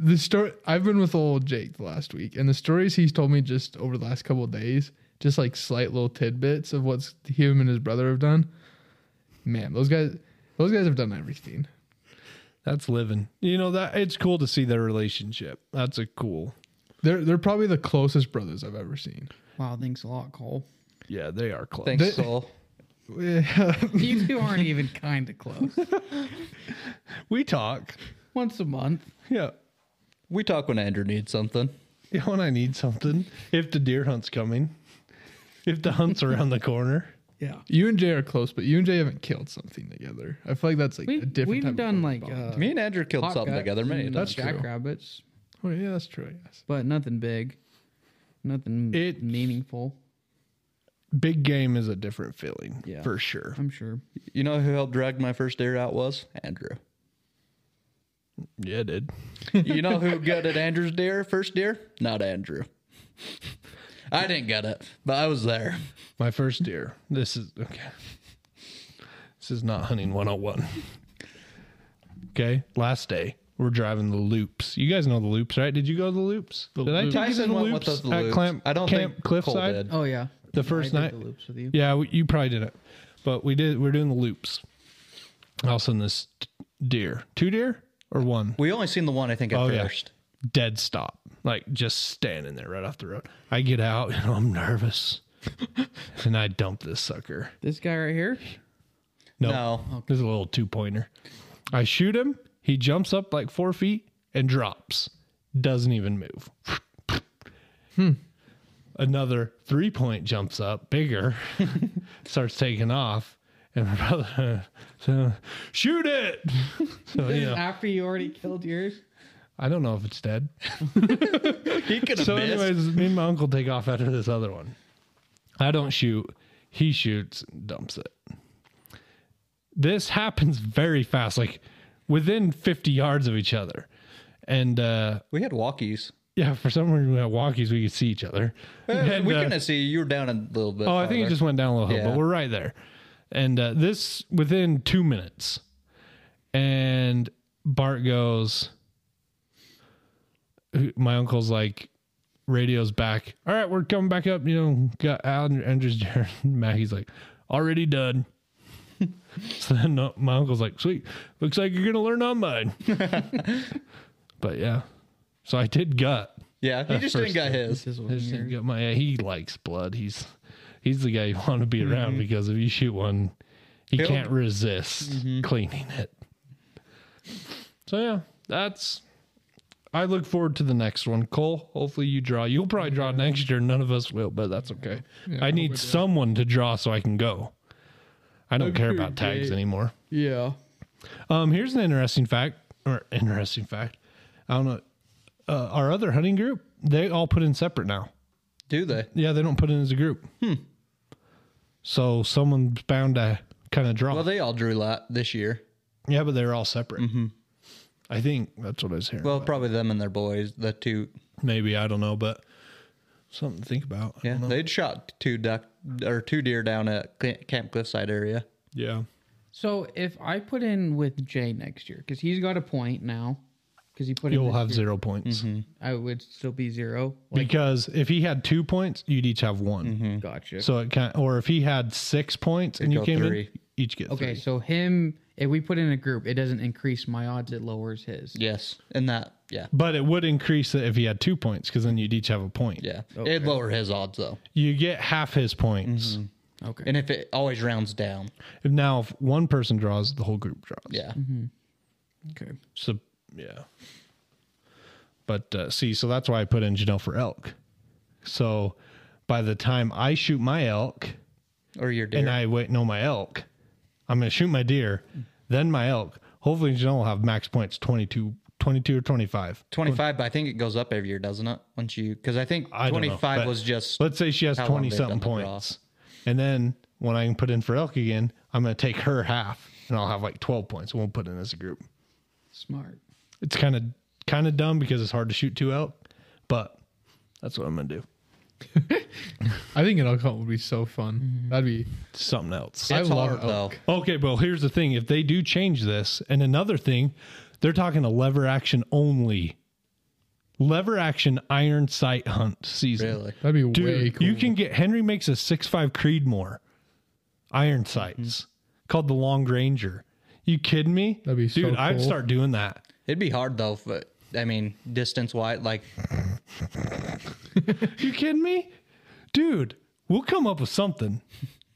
[SPEAKER 4] The story I've been with old Jake the last week, and the stories he's told me just over the last couple of days, just like slight little tidbits of what's him and his brother have done. Man, those guys, those guys have done everything.
[SPEAKER 2] That's living. You know that it's cool to see their relationship. That's a cool.
[SPEAKER 4] They're they're probably the closest brothers I've ever seen.
[SPEAKER 1] Wow, thanks a lot, Cole.
[SPEAKER 2] Yeah, they are close.
[SPEAKER 5] Thanks, Soul.
[SPEAKER 1] You two aren't even kind of close.
[SPEAKER 2] We talk.
[SPEAKER 1] Once a month.
[SPEAKER 2] Yeah.
[SPEAKER 5] We talk when Andrew needs something.
[SPEAKER 2] Yeah, when I need something, if the deer hunt's coming, if the hunt's around the corner,
[SPEAKER 1] Yeah.
[SPEAKER 4] You and Jay are close, but you and Jay haven't killed something together. I feel like that's like
[SPEAKER 1] We,
[SPEAKER 4] a different. type
[SPEAKER 1] we've
[SPEAKER 4] of
[SPEAKER 1] done like
[SPEAKER 4] bond.
[SPEAKER 1] uh,
[SPEAKER 5] Me and Andrew killed something together many times.
[SPEAKER 1] That's
[SPEAKER 4] That's true.
[SPEAKER 1] jackrabbits,
[SPEAKER 4] Oh yeah, that's true. I guess.
[SPEAKER 1] but nothing big, nothing
[SPEAKER 2] It-
[SPEAKER 1] meaningful.
[SPEAKER 2] big game is a different feeling
[SPEAKER 1] Yeah.
[SPEAKER 2] for sure.
[SPEAKER 1] I'm sure.
[SPEAKER 5] You know who helped drag my first deer out was Andrew.
[SPEAKER 2] Yeah, dude.
[SPEAKER 5] You know who gutted Andrew's deer first deer? Not Andrew. I didn't gut it, but I was there.
[SPEAKER 2] My first deer. This is okay. This is not hunting 101. Okay, last day. We're driving the loops. You guys know the loops, right? Did you go to the loops? did I take you to
[SPEAKER 5] Tyson
[SPEAKER 2] the
[SPEAKER 5] went
[SPEAKER 2] loops
[SPEAKER 5] with us the
[SPEAKER 2] at
[SPEAKER 5] loops.
[SPEAKER 2] Clamp,
[SPEAKER 5] I don't
[SPEAKER 2] Camp
[SPEAKER 5] think
[SPEAKER 2] Cliffside?
[SPEAKER 5] Cole did.
[SPEAKER 1] Oh yeah,
[SPEAKER 2] The first
[SPEAKER 1] I did
[SPEAKER 2] night.
[SPEAKER 1] the loops with you.
[SPEAKER 2] Yeah, we, you probably didn't. But we did. We're doing the loops. All of a sudden, this t- deer, two deer or one,
[SPEAKER 5] We only seen the one I think at
[SPEAKER 2] Oh, yeah.
[SPEAKER 5] first.
[SPEAKER 2] dead stop, like just standing there right off the road. I get out and I'm nervous, and I dump this sucker.
[SPEAKER 1] This guy right here.
[SPEAKER 2] No,
[SPEAKER 5] No.
[SPEAKER 2] this is a little two pointer. I shoot him. He jumps up like four feet and drops. Doesn't even move.
[SPEAKER 5] Hmm.
[SPEAKER 2] Another three point jumps up, bigger, starts taking off. And my brother, so, shoot it.
[SPEAKER 1] Oh,
[SPEAKER 2] So, you know,
[SPEAKER 1] After you already killed yours.
[SPEAKER 2] I don't know if it's dead.
[SPEAKER 5] He could have
[SPEAKER 2] So,
[SPEAKER 5] missed.
[SPEAKER 2] anyways, me and my uncle take off after this other one. I don't shoot. He shoots, and dumps it. This happens very fast, like within 50 yards of each other. And uh,
[SPEAKER 5] we had walkies.
[SPEAKER 2] yeah, for some reason, we had walkies, we could see each other.
[SPEAKER 5] Eh,
[SPEAKER 2] And,
[SPEAKER 5] we
[SPEAKER 2] uh,
[SPEAKER 5] couldn't see. You were down a little bit.
[SPEAKER 2] Oh, I think it
[SPEAKER 5] farther.
[SPEAKER 2] just went down a little hill,
[SPEAKER 5] Yeah.
[SPEAKER 2] but we're right there. And uh, this within two minutes. And Bart goes, my uncle's like, radios back. All right, we're coming back up. You know, got Alan, Andrew's, Jared, Maggie's like, already done. so then no, my uncle's like, sweet, looks like you're going to learn on mine. but yeah. So I did gut.
[SPEAKER 5] Yeah, he just didn't
[SPEAKER 2] Uh, first
[SPEAKER 5] get
[SPEAKER 1] This
[SPEAKER 5] his.
[SPEAKER 1] is
[SPEAKER 2] I
[SPEAKER 1] one
[SPEAKER 2] just didn't
[SPEAKER 1] here.
[SPEAKER 2] get my. He likes blood. He's he's the guy you want to be
[SPEAKER 4] Mm-hmm.
[SPEAKER 2] around because if you shoot one, he
[SPEAKER 5] He'll-
[SPEAKER 2] can't resist
[SPEAKER 4] Mm-hmm.
[SPEAKER 2] cleaning it. So yeah, that's. I look forward to the next one, Cole. Hopefully you draw. You'll probably draw next year. None of us will, but that's okay.
[SPEAKER 4] Yeah,
[SPEAKER 2] I
[SPEAKER 4] I
[SPEAKER 2] need
[SPEAKER 4] hope I do.
[SPEAKER 2] someone to draw so I can go. I don't
[SPEAKER 4] I'm
[SPEAKER 2] care
[SPEAKER 4] sure
[SPEAKER 2] about tags
[SPEAKER 4] Jay-
[SPEAKER 2] anymore.
[SPEAKER 4] Yeah.
[SPEAKER 2] Um, here's an interesting fact, or interesting fact. I don't know. Uh, our other hunting group, they all put in separate now.
[SPEAKER 5] Do they?
[SPEAKER 2] Yeah, they don't put it as a group.
[SPEAKER 5] Hmm.
[SPEAKER 2] So someone's bound to kind of draw.
[SPEAKER 5] Well, they all drew lot this year.
[SPEAKER 2] yeah, but they're all separate. I think that's what I was hearing.
[SPEAKER 5] Well,
[SPEAKER 2] about.
[SPEAKER 5] probably them and their boys. The two.
[SPEAKER 2] maybe I don't know, but something to think about. I
[SPEAKER 5] Yeah,
[SPEAKER 2] don't know.
[SPEAKER 5] they'd shot two duck or two deer down at Cl- Camp Cliffside area.
[SPEAKER 2] yeah.
[SPEAKER 1] So if I put in with Jay next year, because he's got a point now, because he put in.
[SPEAKER 2] You'll
[SPEAKER 1] this
[SPEAKER 2] have
[SPEAKER 1] year,
[SPEAKER 2] zero points
[SPEAKER 5] Mm-hmm.
[SPEAKER 1] I would still be zero. Like,
[SPEAKER 2] because if he had two points, you'd each have one.
[SPEAKER 1] gotcha.
[SPEAKER 2] So it can, or if he had six points and you
[SPEAKER 5] Mm-hmm. go
[SPEAKER 2] came
[SPEAKER 5] three.
[SPEAKER 2] in, each get
[SPEAKER 1] okay,
[SPEAKER 2] three.
[SPEAKER 1] so him. If we put in a group, it doesn't increase my odds; it lowers his.
[SPEAKER 5] Yes, and that. Yeah,
[SPEAKER 2] But it would increase it if he had two points because then you'd each have a point.
[SPEAKER 5] yeah. It'd lower his odds though.
[SPEAKER 2] You get half his points.
[SPEAKER 5] Mm-hmm.
[SPEAKER 1] Okay.
[SPEAKER 5] And if it always rounds down.
[SPEAKER 2] If now, if one person draws, the whole group draws.
[SPEAKER 5] Yeah.
[SPEAKER 2] Mm-hmm.
[SPEAKER 1] okay.
[SPEAKER 2] So yeah. But uh, see, so that's why I put in Janelle for elk. So by the time I shoot my elk
[SPEAKER 5] Or your deer.
[SPEAKER 2] and I wait, no, my elk, I'm going to shoot my deer, then my elk. Hopefully, Janelle will have max points 22, 22 or 25.
[SPEAKER 5] 25, but I think it goes up every year, doesn't it? Once you, because I think
[SPEAKER 2] I don't know,
[SPEAKER 5] 25
[SPEAKER 2] but
[SPEAKER 5] was just
[SPEAKER 2] Let's say she has
[SPEAKER 5] how long
[SPEAKER 2] 20
[SPEAKER 5] they've
[SPEAKER 2] something
[SPEAKER 5] done the draw.
[SPEAKER 2] points. And then when I can put in for elk again, I'm going to take her half and I'll have like 12 points. We'll put in as a group.
[SPEAKER 1] Smart.
[SPEAKER 2] It's kind of kind of dumb because it's hard to shoot two elk, but that's what I'm going to do.
[SPEAKER 4] I think an elk hunt would be so fun.
[SPEAKER 1] Mm-hmm.
[SPEAKER 4] That'd be.
[SPEAKER 2] Something else.
[SPEAKER 4] I
[SPEAKER 5] It's
[SPEAKER 4] love
[SPEAKER 5] hard, though.
[SPEAKER 4] elk.
[SPEAKER 2] Okay, well, here's the thing. If they do change this, and another thing, they're talking a lever action only. Lever action iron sight hunt season.
[SPEAKER 5] Really?
[SPEAKER 4] That'd be way
[SPEAKER 2] Dude,
[SPEAKER 4] cool.
[SPEAKER 2] you can get Henry makes a six five Creedmoor iron sights called the Long Ranger. You kidding me?
[SPEAKER 4] Mm-hmm. That'd be so
[SPEAKER 2] Dude, I'd
[SPEAKER 4] cool.
[SPEAKER 2] start doing that.
[SPEAKER 5] It'd be hard though, but I mean, distance wide, like
[SPEAKER 2] You kidding me? Dude, we'll come up with something.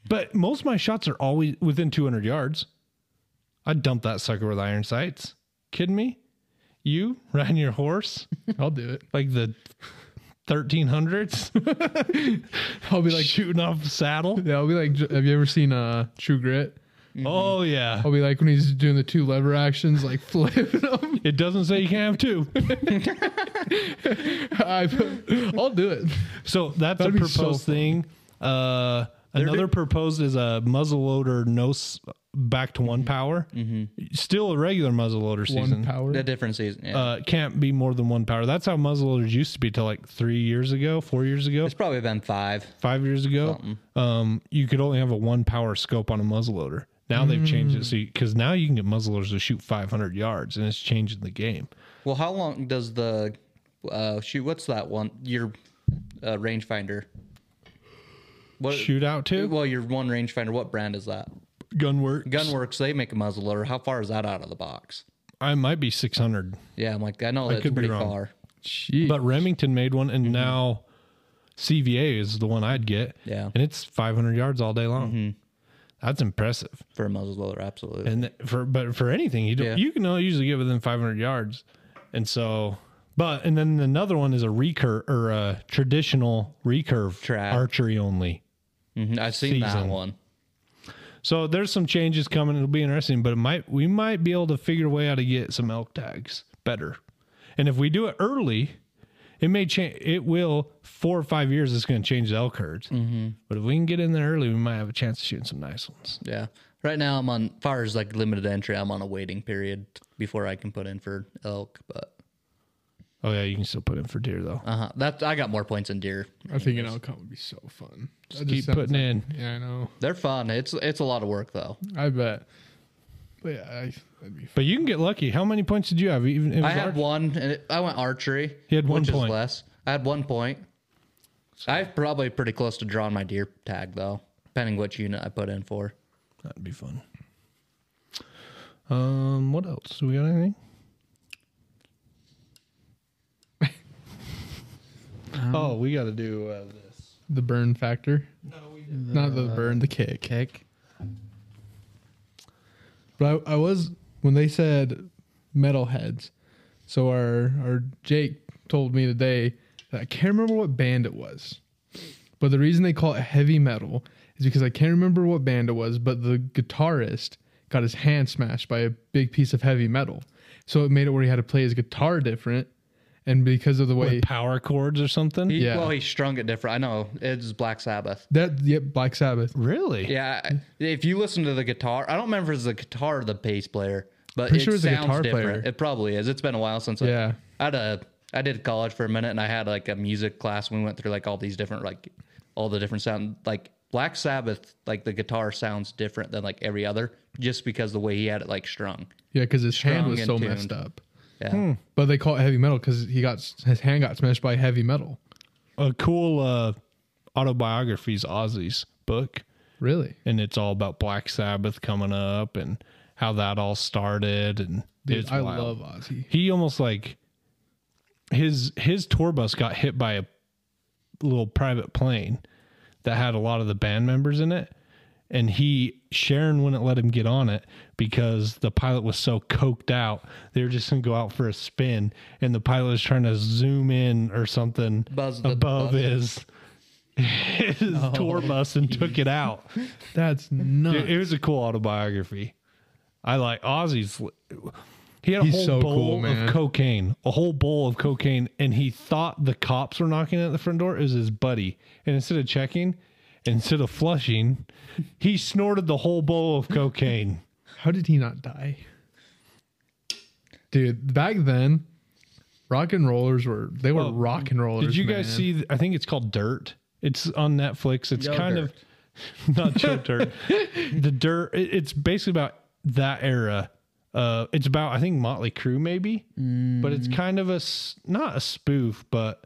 [SPEAKER 2] But most of my shots are always within 200 yards. I'd dump that sucker with iron sights. Kidding me? You riding your horse
[SPEAKER 4] I'll do it.
[SPEAKER 2] like the 1300s,
[SPEAKER 4] I'll be like,
[SPEAKER 2] like shooting off saddle?
[SPEAKER 4] yeah, I'll be like, have you ever seen uh, True Grit?
[SPEAKER 2] Oh, yeah.
[SPEAKER 4] I'll be like when he's doing the two lever actions, like flipping them.
[SPEAKER 2] It doesn't say you can have two.
[SPEAKER 4] I, I'll do it.
[SPEAKER 2] So that's
[SPEAKER 4] That'd
[SPEAKER 2] a
[SPEAKER 4] be so
[SPEAKER 2] proposed
[SPEAKER 4] fun.
[SPEAKER 2] thing. Uh, another proposed is a muzzle loader no s- back to one power. Still a regular muzzle loader
[SPEAKER 4] Mm-hmm. One
[SPEAKER 2] season.
[SPEAKER 4] power.
[SPEAKER 5] the different season. Yeah.
[SPEAKER 2] uh, can't be more than one power. That's how muzzle loaders used to be till like three years ago, four years ago,
[SPEAKER 5] it's probably been five.
[SPEAKER 2] five years ago. Um, you could only have a one power scope on a muzzle loader. Now they've changed it so because now you can get muzzle loaders to shoot 500 yards, and it's changing the game.
[SPEAKER 5] Well, how long does the uh, shoot? What's that one? Your uh, rangefinder. What?
[SPEAKER 2] Shootout too.
[SPEAKER 5] Well, your one rangefinder. What brand is that?
[SPEAKER 2] Gunworks.
[SPEAKER 5] Gunworks. They make a muzzleloader. How far is that out of the box?
[SPEAKER 2] I might be 600.
[SPEAKER 5] Yeah, I'm like, I know that's
[SPEAKER 2] could be
[SPEAKER 5] pretty
[SPEAKER 2] wrong.
[SPEAKER 5] far.
[SPEAKER 4] Jeez.
[SPEAKER 2] But Remington made one,
[SPEAKER 5] Mm-hmm.
[SPEAKER 2] and now CVA is the one I'd get.
[SPEAKER 5] Yeah. Mm-hmm.
[SPEAKER 2] and it's 500 yards all day long. That's impressive.
[SPEAKER 5] For a muzzleloader, absolutely.
[SPEAKER 2] And th- for but for anything, you don't,
[SPEAKER 5] Yeah.
[SPEAKER 2] you can only usually get within 500 yards, and so. But and then another one is a recurve or a traditional recurve
[SPEAKER 5] Trap.
[SPEAKER 2] archery only.
[SPEAKER 5] Mhm, I've seen that
[SPEAKER 2] Season.
[SPEAKER 5] one.
[SPEAKER 2] So there's some changes coming. It'll be interesting, but it might we might be able to figure a way how to get some elk tags better. And if we do it early, it may change. It will four or five years. It's going to change the elk herds. Mm-hmm. But if we can get in there early, we might have a chance of shooting some nice ones.
[SPEAKER 5] Yeah. Right now, I'm on far as like limited entry. I'm on a waiting period before I can put in for elk. But
[SPEAKER 2] Oh yeah, you can still put in for deer though.
[SPEAKER 5] uh huh, that I got more points in deer.
[SPEAKER 4] I think an elk hunt would be so fun. That
[SPEAKER 2] Keep
[SPEAKER 4] just sounds
[SPEAKER 2] putting in.
[SPEAKER 4] like- Yeah, I know.
[SPEAKER 5] They're fun. It's it's a lot of work though.
[SPEAKER 4] I bet. But yeah, I, that'd be fun.
[SPEAKER 2] But you can get lucky. How many points did you have? Even it was
[SPEAKER 5] I had
[SPEAKER 2] hard-
[SPEAKER 5] one, and it, I went archery.
[SPEAKER 2] He had one
[SPEAKER 5] which
[SPEAKER 2] point.
[SPEAKER 5] Is less. I had one point. I'm probably pretty close to drawing my deer tag though, depending what unit I put in for.
[SPEAKER 2] That'd be fun. Um, what else? Do we got anything? oh, we got to do uh, this.
[SPEAKER 4] The burn factor. Not the burn, the kick.
[SPEAKER 1] Kick.
[SPEAKER 4] But I, I was when they said metalheads. So our our Jake told me today that I can't remember what band it was, but the reason they call it heavy metal is because I can't remember what band it was. But the guitarist got his hand smashed by a big piece of heavy metal, so it made it where he had to play his guitar different, and because of the way
[SPEAKER 2] With power chords or something?
[SPEAKER 5] He,
[SPEAKER 4] Yeah.
[SPEAKER 5] Well, he strung it different. I know it's Black Sabbath.
[SPEAKER 4] that yep Black Sabbath.
[SPEAKER 2] Really?
[SPEAKER 5] Yeah. I- If you listen to the guitar, I don't remember if it's the guitar or the bass player, but
[SPEAKER 4] Pretty
[SPEAKER 5] it
[SPEAKER 4] sure it's the
[SPEAKER 5] sounds
[SPEAKER 4] guitar
[SPEAKER 5] different.
[SPEAKER 4] player.
[SPEAKER 5] It probably is. It's been a while since I-
[SPEAKER 4] Yeah.
[SPEAKER 5] I had a I did college for a minute and I had like a music class. We went through like all these different like all the different sound like Black Sabbath like the guitar sounds different than like every other just because the way he had it like strung.
[SPEAKER 4] Yeah, because his hand
[SPEAKER 5] Strong
[SPEAKER 4] was
[SPEAKER 5] and
[SPEAKER 4] so
[SPEAKER 5] tuned.
[SPEAKER 4] messed up.
[SPEAKER 5] Yeah.
[SPEAKER 4] But they call it heavy metal because he got s- his hand got smashed by heavy metal.
[SPEAKER 2] A cool uh, autobiography is Ozzy's book,
[SPEAKER 4] Really?
[SPEAKER 2] and it's all about Black Sabbath coming up and how that all started. And
[SPEAKER 4] Dude,
[SPEAKER 2] it's
[SPEAKER 4] I
[SPEAKER 2] wild.
[SPEAKER 4] love Ozzy.
[SPEAKER 2] he almost like his his tour bus got hit by a little private plane that had a lot of the band members in it and he Sharon wouldn't let him get on it because the pilot was so coked out they were just gonna go out for a spin and the pilot was trying to zoom in or something
[SPEAKER 5] Buzz the
[SPEAKER 2] above
[SPEAKER 5] buzz.
[SPEAKER 2] his his tour bus and took it out.
[SPEAKER 4] That's nuts.
[SPEAKER 2] Dude, it was a cool autobiography. I like Ozzy's. He had a
[SPEAKER 4] He's
[SPEAKER 2] whole
[SPEAKER 4] so
[SPEAKER 2] bowl
[SPEAKER 4] cool, man.
[SPEAKER 2] of cocaine, a whole bowl of cocaine, and he thought the cops were knocking at the front door. It was his buddy, and instead of checking, instead of flushing, he snorted the whole bowl of cocaine.
[SPEAKER 4] How did he not die? Dude, back then, rock and rollers were they were
[SPEAKER 2] Well,
[SPEAKER 4] rock and rollers.
[SPEAKER 2] Did you guys
[SPEAKER 4] man.
[SPEAKER 2] see? I think it's called Dirt. It's on Netflix. It's
[SPEAKER 1] Yo,
[SPEAKER 2] kind of not Joe Dirt. The Dirt. it- it's basically about that era. Uh, it's about I think Motley Crue maybe, but
[SPEAKER 1] Mm.
[SPEAKER 2] it's kind of a s- not a spoof, but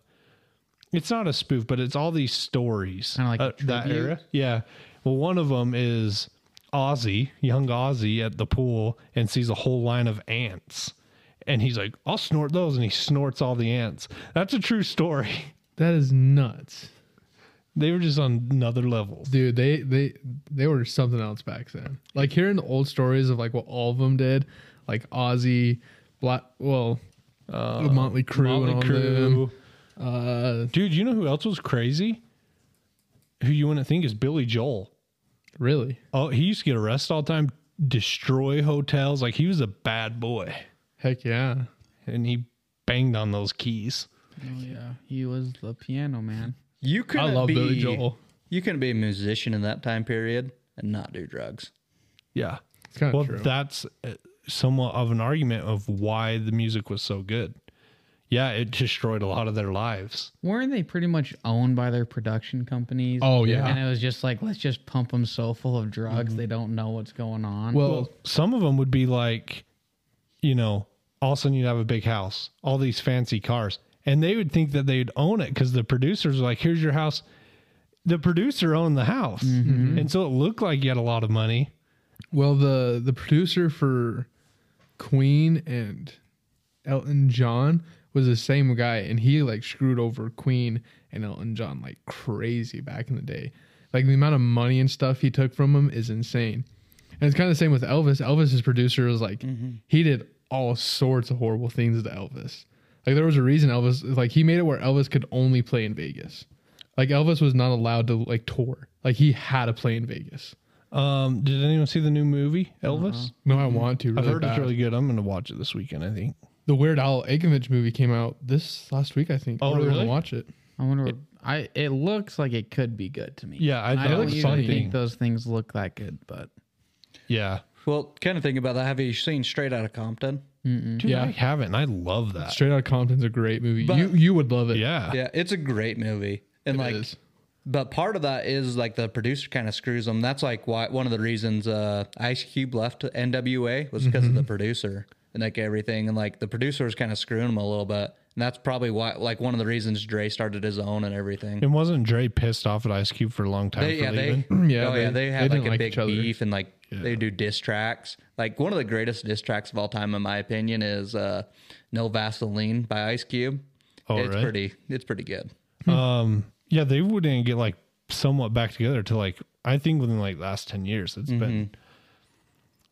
[SPEAKER 2] it's not a spoof, but it's all these stories
[SPEAKER 1] Kinda like a
[SPEAKER 2] that
[SPEAKER 1] tribute?
[SPEAKER 2] era. Yeah. Well, one of them is Ozzy, young Ozzy, at the pool and sees a whole line of ants. And he's like, I'll snort those. And he snorts all the ants. That's a true story.
[SPEAKER 4] That is nuts.
[SPEAKER 2] They were just on another level.
[SPEAKER 4] Dude, they they they were something else back then. Like hearing the old stories of like what all of them did, like Ozzy, Black, well, uh, Motley Crue,
[SPEAKER 2] Motley
[SPEAKER 4] and all
[SPEAKER 2] Crue.
[SPEAKER 4] Them. Uh,
[SPEAKER 2] Dude, you know who else was crazy? Who you wouldn't think is Billy Joel.
[SPEAKER 4] really,
[SPEAKER 2] Oh, he used to get arrested all the time, destroy hotels. Like he was a bad boy.
[SPEAKER 4] heck yeah.
[SPEAKER 2] And he banged on those keys.
[SPEAKER 1] Oh yeah, he was the piano man.
[SPEAKER 5] You could
[SPEAKER 4] I love
[SPEAKER 5] be,
[SPEAKER 4] Billy Joel.
[SPEAKER 5] You couldn't be a musician in that time period and not do drugs.
[SPEAKER 2] Yeah.
[SPEAKER 4] It's kind of
[SPEAKER 2] well,
[SPEAKER 4] true.
[SPEAKER 2] that's uh, somewhat of an argument of why the music was so good. Yeah, it destroyed a lot of their lives.
[SPEAKER 1] Weren't they pretty much owned by their production companies?
[SPEAKER 4] Oh, yeah.
[SPEAKER 1] and it was just like let's just pump them so full of drugs they don't know what's going on.
[SPEAKER 4] well,
[SPEAKER 2] Some of them would be like, you know, all of a sudden you'd have a big house, all these fancy cars, and they would think that they'd own it because the producers were like, "Here's your house." The producer owned the house, and so it looked like you had a lot of money.
[SPEAKER 4] well, the the producer for Queen and Elton John was the same guy, and he like screwed over Queen and Elton John like crazy back in the day. Like the amount of money and stuff he took from them is insane. And it's kind of the same with Elvis. Elvis's producer was like he did all sorts of horrible things to Elvis. Like there was a reason Elvis like he made it where Elvis could only play in Vegas. Like Elvis was not allowed to like tour. Like he had to play in Vegas.
[SPEAKER 2] Um, did anyone see the new movie Elvis?
[SPEAKER 4] No, I want to. Really
[SPEAKER 2] I've heard
[SPEAKER 4] bad.
[SPEAKER 2] it's really good. I'm going to watch it this weekend. I think.
[SPEAKER 4] the Weird Al Yankovic movie came out this last week. I think.
[SPEAKER 2] Oh,
[SPEAKER 4] I really,
[SPEAKER 2] really?
[SPEAKER 4] want to watch it.
[SPEAKER 1] I wonder. I it looks like it could be good to me.
[SPEAKER 2] Yeah, I,
[SPEAKER 1] I,
[SPEAKER 2] thought it
[SPEAKER 1] don't
[SPEAKER 2] was
[SPEAKER 1] usually
[SPEAKER 2] funny.
[SPEAKER 1] think those things look that good, but
[SPEAKER 2] Yeah,
[SPEAKER 5] Well, kind of think about that. Have you seen Straight Outta Compton?
[SPEAKER 2] dude,
[SPEAKER 4] Yeah.
[SPEAKER 2] I haven't. and I love that.
[SPEAKER 4] Straight Outta Compton's a great movie.
[SPEAKER 5] But-
[SPEAKER 4] you you would love it.
[SPEAKER 2] Yeah.
[SPEAKER 5] Yeah, it's a great movie. And
[SPEAKER 4] It
[SPEAKER 5] like
[SPEAKER 4] is.
[SPEAKER 5] but part of that is like the producer kind of screws them. That's like why one of the reasons uh, Ice Cube left NWA was because of
[SPEAKER 4] Mm-hmm.
[SPEAKER 5] the producer and like everything, and like the producer was kind of screwing him a little bit. And that's probably why, like, one of the reasons Dre started his own and everything.
[SPEAKER 2] And wasn't Dre pissed off at Ice Cube for a long time
[SPEAKER 5] They,
[SPEAKER 2] for
[SPEAKER 5] yeah,
[SPEAKER 2] leaving?
[SPEAKER 5] they,
[SPEAKER 4] Yeah,
[SPEAKER 5] oh, yeah,
[SPEAKER 4] they-
[SPEAKER 5] they had
[SPEAKER 4] they
[SPEAKER 5] like
[SPEAKER 4] didn't
[SPEAKER 5] a
[SPEAKER 4] like
[SPEAKER 5] big
[SPEAKER 4] each other.
[SPEAKER 5] beef and like they do diss tracks. Like one of the greatest diss tracks of all time, in my opinion, is uh, "No Vaseline" by Ice Cube.
[SPEAKER 2] Oh,
[SPEAKER 5] it's
[SPEAKER 2] really?
[SPEAKER 5] pretty, it's pretty good.
[SPEAKER 2] um, yeah, they wouldn't get like somewhat back together to like I think within like last ten years. It's been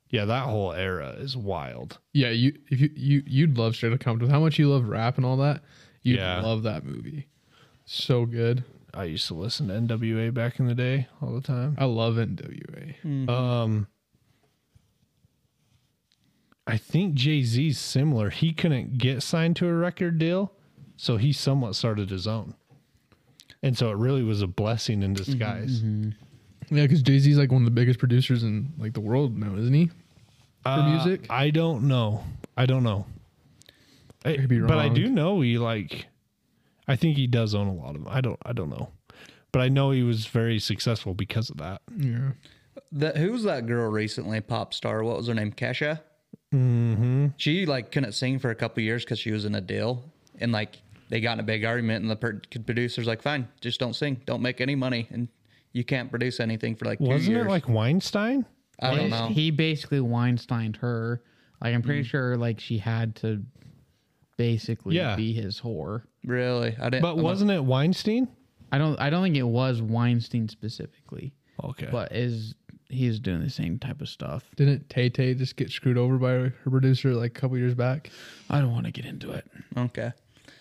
[SPEAKER 2] yeah, that whole era is wild.
[SPEAKER 4] Yeah. You if you you you'd love Straight Outta Compton. How much you love rap and all that. You'd
[SPEAKER 2] Yeah.
[SPEAKER 4] love that movie. So good.
[SPEAKER 2] I used to listen to NWA back in the day all the time.
[SPEAKER 4] I love NWA.
[SPEAKER 2] Um, I think Jay Z's similar. He couldn't get signed to a record deal, so he somewhat started his own. And so it really was a blessing in disguise.
[SPEAKER 4] Yeah, because Jay Z's like one of the biggest producers in like the world now, isn't he? For music.
[SPEAKER 2] Uh, I don't know. I don't know. I-
[SPEAKER 4] Could be
[SPEAKER 2] but I
[SPEAKER 4] wrong.
[SPEAKER 2] do know he like. I think he does own a lot of them. I don't. I don't know, but I know he was very successful because of that.
[SPEAKER 4] Yeah.
[SPEAKER 5] That who's that girl recently? Pop star. What was her name? Kesha. Mm-hmm. She like couldn't sing for a couple years because she was in a deal, and like they got in a big argument, and the pro- producer's like, "Fine, just don't sing, don't make any money, and you can't produce anything for like 2
[SPEAKER 2] Wasn't
[SPEAKER 5] years."
[SPEAKER 2] it like Weinstein?
[SPEAKER 5] I don't
[SPEAKER 1] He's-
[SPEAKER 5] know.
[SPEAKER 1] he basically Weinsteined her. Like I'm pretty sure like she had to basically
[SPEAKER 2] Yeah.
[SPEAKER 1] be his whore.
[SPEAKER 5] Really, I didn't.
[SPEAKER 2] But
[SPEAKER 5] I'm not-
[SPEAKER 2] wasn't it Weinstein?
[SPEAKER 1] I don't I don't think it was Weinstein specifically,
[SPEAKER 2] Okay.
[SPEAKER 1] but is he's doing the same type of stuff.
[SPEAKER 4] Didn't Tay Tay just get screwed over by her producer like a couple years back?
[SPEAKER 1] I don't want to get into it.
[SPEAKER 5] okay?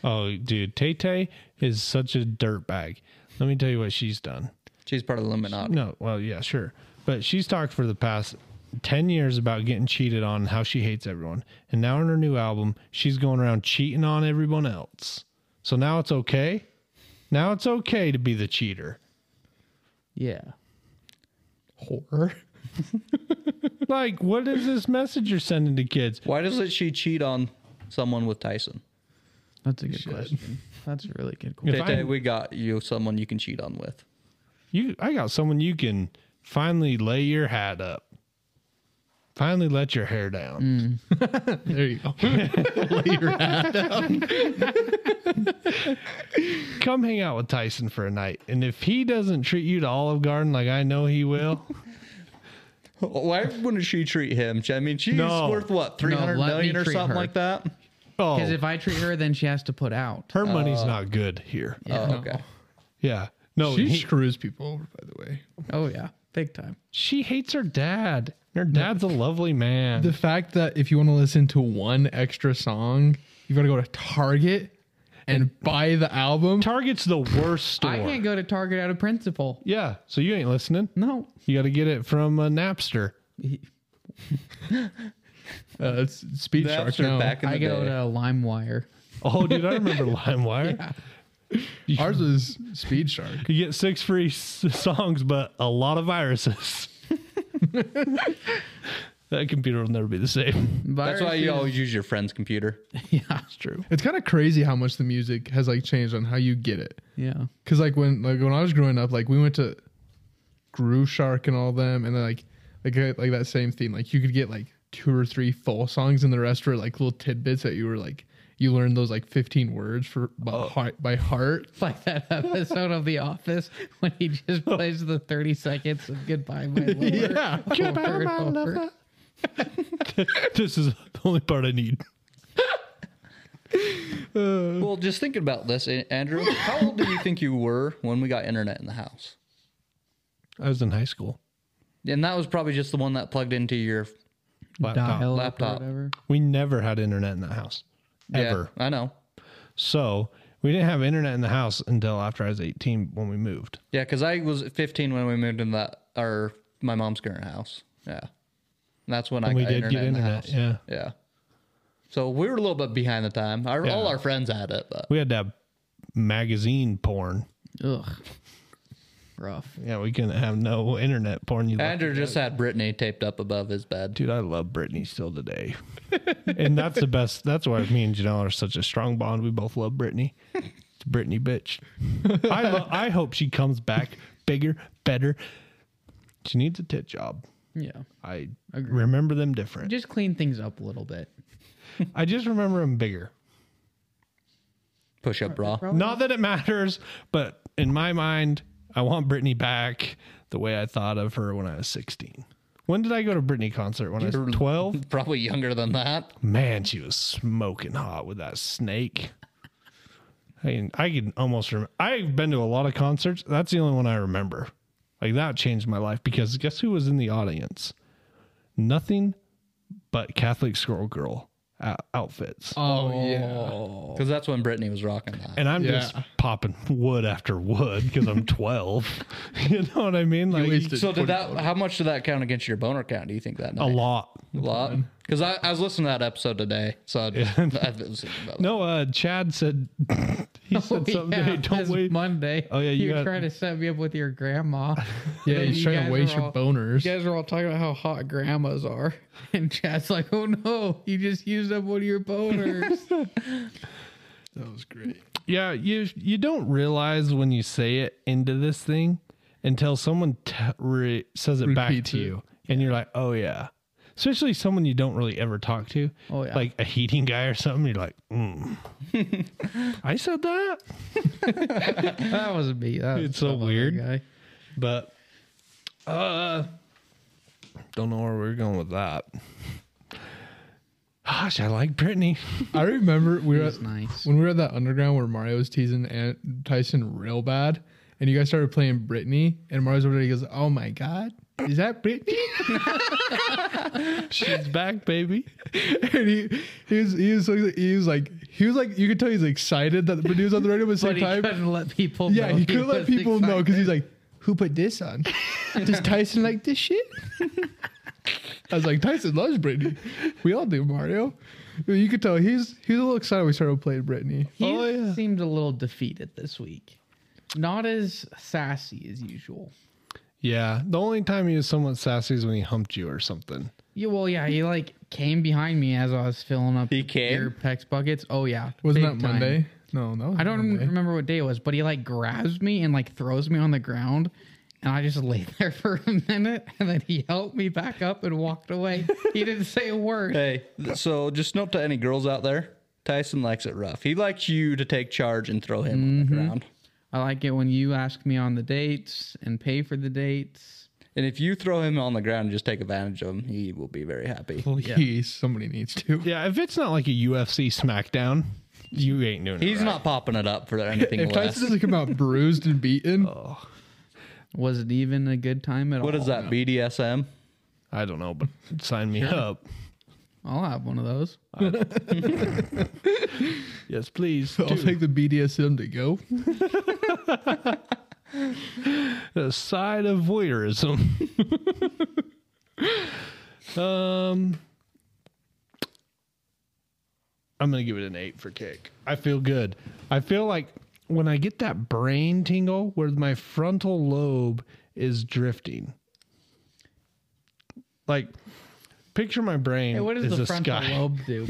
[SPEAKER 2] oh, dude, Tay Tay is such a dirtbag. Let me tell you what she's done.
[SPEAKER 5] She's part of the Illuminati.
[SPEAKER 2] No, well, yeah, sure. But she's talked for the past 10 years about getting cheated on, and how she hates everyone. And now in her new album, she's going around cheating on everyone else. So now it's okay. Now it's okay to be the cheater.
[SPEAKER 1] Yeah.
[SPEAKER 4] Horror.
[SPEAKER 2] Like, what is this message you're sending to kids?
[SPEAKER 5] Why doesn't she cheat on someone with Tyson?
[SPEAKER 1] That's a good question. That's a really good question.
[SPEAKER 2] If
[SPEAKER 5] Today
[SPEAKER 2] I-
[SPEAKER 5] we got you someone you can cheat on with.
[SPEAKER 2] You, I got someone you can finally lay your hat up. Finally, let your hair down.
[SPEAKER 4] There you go.
[SPEAKER 2] Come hang out with Tyson for a night, and if he doesn't treat you to Olive Garden like I know he will,
[SPEAKER 5] Why wouldn't she treat him? I mean, she's
[SPEAKER 2] No.
[SPEAKER 5] worth what three
[SPEAKER 1] let
[SPEAKER 5] hundred million
[SPEAKER 1] me
[SPEAKER 5] or
[SPEAKER 1] treat
[SPEAKER 5] something
[SPEAKER 1] her.
[SPEAKER 5] like that.
[SPEAKER 2] oh,
[SPEAKER 1] Because if I treat her, then she has to put out.
[SPEAKER 2] her money's not good here. Uh, Yeah,
[SPEAKER 5] Oh, okay.
[SPEAKER 2] no,
[SPEAKER 4] she
[SPEAKER 2] he-
[SPEAKER 4] screws people over, by the way.
[SPEAKER 1] Oh yeah, big time.
[SPEAKER 2] she hates her dad. and Her dad's a lovely man.
[SPEAKER 4] The fact that if you want to listen to one extra song, you got to go to Target and buy the album.
[SPEAKER 2] Target's the worst store.
[SPEAKER 1] I can't go to Target out of principle.
[SPEAKER 2] yeah, so you ain't listening.
[SPEAKER 1] No.
[SPEAKER 2] You got to get it from uh, Napster.
[SPEAKER 4] Uh, it's Speed Shark
[SPEAKER 5] That's
[SPEAKER 4] now.
[SPEAKER 5] back in the
[SPEAKER 1] I go
[SPEAKER 5] day.
[SPEAKER 1] to LimeWire.
[SPEAKER 2] Oh, dude, I remember LimeWire.
[SPEAKER 4] Ours was Speed Shark.
[SPEAKER 2] You get six free s- songs, but a lot of viruses. that computer will never be the same.
[SPEAKER 5] That's why you always use your friend's computer.
[SPEAKER 1] Yeah.
[SPEAKER 2] It's true.
[SPEAKER 4] It's kind of crazy how much the music has like changed on how you get it.
[SPEAKER 1] Yeah.
[SPEAKER 4] Cause like when like when I was growing up, like we went to Groove Shark and all them, and then like like uh, like that same thing. Like you could get like two or three full songs, and the rest were like little tidbits that you were like you learned those like fifteen words for by heart by heart.
[SPEAKER 1] It's like that episode of The Office when he just
[SPEAKER 5] Oh.
[SPEAKER 1] plays the 30 seconds of Goodbye, My Lover.
[SPEAKER 4] Yeah.
[SPEAKER 1] over and over.
[SPEAKER 2] this is the only part I need.
[SPEAKER 5] Well, just thinking about this, A- Andrew, how old do you think you were when we got internet in the house?
[SPEAKER 2] I was in high school.
[SPEAKER 5] And that was probably just the one that plugged into your
[SPEAKER 2] Laptop.
[SPEAKER 1] Dial up or
[SPEAKER 5] Laptop.
[SPEAKER 1] whatever.
[SPEAKER 2] We never had internet in that house, ever.
[SPEAKER 5] Yeah, I know.
[SPEAKER 2] So we didn't have internet in the house until after I was 18 when we moved.
[SPEAKER 5] Yeah, because I was 15 when we moved in that or my mom's current house. Yeah, and that's when I
[SPEAKER 2] we
[SPEAKER 5] got
[SPEAKER 2] did
[SPEAKER 5] internet
[SPEAKER 2] get
[SPEAKER 5] in the
[SPEAKER 2] internet,
[SPEAKER 5] house.
[SPEAKER 2] yeah.
[SPEAKER 5] yeah. So we were a little bit behind the time. Our, All
[SPEAKER 2] Yeah.
[SPEAKER 5] our friends had it, but
[SPEAKER 2] We had to have magazine porn.
[SPEAKER 1] Ugh. Rough.
[SPEAKER 2] Yeah, we couldn't have no internet porn. You
[SPEAKER 5] Andrew just had Brittany taped up above his bed.
[SPEAKER 2] dude, I love Britney still today. and that's the best. That's why me and Janelle are such a strong bond. We both love Britney. It's Britney, bitch. I lo- I hope she comes back bigger, better. She needs a tit job.
[SPEAKER 1] Yeah.
[SPEAKER 2] I remember them different.
[SPEAKER 1] Just clean things up a little bit.
[SPEAKER 2] I just remember them bigger.
[SPEAKER 5] Push up bra.
[SPEAKER 2] Not that it matters, but in my mind, I want Britney back the way I thought of her when I was 16. When did I go to Britney concert? When I was 12?
[SPEAKER 5] Probably younger than that.
[SPEAKER 2] Man, she was smoking hot with that snake. I can, I can almost remember. I've been to a lot of concerts. That's the only one I remember. Like that changed my life because guess who was in the audience? Nothing but Catholic Squirrel Girl uh, outfits.
[SPEAKER 4] Oh, yeah.
[SPEAKER 5] Because that's when Brittany was rocking that.
[SPEAKER 2] and I'm just
[SPEAKER 4] yeah.
[SPEAKER 2] popping wood after wood because I'm 12. you know what I mean? Like
[SPEAKER 4] wasted-
[SPEAKER 5] So did that? How much did that count against your boner count? Do you think that?
[SPEAKER 2] a
[SPEAKER 5] Night?
[SPEAKER 2] lot.
[SPEAKER 5] A lot. Because I, I was listening to that episode today, so I, just, I was thinking about that.
[SPEAKER 2] No, uh, Chad said he said
[SPEAKER 1] Oh,
[SPEAKER 2] something.
[SPEAKER 1] yeah,
[SPEAKER 2] Hey, don't
[SPEAKER 1] this
[SPEAKER 2] wait.
[SPEAKER 1] Monday.
[SPEAKER 2] Oh, yeah, you
[SPEAKER 1] you were
[SPEAKER 2] got-
[SPEAKER 1] trying to set me up with your grandma.
[SPEAKER 4] Yeah, he's
[SPEAKER 1] You
[SPEAKER 4] trying
[SPEAKER 1] guys
[SPEAKER 4] to waste
[SPEAKER 1] are
[SPEAKER 4] your
[SPEAKER 1] all-
[SPEAKER 4] boners.
[SPEAKER 1] You guys are all talking about how hot grandmas are, and Chad's like, "Oh no, you just used up one of your boners."
[SPEAKER 4] That was great.
[SPEAKER 2] Yeah, you you don't realize when you say it into this thing until someone t- re- says it back
[SPEAKER 4] Repeats
[SPEAKER 2] to
[SPEAKER 4] it.
[SPEAKER 2] you, and you're like, oh yeah. Especially someone you don't really ever talk to,
[SPEAKER 1] Oh, yeah.
[SPEAKER 2] like a heating guy or something. You're like, mm. I said that,
[SPEAKER 1] that was me. That was
[SPEAKER 2] It's so
[SPEAKER 1] some other
[SPEAKER 2] weird.
[SPEAKER 1] guy.
[SPEAKER 2] but uh, don't know where we're going with that. Gosh, I like Brittany.
[SPEAKER 4] I remember we were
[SPEAKER 1] That's
[SPEAKER 4] at-
[SPEAKER 1] nice.
[SPEAKER 4] when we were at that underground where Mario was teasing Ant- Tyson real bad, and and you guys started playing Britney, and Mario's over there. He goes, "Oh my god, is that Britney?"
[SPEAKER 2] She's back, baby.
[SPEAKER 4] and he, he was he was like he was like he was like you could tell he's excited that but he was on the radio but at the
[SPEAKER 1] But
[SPEAKER 4] same
[SPEAKER 1] he
[SPEAKER 4] time
[SPEAKER 1] couldn't let people.
[SPEAKER 4] yeah
[SPEAKER 1] know
[SPEAKER 4] he couldn't let
[SPEAKER 1] was
[SPEAKER 4] people know
[SPEAKER 1] excited.
[SPEAKER 4] because he's like who put this on does Tyson like this shit I was like Tyson loves Britney we all do Mario you could tell he's he's a little excited when we started playing Britney
[SPEAKER 1] He
[SPEAKER 2] Oh, yeah.
[SPEAKER 1] seemed a little defeated this week. Not as sassy as usual.
[SPEAKER 2] Yeah. The only time he was somewhat sassy is when he humped you or something.
[SPEAKER 1] Yeah, well, yeah, he like came behind me as I was filling up
[SPEAKER 5] He came?
[SPEAKER 1] your pex buckets. Oh yeah,
[SPEAKER 4] wasn't
[SPEAKER 1] big
[SPEAKER 4] that
[SPEAKER 1] time.
[SPEAKER 4] Monday no no
[SPEAKER 1] I don't rem-
[SPEAKER 4] Monday.
[SPEAKER 1] remember what day it was, but he like grabs me and like throws me on the ground, and I just lay there for a minute, and then he helped me back up and walked away. he didn't say a word.
[SPEAKER 5] Hey, th- so just note to any girls out there, Tyson likes it rough. He likes you to take charge and throw him on the ground.
[SPEAKER 1] I like it when you ask me on the dates and pay for the dates.
[SPEAKER 5] And if you throw him on the ground and just take advantage of him, he will be very happy.
[SPEAKER 4] please somebody needs to
[SPEAKER 2] Yeah. If it's not like a UFC SmackDown, you ain't doing it.
[SPEAKER 5] He's
[SPEAKER 2] right.
[SPEAKER 5] not popping it up for anything
[SPEAKER 4] if
[SPEAKER 5] less.
[SPEAKER 4] Tyson doesn't come out bruised and beaten
[SPEAKER 1] Oh, Was it even a good time at all?
[SPEAKER 5] What is that, BDSM?
[SPEAKER 2] I don't know, but sign me up.
[SPEAKER 1] I'll have one of those.
[SPEAKER 2] Yes, please.
[SPEAKER 4] I'll take the BDSM to go
[SPEAKER 2] the side of voyeurism. um, I'm gonna give it an eight for cake. I feel good. I feel like when I get that brain tingle where my frontal lobe is drifting. Like, picture my brain
[SPEAKER 1] Hey, what does
[SPEAKER 2] is
[SPEAKER 1] the
[SPEAKER 2] a
[SPEAKER 1] frontal
[SPEAKER 2] sky.
[SPEAKER 1] lobe do?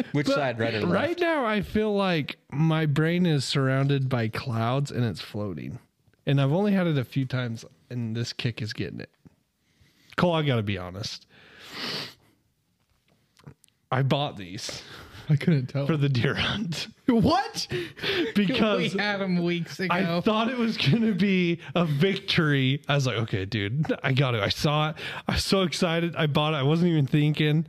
[SPEAKER 5] Which side, right or left?
[SPEAKER 2] Right now, I feel like my brain is surrounded by clouds and it's floating. And I've only had it a few times, and this kick is getting it. Cole, I gotta be honest. I bought these
[SPEAKER 4] I couldn't tell
[SPEAKER 2] for the deer hunt
[SPEAKER 4] what
[SPEAKER 1] we
[SPEAKER 2] because
[SPEAKER 1] had him weeks ago.
[SPEAKER 2] I thought it was gonna be a victory. I was like, okay, dude, I got it. I saw it. I was so excited. I bought it. I wasn't even thinking.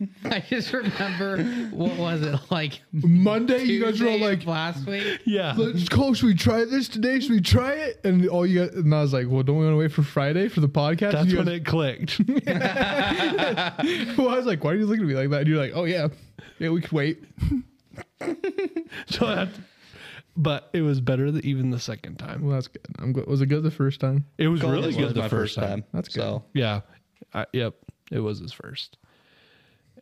[SPEAKER 1] I just remember what was it like?
[SPEAKER 4] Monday you guys were all
[SPEAKER 1] Tuesday
[SPEAKER 4] like
[SPEAKER 1] of last week.
[SPEAKER 2] Yeah.
[SPEAKER 4] Let's call. Should we try this today? Should we try it? And all you got, and I was like, well, don't we want to wait for Friday for the podcast? And
[SPEAKER 2] That's
[SPEAKER 4] you
[SPEAKER 2] when
[SPEAKER 4] guys-
[SPEAKER 2] it clicked.
[SPEAKER 4] well, I was like, why are you looking at me like that? And you're like, oh yeah, yeah, we could wait.
[SPEAKER 2] So I had to- but it was better than even the second time.
[SPEAKER 4] Well, that's good. I'm good. Was it good the first time?
[SPEAKER 2] It was
[SPEAKER 5] Cole,
[SPEAKER 2] really
[SPEAKER 5] this
[SPEAKER 2] good
[SPEAKER 5] was
[SPEAKER 2] the
[SPEAKER 5] my
[SPEAKER 2] first time.
[SPEAKER 4] That's good.
[SPEAKER 5] So
[SPEAKER 2] Yeah. I, yep. It was his first.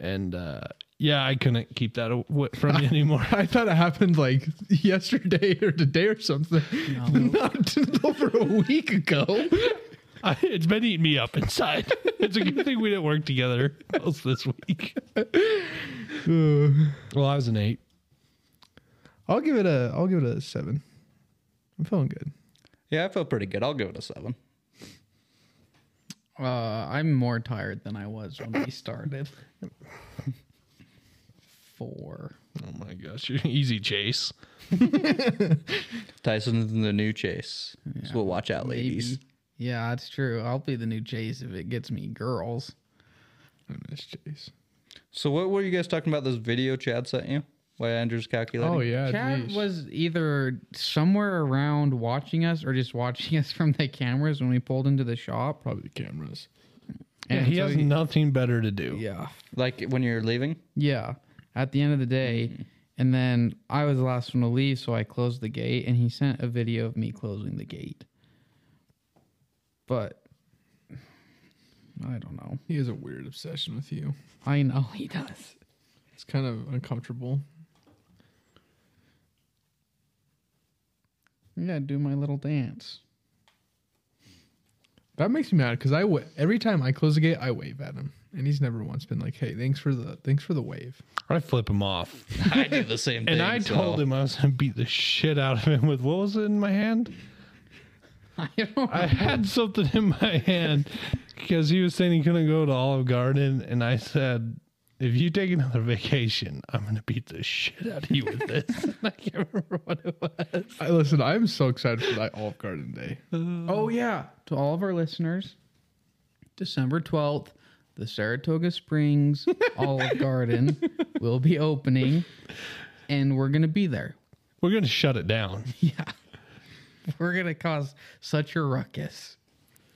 [SPEAKER 2] And uh, yeah, I couldn't keep that aw- from you anymore.
[SPEAKER 4] I thought it happened like yesterday or today or something. Not over a week ago.
[SPEAKER 2] I, it's been eating me up inside. It's a good thing we didn't work together else this week. well, I was an eight.
[SPEAKER 4] I'll give it a. I'll give it a seven. I'm feeling good.
[SPEAKER 5] yeah, I feel pretty good. I'll give it a seven.
[SPEAKER 1] Uh, I'm more tired than I was when we started. Four.
[SPEAKER 2] Oh my gosh, you're an easy chase.
[SPEAKER 5] Tyson's in the new chase. So we'll watch out,
[SPEAKER 1] maybe.
[SPEAKER 5] ladies.
[SPEAKER 1] Yeah, that's true. I'll be the new Chase if it gets me girls.
[SPEAKER 4] I miss Oh, Chase.
[SPEAKER 5] So what were you guys talking about? This video Chad sent you? Why Andrew's calculating?
[SPEAKER 4] Oh yeah,
[SPEAKER 1] Chad
[SPEAKER 4] jeez.
[SPEAKER 1] was either somewhere around watching us or just watching us from the cameras when we pulled into the shop.
[SPEAKER 4] probably the cameras.
[SPEAKER 2] Yeah,
[SPEAKER 1] And
[SPEAKER 2] he
[SPEAKER 1] so
[SPEAKER 2] has nothing better to do.
[SPEAKER 1] Yeah.
[SPEAKER 5] Like when you're leaving?
[SPEAKER 1] Yeah. At the end of the day. And then I was the last one to leave, so I closed the gate and he sent a video of me closing the gate. But I don't know.
[SPEAKER 4] He has a weird obsession with you.
[SPEAKER 1] I know he does.
[SPEAKER 4] It's kind of uncomfortable.
[SPEAKER 1] Yeah, do my little dance.
[SPEAKER 4] That makes me mad because I wa- every time I close the gate, I wave at him, and he's never once been like, "Hey, thanks for the thanks for the wave."
[SPEAKER 2] I flip him off.
[SPEAKER 5] I do the same
[SPEAKER 2] And I told him I was going to beat the shit out of him with what was it in my hand?
[SPEAKER 1] I don't
[SPEAKER 2] I had something in my hand because he was saying he couldn't go to Olive Garden, and I said, "If you take another vacation, I'm gonna beat the shit out of you with this." And I can't remember what it was.
[SPEAKER 4] I, listen, I'm so excited for that Olive Garden day.
[SPEAKER 1] Oh yeah, to all of our listeners, December twelfth, the Saratoga Springs Olive Garden will be opening, and we're gonna be there.
[SPEAKER 2] We're going to shut it down.
[SPEAKER 1] Yeah. We're going to cause such a ruckus.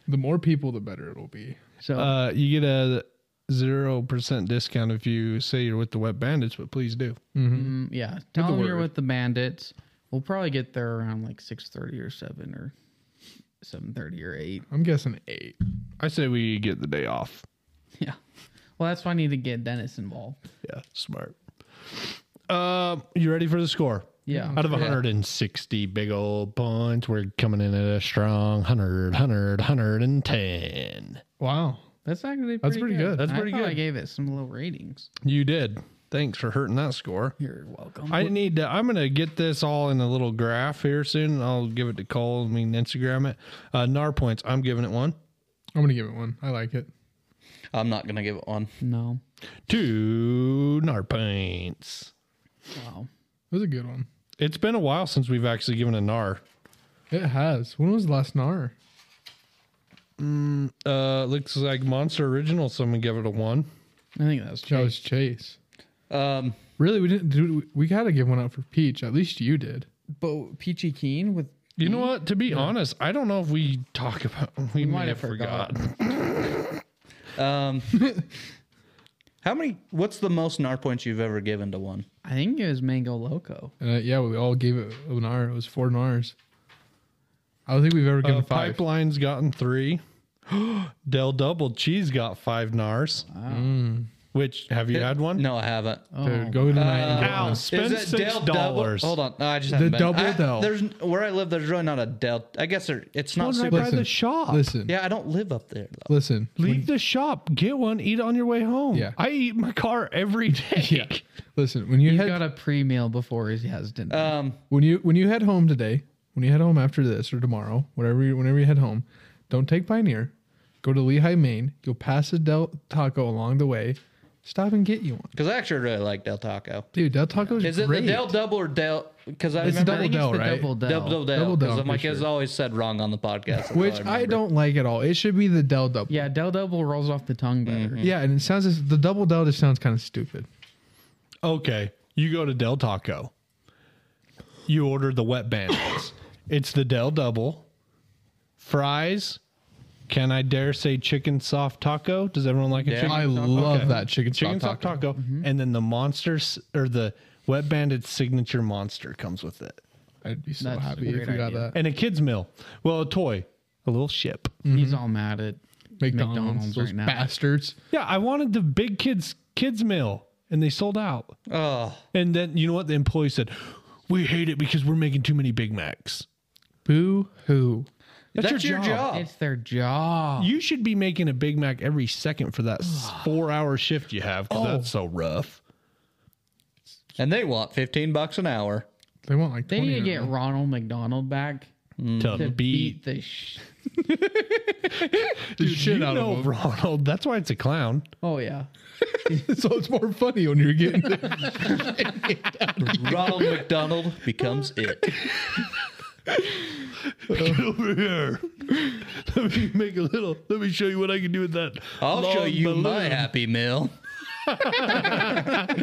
[SPEAKER 4] The more people, the better it'll be.
[SPEAKER 1] So,
[SPEAKER 2] Uh, you get a 0% discount if you say you're with the Wet Bandits, but please do.
[SPEAKER 1] mm, yeah. Tell them you're
[SPEAKER 4] word.
[SPEAKER 1] with the bandits. We'll probably get there around like 6.30 or 7 or 7.30 or 8.
[SPEAKER 4] I'm guessing eight.
[SPEAKER 2] I say we get the day off.
[SPEAKER 1] Yeah. Well, that's why I need to get Dennis involved.
[SPEAKER 2] Yeah, smart. Uh, you ready for the score?
[SPEAKER 1] Yeah.
[SPEAKER 2] Out of 160 big old points, we're coming in at a strong 100, 100, 110.
[SPEAKER 4] Wow.
[SPEAKER 1] That's actually pretty
[SPEAKER 4] That's pretty good.
[SPEAKER 2] That's
[SPEAKER 1] I
[SPEAKER 2] pretty
[SPEAKER 1] thought I
[SPEAKER 2] good.
[SPEAKER 1] gave it some little ratings.
[SPEAKER 2] You did. Thanks for hurting that score.
[SPEAKER 1] You're welcome.
[SPEAKER 2] I need to. I'm gonna get this all in a little graph here soon. I'll give it to Cole. I mean, Instagram it. Uh, NAR points. I'm giving it one,
[SPEAKER 4] I'm gonna give it one. I like it.
[SPEAKER 5] I'm not gonna give it one.
[SPEAKER 1] no.
[SPEAKER 2] two NAR points.
[SPEAKER 1] Wow.
[SPEAKER 4] It was a good one.
[SPEAKER 2] It's been a while since we've actually given a NAR.
[SPEAKER 4] It has. When was the last NAR?
[SPEAKER 2] Uh, looks like Monster Original. Someone gave it a one.
[SPEAKER 1] I think that's true.
[SPEAKER 4] That was Chase.
[SPEAKER 5] Um,
[SPEAKER 4] Really, we didn't do. we- We gotta give one out for Peach. At least you did.
[SPEAKER 1] But Peachy Keen with
[SPEAKER 2] You know what? To be honest, I don't know if we talk about. We, might have forgot.
[SPEAKER 5] um, how many? What's the most NAR points you've ever given to one?
[SPEAKER 1] I think it was Mango Loco.
[SPEAKER 4] And uh, yeah, we all gave it a NAR. It was four NARs. I don't think we've ever given
[SPEAKER 2] Uh,
[SPEAKER 4] five.
[SPEAKER 2] Pipeline's gotten three. Del Double Cheese got five NARs. Which have you had one?
[SPEAKER 5] Mm. No, I haven't.
[SPEAKER 4] Dude, go tonight and get
[SPEAKER 2] Ow,
[SPEAKER 4] one.
[SPEAKER 2] spend
[SPEAKER 5] Is it
[SPEAKER 2] six
[SPEAKER 5] Del Double?
[SPEAKER 2] dollars.
[SPEAKER 5] Hold on, no, I just haven't been.
[SPEAKER 4] Double
[SPEAKER 5] I-
[SPEAKER 4] Del.
[SPEAKER 5] There's where I live. There's really not a Del. I guess there, it's not super.
[SPEAKER 4] by the
[SPEAKER 2] shop.
[SPEAKER 4] Listen,
[SPEAKER 5] Yeah, I don't live up there though.
[SPEAKER 4] listen.
[SPEAKER 2] Leave the shop. Get one. Eat on your way home.
[SPEAKER 4] Yeah.
[SPEAKER 2] I eat in my car every day.
[SPEAKER 4] Listen, when you
[SPEAKER 1] He's
[SPEAKER 4] head
[SPEAKER 1] got a pre meal before he has dinner.
[SPEAKER 5] Um,
[SPEAKER 4] when you when you head home today, when you head home after this or tomorrow, whatever you, whenever you head home, don't take Pioneer. Go to Lehigh, Maine. You'll pass a Del Taco along the way. Stop and get you one,
[SPEAKER 5] because I actually really like Del Taco.
[SPEAKER 4] dude. Del Taco's
[SPEAKER 5] Is it
[SPEAKER 4] great.
[SPEAKER 5] the Del Double or Del? Because I
[SPEAKER 4] It's
[SPEAKER 5] remember
[SPEAKER 1] I think
[SPEAKER 4] Del,
[SPEAKER 1] it's the
[SPEAKER 4] right?
[SPEAKER 1] Double Del.
[SPEAKER 5] Double Del.
[SPEAKER 4] Double Del,
[SPEAKER 5] Because my
[SPEAKER 4] for
[SPEAKER 5] kids
[SPEAKER 4] sure.
[SPEAKER 5] always said wrong on the podcast. that's all
[SPEAKER 4] which Oh, I,
[SPEAKER 5] remember.
[SPEAKER 4] don't like at all. It should be the Del Double.
[SPEAKER 1] Yeah, Del Double rolls off the tongue better.
[SPEAKER 4] yeah, and it sounds as- the Double Del just sounds kind of stupid.
[SPEAKER 2] Okay. You go to Del Taco. You order the wet bandits. it's the Del Double. Fries. Can I dare say chicken soft taco? Does everyone like a
[SPEAKER 5] Yeah.
[SPEAKER 2] chicken?
[SPEAKER 4] I
[SPEAKER 2] soft-
[SPEAKER 4] love
[SPEAKER 2] okay.
[SPEAKER 4] that chicken,
[SPEAKER 2] Chicken
[SPEAKER 4] soft
[SPEAKER 2] soft
[SPEAKER 4] taco. Mm-hmm.
[SPEAKER 2] taco. And then the monsters or the wet bandit signature monster comes with it.
[SPEAKER 4] I'd be so
[SPEAKER 1] That's a
[SPEAKER 4] happy
[SPEAKER 1] great
[SPEAKER 4] if we got
[SPEAKER 1] idea.
[SPEAKER 4] that.
[SPEAKER 2] And a kid's meal. Well, a toy. A little ship.
[SPEAKER 4] Mm.
[SPEAKER 1] He's all mad at
[SPEAKER 4] McDonald's,
[SPEAKER 1] McDonald's
[SPEAKER 4] those
[SPEAKER 1] right now.
[SPEAKER 4] bastards.
[SPEAKER 2] Yeah, I wanted the big kids kids meal, and they sold out.
[SPEAKER 5] Oh,
[SPEAKER 2] And then you know what? The employee said, "We hate it because we're making too many Big Macs."
[SPEAKER 4] Boo hoo.
[SPEAKER 5] that's, your, job.
[SPEAKER 1] It's their job.
[SPEAKER 2] You should be making a Big Mac every second for that s- four-hour shift you have. 'cause that's so rough.
[SPEAKER 5] And they want fifteen bucks an hour.
[SPEAKER 4] They want like
[SPEAKER 1] they
[SPEAKER 4] 20
[SPEAKER 1] need to
[SPEAKER 4] right
[SPEAKER 1] get
[SPEAKER 4] now.
[SPEAKER 1] Ronald McDonald back
[SPEAKER 2] To,
[SPEAKER 1] to
[SPEAKER 2] beat
[SPEAKER 1] beat the sh-
[SPEAKER 2] the shit
[SPEAKER 4] out of
[SPEAKER 2] know,
[SPEAKER 4] them.
[SPEAKER 2] Ronald. That's why it's a clown.
[SPEAKER 1] Oh yeah.
[SPEAKER 4] so it's more funny when you're getting
[SPEAKER 5] Ronald McDonald becomes it.
[SPEAKER 2] Get over here. Let me make a little. Let me show you what I can do with that.
[SPEAKER 5] I'll show
[SPEAKER 2] long
[SPEAKER 5] you my
[SPEAKER 2] balloon.
[SPEAKER 5] happy meal.
[SPEAKER 2] Let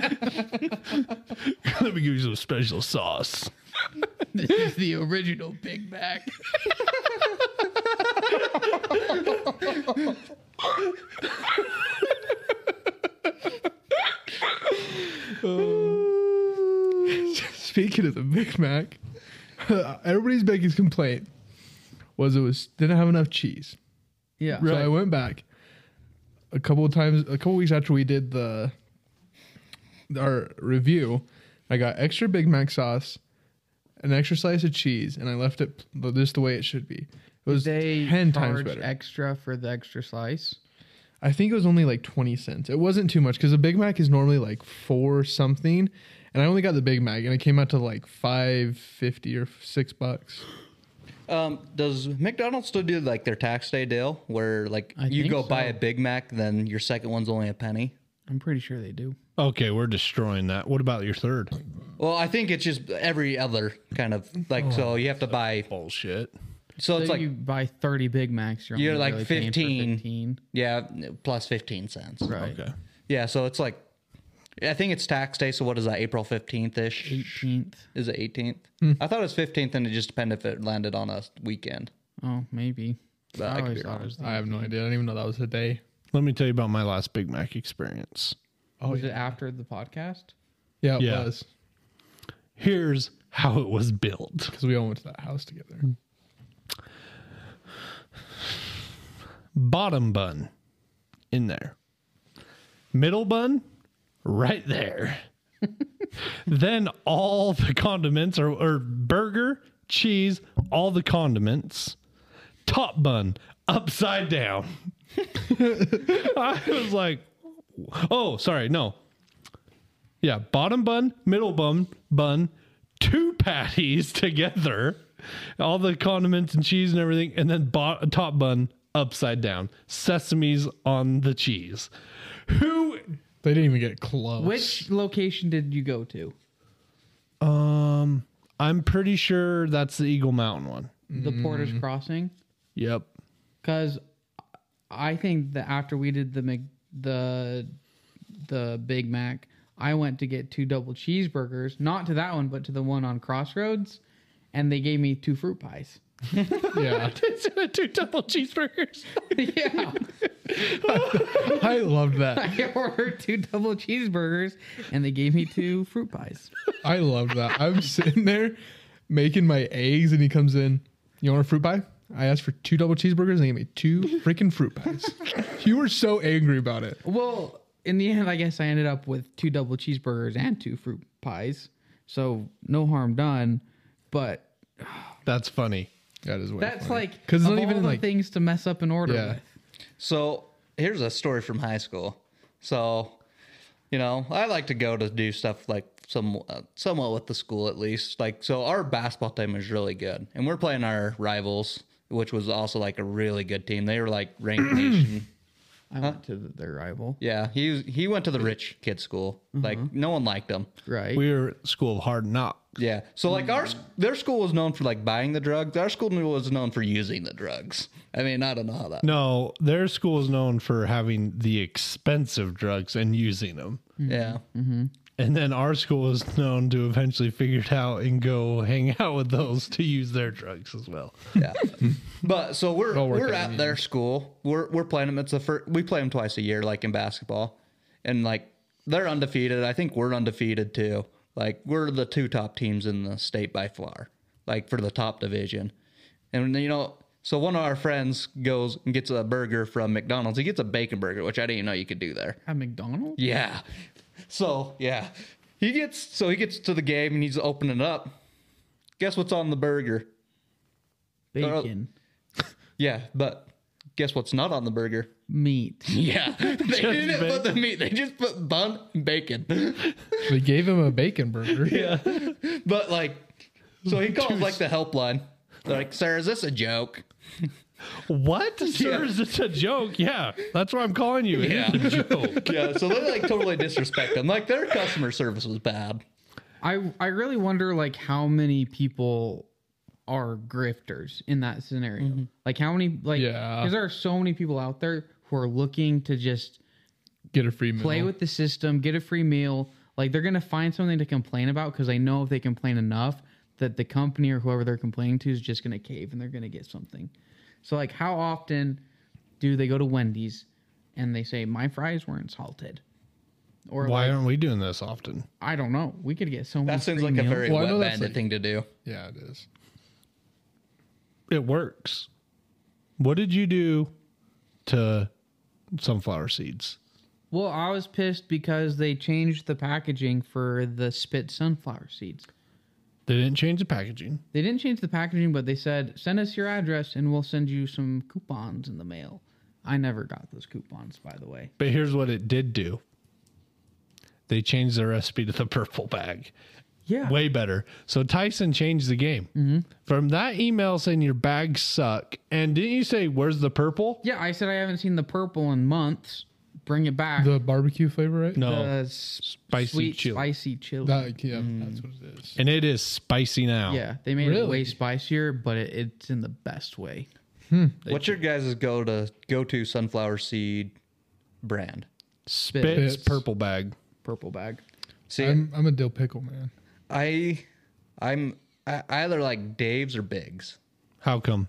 [SPEAKER 2] me give you some special sauce.
[SPEAKER 1] This is the original Big Mac.
[SPEAKER 4] Speaking of the Big Mac, everybody's biggest complaint was it was didn't have enough cheese.
[SPEAKER 1] Yeah.
[SPEAKER 4] So I went back a couple of times, a couple weeks after we did the our review. I got extra Big Mac sauce, an extra slice of cheese, and I left it p- just the way it should be. It was
[SPEAKER 1] They
[SPEAKER 4] ten
[SPEAKER 1] charge
[SPEAKER 4] times better.
[SPEAKER 1] extra for the extra slice.
[SPEAKER 4] I think it was only like 20 cents. It wasn't too much because a Big Mac is normally like four something. And I only got the Big Mac and it came out to like 550 or six bucks.
[SPEAKER 5] Um, does McDonald's still do like their tax day deal where like
[SPEAKER 1] I
[SPEAKER 5] you
[SPEAKER 1] think
[SPEAKER 5] go
[SPEAKER 1] so.
[SPEAKER 5] buy a Big Mac, then your second one's only a penny?
[SPEAKER 1] I'm pretty sure they do.
[SPEAKER 2] Okay, we're destroying that. What about your third?
[SPEAKER 5] Well, I think it's just every other kind of like so you have to buy
[SPEAKER 2] Bullshit.
[SPEAKER 5] so it's
[SPEAKER 1] So
[SPEAKER 5] like
[SPEAKER 1] you buy 30 Big Macs, you're,
[SPEAKER 5] You're
[SPEAKER 1] only
[SPEAKER 5] like
[SPEAKER 1] really paying for
[SPEAKER 5] 15.
[SPEAKER 1] 15.
[SPEAKER 5] yeah plus fifteen cents.
[SPEAKER 1] Right.
[SPEAKER 2] Okay.
[SPEAKER 5] Yeah, so it's like I think it's tax day, so what is that? April fifteenth ish.
[SPEAKER 1] 18th.
[SPEAKER 5] Is it eighteenth? I thought it was fifteenth, and it just depended if it landed on a weekend.
[SPEAKER 1] Oh, maybe.
[SPEAKER 5] But
[SPEAKER 1] I
[SPEAKER 5] I could
[SPEAKER 1] always
[SPEAKER 5] be
[SPEAKER 1] thought
[SPEAKER 5] wrong.
[SPEAKER 1] it was the.
[SPEAKER 4] I have no idea. I didn't even know that was a day.
[SPEAKER 2] Let me tell you about my last Big Mac experience.
[SPEAKER 1] Oh, was it after the podcast?
[SPEAKER 4] Yeah, it
[SPEAKER 2] Yeah.
[SPEAKER 4] was
[SPEAKER 2] Here's how it was built.
[SPEAKER 4] because we all went to that house together.
[SPEAKER 2] bottom bun in there, middle bun right there. then all the condiments are or burger, cheese, all the condiments, top bun upside down. I was like, oh, sorry, no. Yeah, bottom bun, middle bun, bun, two patties together, all the condiments and cheese and everything, and then bo- top bun upside down, sesame's on the cheese. Who?
[SPEAKER 4] They didn't even get close.
[SPEAKER 1] Which location did you go to?
[SPEAKER 2] Um, I'm pretty sure that's the Eagle Mountain one.
[SPEAKER 1] The Porter's Crossing?
[SPEAKER 2] Yep.
[SPEAKER 1] Because I think that after we did the Mc, the the Big Mac, I went to get two double cheeseburgers, not to that one, but to the one on Crossroads, and they gave me two fruit pies.
[SPEAKER 4] Yeah,
[SPEAKER 2] two double cheeseburgers.
[SPEAKER 1] yeah,
[SPEAKER 4] I loved that.
[SPEAKER 1] I ordered two double cheeseburgers, and they gave me two fruit pies.
[SPEAKER 4] I loved that. I'm sitting there making my eggs, and he comes in. You want a fruit pie? I asked for two double cheeseburgers, and they gave me two freaking fruit pies. you were so angry about it.
[SPEAKER 1] Well, in the end, I guess I ended up with two double cheeseburgers and two fruit pies, so no harm done. But
[SPEAKER 2] That's funny.
[SPEAKER 4] That is way
[SPEAKER 1] that's
[SPEAKER 4] funny.
[SPEAKER 1] like because
[SPEAKER 4] 'Cause it's
[SPEAKER 1] not
[SPEAKER 4] not
[SPEAKER 1] even
[SPEAKER 4] even,
[SPEAKER 1] the
[SPEAKER 4] like-
[SPEAKER 1] things to mess up an order
[SPEAKER 4] Yeah.
[SPEAKER 1] with.
[SPEAKER 5] So here's a story from high school. So, you know, I like to go to do stuff like some uh, somewhat with the school at least. Like, so our basketball team is really good, and we're playing our rivals, which was also like a really good team. They were like ranked nation.
[SPEAKER 1] I went to the, their rival.
[SPEAKER 5] Yeah, he was- he went to the rich kid school. Like, no one liked him.
[SPEAKER 1] Right.
[SPEAKER 2] We were at school of hard knocks.
[SPEAKER 5] Yeah. So like
[SPEAKER 4] Hmm.
[SPEAKER 5] our their school was known for like buying the drugs. Our school was known for using the drugs. I mean, I don't know how that.
[SPEAKER 2] No, their school is known for having the expensive drugs and using them.
[SPEAKER 4] Hmm.
[SPEAKER 5] Yeah.
[SPEAKER 2] And then our school was known to eventually figure it out and go hang out with those to use their drugs as well.
[SPEAKER 5] yeah. But so we're
[SPEAKER 4] all worked
[SPEAKER 5] we're
[SPEAKER 4] out in
[SPEAKER 5] at
[SPEAKER 4] the
[SPEAKER 5] their school. We're we're playing them. It's the first we play them twice a year, like in basketball, and like they're undefeated. I think we're undefeated too. Like we're the two top teams in the state by far, like for the top division. And you know, so one of our friends goes and gets a burger from McDonald's. He gets a bacon burger, which I didn't even know you could do there.
[SPEAKER 1] At McDonald's?
[SPEAKER 5] Yeah. So yeah, he gets so he gets to the game and he's opening up. Guess what's on the burger?
[SPEAKER 1] Bacon.
[SPEAKER 5] Yeah, but guess what's not on the burger?
[SPEAKER 1] Meat.
[SPEAKER 5] Yeah, they didn't
[SPEAKER 2] bacon.
[SPEAKER 5] put the meat. They just put bun and bacon.
[SPEAKER 4] they gave him a bacon burger. Yeah,
[SPEAKER 5] But like, so he calls like the helpline. They're like, "Sir, is this a joke?"
[SPEAKER 2] What? Sir,
[SPEAKER 5] Yeah.
[SPEAKER 2] is this a joke? Yeah. That's what I'm calling you. Yeah. It's a joke.
[SPEAKER 5] Yeah. So they like totally disrespect them. Like their customer service was bad.
[SPEAKER 1] I I really wonder like how many people are grifters in that scenario. Like how many like
[SPEAKER 4] Yeah.
[SPEAKER 1] because there are so many people out there who are looking to just
[SPEAKER 4] get a free meal.
[SPEAKER 1] play with the system, get a free meal. Like they're gonna find something to complain about because they know if they complain enough that the company or whoever they're complaining to is just gonna cave and they're gonna get something. So like how often do they go to Wendy's and they say my fries weren't salted? Or
[SPEAKER 2] Why
[SPEAKER 1] like,
[SPEAKER 2] aren't we doing this often?
[SPEAKER 1] I don't know. We could get so many.
[SPEAKER 5] That seems
[SPEAKER 1] free
[SPEAKER 5] like a
[SPEAKER 1] meals.
[SPEAKER 5] very
[SPEAKER 4] Well, I
[SPEAKER 5] wet
[SPEAKER 4] know that's,
[SPEAKER 5] bandit
[SPEAKER 4] like-
[SPEAKER 5] thing to do.
[SPEAKER 4] Yeah, it is.
[SPEAKER 2] It works. What did you do to sunflower seeds?
[SPEAKER 1] Well, I was pissed because they changed the packaging for the spit sunflower seeds.
[SPEAKER 2] They didn't change the packaging.
[SPEAKER 1] They didn't change the packaging, but they said, send us your address and we'll send you some coupons in the mail. I never got those coupons, by the way.
[SPEAKER 2] But here's what it did do they changed the recipe to the purple bag.
[SPEAKER 1] Yeah.
[SPEAKER 2] Way better. So Tyson changed the game.
[SPEAKER 1] Mm-hmm.
[SPEAKER 2] From that email saying your bags suck, and didn't you say, Where's the purple?
[SPEAKER 1] Yeah, I said I haven't seen the purple in months. Bring it back.
[SPEAKER 4] The barbecue flavor, right?
[SPEAKER 2] No.
[SPEAKER 1] The s-
[SPEAKER 2] spicy
[SPEAKER 1] sweet,
[SPEAKER 2] chili.
[SPEAKER 1] spicy chili.
[SPEAKER 4] That, yeah, that's what it is.
[SPEAKER 2] and it is spicy now.
[SPEAKER 1] yeah, they made it way
[SPEAKER 4] Really?
[SPEAKER 1] spicier, but it, it's in the best way.
[SPEAKER 5] What's your guys' go to go to sunflower seed brand?
[SPEAKER 2] Spits,
[SPEAKER 4] Spits.
[SPEAKER 2] purple bag.
[SPEAKER 1] purple bag.
[SPEAKER 5] See,
[SPEAKER 4] I'm, I'm a dill pickle man.
[SPEAKER 5] I, I'm I I either like Dave's or Biggs.
[SPEAKER 2] How come?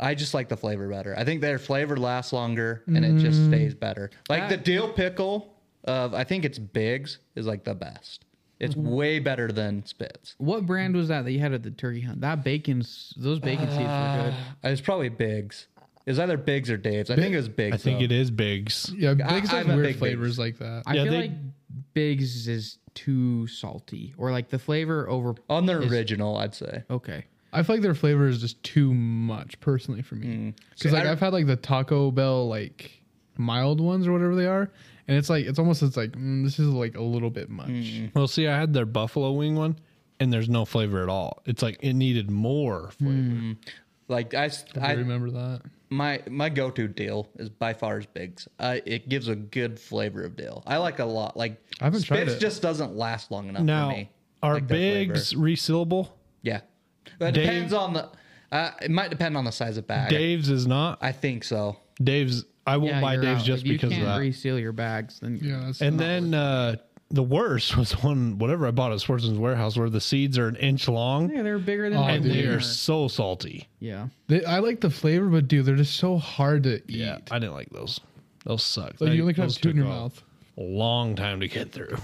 [SPEAKER 5] I just like the flavor better. I think their flavor lasts longer and it just
[SPEAKER 2] Mm.
[SPEAKER 5] stays better. Like the dill pickle of I think it's Biggs is like the best. It's
[SPEAKER 2] Mm-hmm.
[SPEAKER 5] way better than Spitz.
[SPEAKER 1] What brand was that that you had at the turkey hunt? That bacon's those bacon seeds were
[SPEAKER 2] Uh,
[SPEAKER 1] good.
[SPEAKER 5] It's probably Biggs. It was either Biggs or Dave's. I think it was Biggs.
[SPEAKER 2] I think
[SPEAKER 5] though.
[SPEAKER 2] it is Biggs.
[SPEAKER 4] Yeah, Biggs
[SPEAKER 5] I-
[SPEAKER 4] has
[SPEAKER 5] I'm a
[SPEAKER 4] weird
[SPEAKER 5] big Biggs.
[SPEAKER 4] flavors like that.
[SPEAKER 1] I
[SPEAKER 2] Yeah,
[SPEAKER 1] feel
[SPEAKER 2] they-
[SPEAKER 1] like Biggs is too salty, or like the flavor over.
[SPEAKER 5] on their original. I'd say.
[SPEAKER 1] Okay,
[SPEAKER 4] I feel like their flavor is just too much personally for me. Because
[SPEAKER 5] See,
[SPEAKER 4] like
[SPEAKER 5] I-
[SPEAKER 4] I've had like the Taco Bell like mild ones or whatever they are, and it's like it's almost it's like mm, this is like a little bit much.
[SPEAKER 2] Well, see, I had their buffalo wing one, and there's no flavor at all. It's like it needed more flavor.
[SPEAKER 1] Mm,
[SPEAKER 5] Like I, s-
[SPEAKER 4] I
[SPEAKER 5] I-
[SPEAKER 4] remember that.
[SPEAKER 5] my my go to deal is by far is Biggs. Uh, it gives a good flavor of dill. I like a lot. Like
[SPEAKER 4] I haven't tried
[SPEAKER 5] Spitz
[SPEAKER 4] it.
[SPEAKER 5] just doesn't last long enough for
[SPEAKER 2] Now,
[SPEAKER 5] me.
[SPEAKER 2] are
[SPEAKER 5] Like their flavor.
[SPEAKER 2] Biggs resealable?
[SPEAKER 5] Yeah, but it
[SPEAKER 2] Dave-
[SPEAKER 5] depends on the. Uh, it might depend on the size of bag.
[SPEAKER 2] Dave's is not.
[SPEAKER 5] I think so.
[SPEAKER 2] Dave's. I won't
[SPEAKER 1] Yeah,
[SPEAKER 2] buy
[SPEAKER 1] you're
[SPEAKER 2] Dave's
[SPEAKER 1] out.
[SPEAKER 2] just
[SPEAKER 1] If you
[SPEAKER 2] because of
[SPEAKER 1] can't
[SPEAKER 2] that.
[SPEAKER 1] Reseal your bags, then
[SPEAKER 4] Yeah, that's
[SPEAKER 2] and
[SPEAKER 4] not-
[SPEAKER 2] then uh, the worst was one whatever I bought at Swordsman's Warehouse where the seeds are an inch long
[SPEAKER 1] yeah, they're bigger than.
[SPEAKER 4] Oh,
[SPEAKER 1] my
[SPEAKER 2] and they
[SPEAKER 4] dude.
[SPEAKER 2] are
[SPEAKER 1] dinner.
[SPEAKER 2] so salty.
[SPEAKER 1] Yeah,
[SPEAKER 4] they, I like the flavor, but dude, they're just so hard to eat.
[SPEAKER 2] Yeah, I didn't like those. Those suck.
[SPEAKER 4] Like
[SPEAKER 2] They-
[SPEAKER 4] you only can have
[SPEAKER 2] those
[SPEAKER 4] two in
[SPEAKER 2] took
[SPEAKER 4] your
[SPEAKER 2] a
[SPEAKER 4] mouth.
[SPEAKER 2] Long time to get through.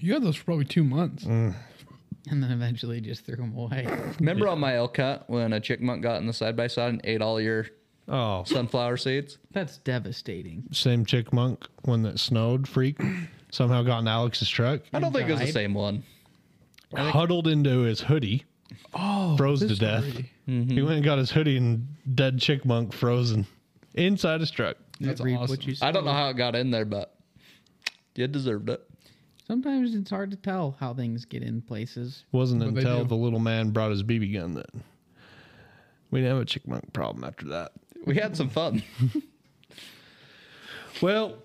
[SPEAKER 4] You had those for probably two months.
[SPEAKER 1] and then eventually just threw them away.
[SPEAKER 5] Remember on my elk cut when a chickmunk got in the side by side and ate all your
[SPEAKER 2] Oh,
[SPEAKER 5] sunflower seeds?
[SPEAKER 1] That's devastating.
[SPEAKER 2] same chick monk one that snowed freak somehow got in Alex's truck,
[SPEAKER 5] I don't think it was the
[SPEAKER 1] Died.
[SPEAKER 5] same one.
[SPEAKER 2] huddled into his hoodie,
[SPEAKER 4] Oh,
[SPEAKER 2] froze to
[SPEAKER 4] this
[SPEAKER 2] death.
[SPEAKER 4] story.
[SPEAKER 2] He went and got his hoodie and dead chick monk frozen inside his truck.
[SPEAKER 4] That's
[SPEAKER 1] Reap
[SPEAKER 4] awesome.
[SPEAKER 1] What you
[SPEAKER 5] I don't
[SPEAKER 1] sow.
[SPEAKER 5] know how it got in there, but you deserved it.
[SPEAKER 1] Sometimes it's hard to tell how things get in places.
[SPEAKER 2] Wasn't
[SPEAKER 4] they
[SPEAKER 2] until
[SPEAKER 4] do.
[SPEAKER 2] the little man brought his BB gun that we didn't have a chick monk problem after that.
[SPEAKER 5] We had some fun.
[SPEAKER 2] Well,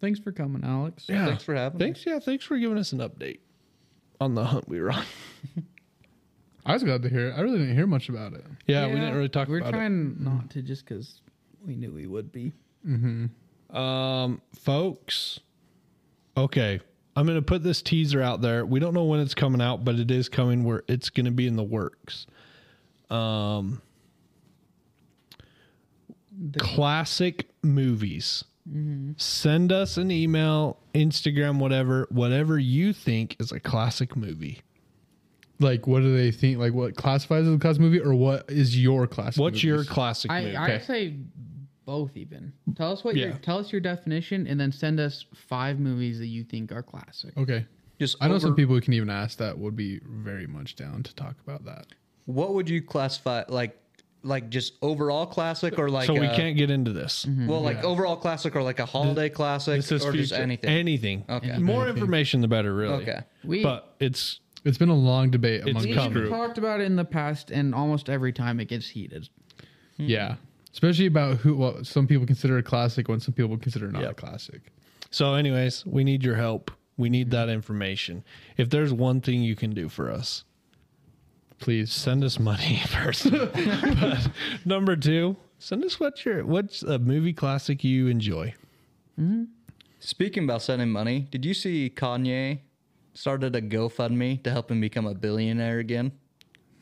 [SPEAKER 1] Thanks for coming, Alex.
[SPEAKER 2] yeah.
[SPEAKER 5] Thanks for having
[SPEAKER 2] Thanks, yeah, thanks for giving us an update on the hunt we were on.
[SPEAKER 4] I was glad to hear. it. I really didn't hear much about it.
[SPEAKER 2] Yeah, we didn't really talk
[SPEAKER 1] We're
[SPEAKER 2] about it.
[SPEAKER 1] trying not to, just because we knew we would be.
[SPEAKER 2] Um, folks, okay, I'm gonna put this teaser out there. We don't know when it's coming out, but it is coming. Where it's gonna be in the works. Um, classic movies.
[SPEAKER 5] Mm-hmm.
[SPEAKER 2] Send us an email, Instagram, whatever, whatever you think is a classic movie.
[SPEAKER 4] Like, what do they think? Like, what classifies as a class movie, or what is your class?
[SPEAKER 2] What's your
[SPEAKER 4] movies?
[SPEAKER 2] classic
[SPEAKER 1] I,
[SPEAKER 2] movie?
[SPEAKER 1] I say both. Even tell us what your
[SPEAKER 2] Yeah.
[SPEAKER 1] tell us your definition, and then send us five movies that you think are classic.
[SPEAKER 4] okay?
[SPEAKER 5] Just
[SPEAKER 4] I know some
[SPEAKER 5] over-
[SPEAKER 4] people who can even ask that would be very much down to talk about that.
[SPEAKER 5] What would you classify like like just overall classic or like uh,
[SPEAKER 2] so we
[SPEAKER 5] a-
[SPEAKER 2] can't get into this.
[SPEAKER 5] well like overall classic or like a holiday classic
[SPEAKER 2] This is
[SPEAKER 5] or just
[SPEAKER 2] future-
[SPEAKER 5] anything.
[SPEAKER 2] Anything.
[SPEAKER 5] Okay.
[SPEAKER 2] More information, the better, really.
[SPEAKER 5] Okay.
[SPEAKER 1] We-
[SPEAKER 2] but it's
[SPEAKER 4] It's been a long debate among
[SPEAKER 1] We've
[SPEAKER 4] this
[SPEAKER 2] coming.
[SPEAKER 4] group.
[SPEAKER 1] talked about it in the past, and almost every time it gets heated.
[SPEAKER 2] Mm-hmm.
[SPEAKER 4] Yeah, especially about who what some people consider a classic, when some people consider not a
[SPEAKER 2] Yep.
[SPEAKER 4] classic.
[SPEAKER 2] So, anyways, we need your help. We need that information. If there's one thing you can do for us,
[SPEAKER 4] Please,
[SPEAKER 2] send us money first. but number two, send us what your what's a movie classic you enjoy.
[SPEAKER 5] Speaking about sending money, did you see Kanye started a GoFundMe to help him become a billionaire again?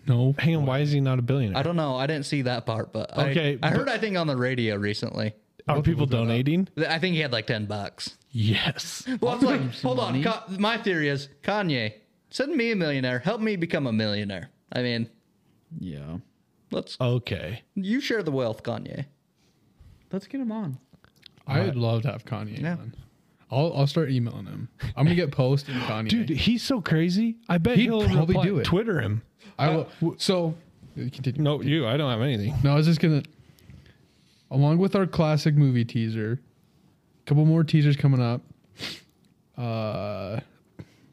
[SPEAKER 4] no.
[SPEAKER 2] Hang on, why is he not a
[SPEAKER 5] I
[SPEAKER 2] billionaire?
[SPEAKER 5] don't know. I didn't see that part, but I-
[SPEAKER 2] Okay,
[SPEAKER 5] I, heard
[SPEAKER 2] but-
[SPEAKER 5] I think on the radio recently.
[SPEAKER 2] Are people donating?
[SPEAKER 5] that I think he had like ten bucks.
[SPEAKER 2] Yes.
[SPEAKER 5] Well, it's like,
[SPEAKER 1] some
[SPEAKER 5] hold on.
[SPEAKER 1] money.
[SPEAKER 5] Ka- my theory is Kanye, send me a millionaire. Help me become a millionaire. I mean,
[SPEAKER 1] Yeah,
[SPEAKER 5] let's
[SPEAKER 2] Okay.
[SPEAKER 5] you share the wealth, Kanye.
[SPEAKER 1] let's get him on.
[SPEAKER 4] I would love to have Kanye.
[SPEAKER 5] Yeah.
[SPEAKER 4] on. I'll I'll start emailing him. I'm gonna get post and Kanye.
[SPEAKER 2] Dude, he's so crazy. I bet
[SPEAKER 4] He'd
[SPEAKER 2] he'll
[SPEAKER 4] probably
[SPEAKER 2] reply-
[SPEAKER 4] do it.
[SPEAKER 2] Twitter him.
[SPEAKER 4] I will. so continue.
[SPEAKER 2] No, you. I don't have anything.
[SPEAKER 4] No, I was just gonna. Along with our classic movie teaser, a couple more teasers coming up. Uh,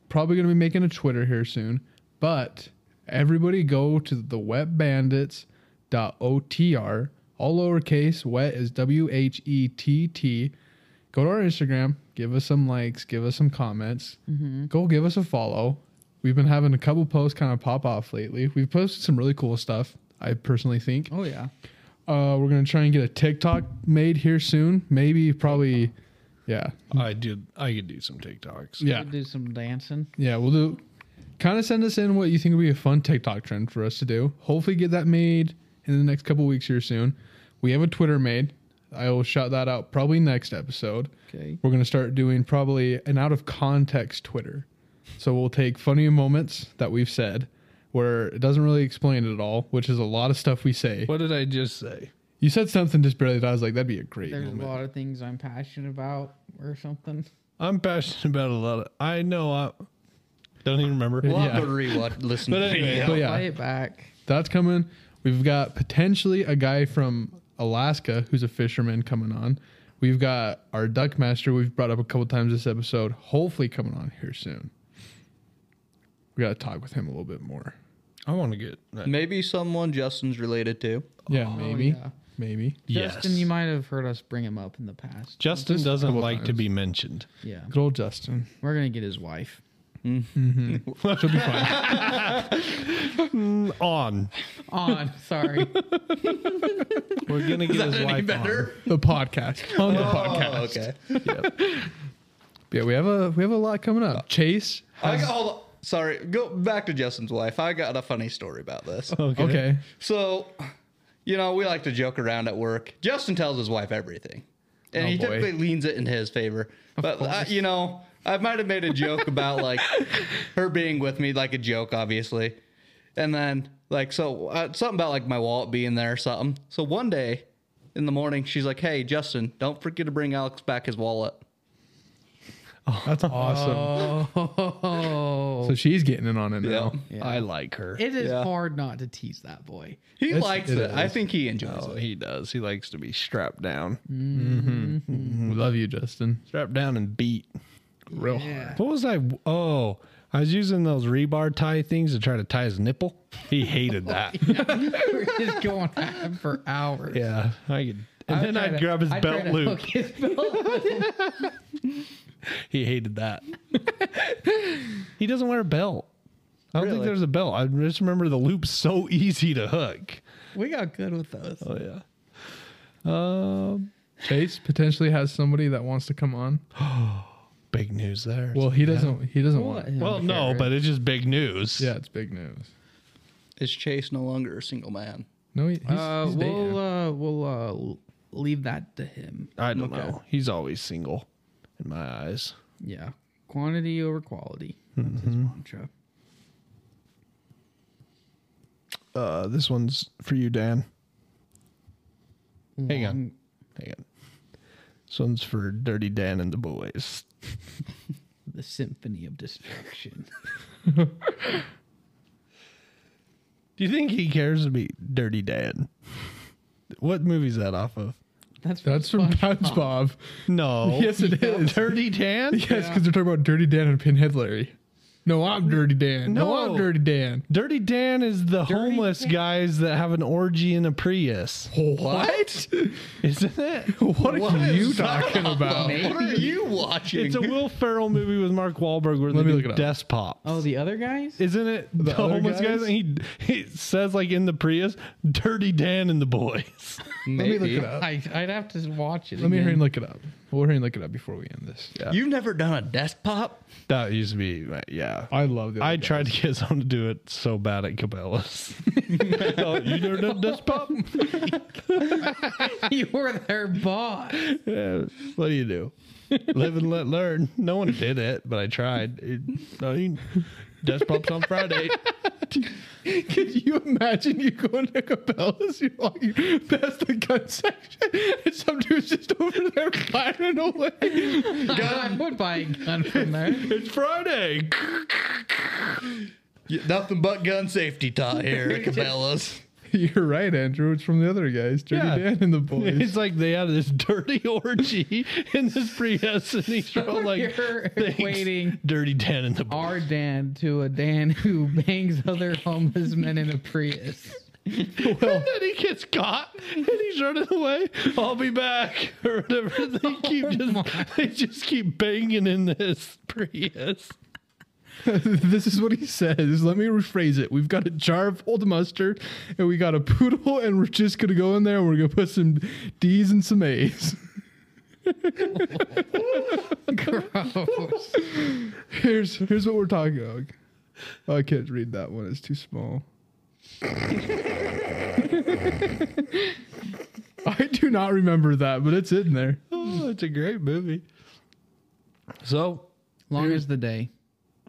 [SPEAKER 4] probably gonna be making a Twitter here soon, but everybody go to the Wet Bandits dot otr all lowercase. Wet is w h e t t. Go to our Instagram. Give us some likes. Give us some comments. Go give us a follow. We've been having a couple posts kind of pop off lately. We've posted some really cool stuff. I personally think.
[SPEAKER 1] Oh yeah,
[SPEAKER 4] Uh, we're gonna try and get a TikTok made here soon. Maybe probably Yeah.
[SPEAKER 2] I did. I could do some TikToks.
[SPEAKER 4] Yeah.
[SPEAKER 1] do some dancing.
[SPEAKER 4] Yeah, we'll do. Kind of send us in what you think would be a fun TikTok trend for us to do. Hopefully, get that made in the next couple weeks here soon. We have a Twitter made. I will shout that out probably next episode.
[SPEAKER 1] Okay.
[SPEAKER 4] We're gonna start doing probably an out of context Twitter. So we'll take funny moments that we've said where it doesn't really explain it at all, which is a lot of stuff we say.
[SPEAKER 2] What did I just say?
[SPEAKER 4] You said something just barely that I was like, that'd be a great
[SPEAKER 1] There's
[SPEAKER 4] moment.
[SPEAKER 1] a lot of things I'm passionate about or something.
[SPEAKER 2] I'm passionate about a lot of. I know. I don't even remember.
[SPEAKER 5] We'll
[SPEAKER 4] Yeah.
[SPEAKER 5] have to rewatch, listen
[SPEAKER 2] But
[SPEAKER 5] to
[SPEAKER 2] anyway,
[SPEAKER 5] it.
[SPEAKER 4] But yeah,
[SPEAKER 1] Play it back.
[SPEAKER 4] That's coming. We've got potentially a guy from Alaska who's a fisherman coming on. We've got our duck master we've brought up a couple times this episode, hopefully coming on here soon. We got to talk with him a little bit more.
[SPEAKER 2] I want to get. That.
[SPEAKER 5] Maybe someone Justin's related to.
[SPEAKER 4] Yeah, maybe.
[SPEAKER 1] Oh, yeah.
[SPEAKER 4] Maybe.
[SPEAKER 1] Justin, you might have heard us bring him up in the past.
[SPEAKER 2] Justin
[SPEAKER 4] Just a
[SPEAKER 2] doesn't
[SPEAKER 4] couple
[SPEAKER 2] like to
[SPEAKER 4] times.
[SPEAKER 2] be mentioned.
[SPEAKER 1] yeah.
[SPEAKER 4] Good old Justin.
[SPEAKER 1] We're going to get his wife.
[SPEAKER 4] Should be fine.
[SPEAKER 2] On.
[SPEAKER 1] On. Sorry.
[SPEAKER 2] We're gonna get his wife
[SPEAKER 4] the podcast. On the podcast.
[SPEAKER 5] Oh, okay.
[SPEAKER 4] Yeah, we have a we have a lot coming up. Chase.
[SPEAKER 5] I got, hold on. Sorry, go back to Justin's wife. I got a funny story about this.
[SPEAKER 2] on.
[SPEAKER 4] Okay.
[SPEAKER 5] So, you know, we like to joke around at work. Justin tells his wife everything, and
[SPEAKER 4] Oh,
[SPEAKER 5] he
[SPEAKER 4] boy.
[SPEAKER 5] typically leans it in his favor. But I, you know, I might have made a joke about like her being with me, like a joke, obviously, and then like so uh, something about like my wallet being there or something. So one day in the morning, she's like, "Hey, Justin, don't forget to bring Alex back his wallet."
[SPEAKER 4] That's awesome.
[SPEAKER 1] oh.
[SPEAKER 4] So she's getting in on it now.
[SPEAKER 1] Yeah.
[SPEAKER 2] I like her.
[SPEAKER 1] It is
[SPEAKER 5] Yeah.
[SPEAKER 1] hard not to tease that boy.
[SPEAKER 5] He
[SPEAKER 4] It's-
[SPEAKER 5] likes
[SPEAKER 4] it
[SPEAKER 5] it. I
[SPEAKER 4] is.
[SPEAKER 5] think he enjoys
[SPEAKER 2] Oh,
[SPEAKER 5] it.
[SPEAKER 2] he does. He likes to be strapped down.
[SPEAKER 1] Mm.
[SPEAKER 4] We Mm-hmm. love you, Justin.
[SPEAKER 2] Strapped down and beat.
[SPEAKER 4] Real hard.
[SPEAKER 1] Yeah.
[SPEAKER 2] What was I? Oh, I was using those rebar tie things to try to tie his nipple. He hated that.
[SPEAKER 1] We're just going at him for hours.
[SPEAKER 2] yeah, I could. And
[SPEAKER 1] I
[SPEAKER 2] then
[SPEAKER 1] try
[SPEAKER 2] I'd
[SPEAKER 1] to-
[SPEAKER 2] grab his
[SPEAKER 1] I try
[SPEAKER 2] belt
[SPEAKER 1] to
[SPEAKER 2] loop.
[SPEAKER 1] hook his belt loop.
[SPEAKER 2] He hated that. he doesn't wear a belt. I don't think
[SPEAKER 5] Really?
[SPEAKER 2] there's a belt. I just remember the loop's so easy to hook.
[SPEAKER 1] we got good with those.
[SPEAKER 2] Oh yeah. Um,
[SPEAKER 4] Chase potentially has somebody that wants to come on.
[SPEAKER 2] big news there.
[SPEAKER 4] Well, he doesn't. He doesn't want.
[SPEAKER 1] What?
[SPEAKER 2] well, no, but it's just big news.
[SPEAKER 4] Yeah, it's big news.
[SPEAKER 5] Is Chase no longer a single man?
[SPEAKER 4] No, he, he's,
[SPEAKER 1] Uh,
[SPEAKER 4] he's dating.
[SPEAKER 1] we'll uh, we'll uh, l- leave that to him.
[SPEAKER 2] I don't
[SPEAKER 5] Okay.
[SPEAKER 2] know. He's always single, in my eyes.
[SPEAKER 1] Yeah, quantity over quality. That's his
[SPEAKER 2] Mm-hmm.
[SPEAKER 1] mantra.
[SPEAKER 2] Uh, this one's for you, Dan. Hang on.
[SPEAKER 4] Mm.
[SPEAKER 1] Long-
[SPEAKER 2] Hang on. This one's for Dirty Dan and the boys.
[SPEAKER 1] The symphony of destruction.
[SPEAKER 2] Do you think he cares to be Dirty Dan? What movie's that off of?
[SPEAKER 1] That's
[SPEAKER 4] That's from Pouch
[SPEAKER 1] SpongeBob.
[SPEAKER 4] Bob.
[SPEAKER 2] No.
[SPEAKER 4] Yes, it is.
[SPEAKER 2] Dirty Dan?
[SPEAKER 4] Yes, because they're talking about Dirty Dan and Pinhead Larry. No, I'm Dirty Dan. No,
[SPEAKER 2] No.
[SPEAKER 4] I'm Dirty Dan.
[SPEAKER 2] Dirty Dan is the homeless
[SPEAKER 1] Dan?
[SPEAKER 2] guys that have an orgy in a Prius,
[SPEAKER 4] What?
[SPEAKER 2] isn't it?
[SPEAKER 4] what are you talking about?
[SPEAKER 5] What are you watching?
[SPEAKER 2] It's a Will Ferrell movie with Mark Wahlberg where
[SPEAKER 4] Let me
[SPEAKER 2] they do
[SPEAKER 4] look it up.
[SPEAKER 2] desk pops.
[SPEAKER 1] Oh, the other guys.
[SPEAKER 2] isn't it the,
[SPEAKER 4] other
[SPEAKER 2] homeless guys?
[SPEAKER 4] guys?
[SPEAKER 2] And he he says like in the Prius, "Dirty Dan and the boys."
[SPEAKER 5] Maybe.
[SPEAKER 4] Let me look it up.
[SPEAKER 1] I, I'd have to watch it.
[SPEAKER 4] Let me
[SPEAKER 1] again.
[SPEAKER 4] hurry and look it up. We'll hurry and look it up before we end this. Yeah.
[SPEAKER 5] You've never done a desk pop?
[SPEAKER 2] That used to be, my- yeah.
[SPEAKER 4] I love the.
[SPEAKER 2] I
[SPEAKER 4] other
[SPEAKER 2] tried to get someone to do it so bad at Cabela's. oh, you never done desk pop?
[SPEAKER 1] you were their boss.
[SPEAKER 2] Yeah, what do you do? Live and let learn. No one did it, but I tried. It, I mean, desk pops on Friday.
[SPEAKER 4] guys. Could you imagine you going to Cabela's? You're like, that's the gun section. And some dude's just over there firing away.
[SPEAKER 1] I would buy a gun from there.
[SPEAKER 2] It's Friday.
[SPEAKER 5] nothing but gun safety taught here at Cabela's.
[SPEAKER 4] You're right, Andrew. It's from the other guys, Dirty
[SPEAKER 2] Yeah.
[SPEAKER 4] Dan and the boys.
[SPEAKER 2] It's like they had this dirty orgy in this Prius, and he's all like,
[SPEAKER 1] You're
[SPEAKER 2] "Thanks,
[SPEAKER 1] equating
[SPEAKER 2] dirty Dan and the boys."
[SPEAKER 1] Our Dan to a Dan who bangs other homeless men in a Prius.
[SPEAKER 2] and then he gets caught and he's running away. I'll be back or whatever. They keep just they just keep banging in this Prius.
[SPEAKER 4] this is what he says. Let me rephrase it. We've got a jar of old mustard, and we got a poodle, and we're just gonna go in there and we're gonna put some D's and some A's. Here's here's what we're talking about. Oh, I can't read that one. It's too small. I do not remember that, but it's in there.
[SPEAKER 2] Oh, it's a great movie. So
[SPEAKER 1] Long as the day.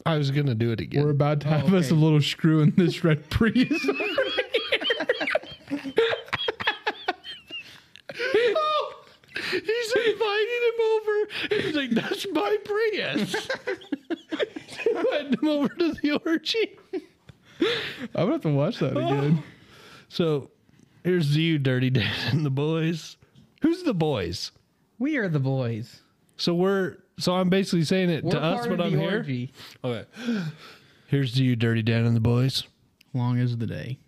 [SPEAKER 2] I was gonna do it
[SPEAKER 4] We're
[SPEAKER 2] again.
[SPEAKER 4] about to have us a
[SPEAKER 1] okay.
[SPEAKER 4] little screw in this red Prius.
[SPEAKER 2] He's inviting him over. He's like, "That's my Prius." Inviting him over to the orgy.
[SPEAKER 4] I'm gonna have to watch that again.
[SPEAKER 2] So here's you, Dirty Dan, and the boys. Who's the boys?
[SPEAKER 1] We are the boys.
[SPEAKER 2] So we're so I'm basically saying it
[SPEAKER 1] We're
[SPEAKER 2] to us,
[SPEAKER 1] part
[SPEAKER 2] but
[SPEAKER 1] of
[SPEAKER 2] I'm
[SPEAKER 1] the
[SPEAKER 2] here.
[SPEAKER 1] orgy.
[SPEAKER 2] Okay. Here's to you, Dirty Dan, and the boys.
[SPEAKER 1] Long as the day.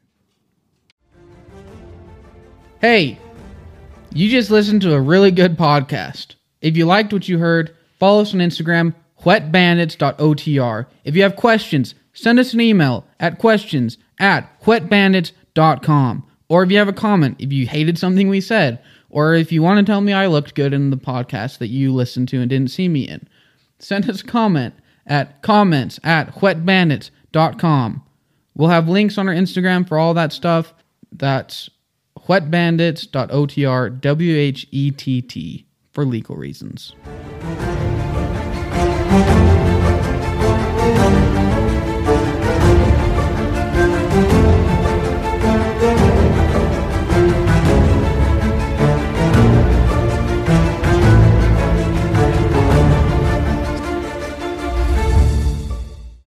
[SPEAKER 1] Hey, you just listened to a really good podcast. If you liked what you heard, follow us on Instagram, whetbandits.otr. If you have questions, send us an email at questions at whetbandits.com. Or if you have a comment, if you hated something we said, or if you want to tell me I looked good in the podcast that you listened to and didn't see me in, send us a comment at comments at whetbandits.com. We'll have links on our Instagram for all that stuff. That's whetbandits.otr, W H E T T, for legal reasons.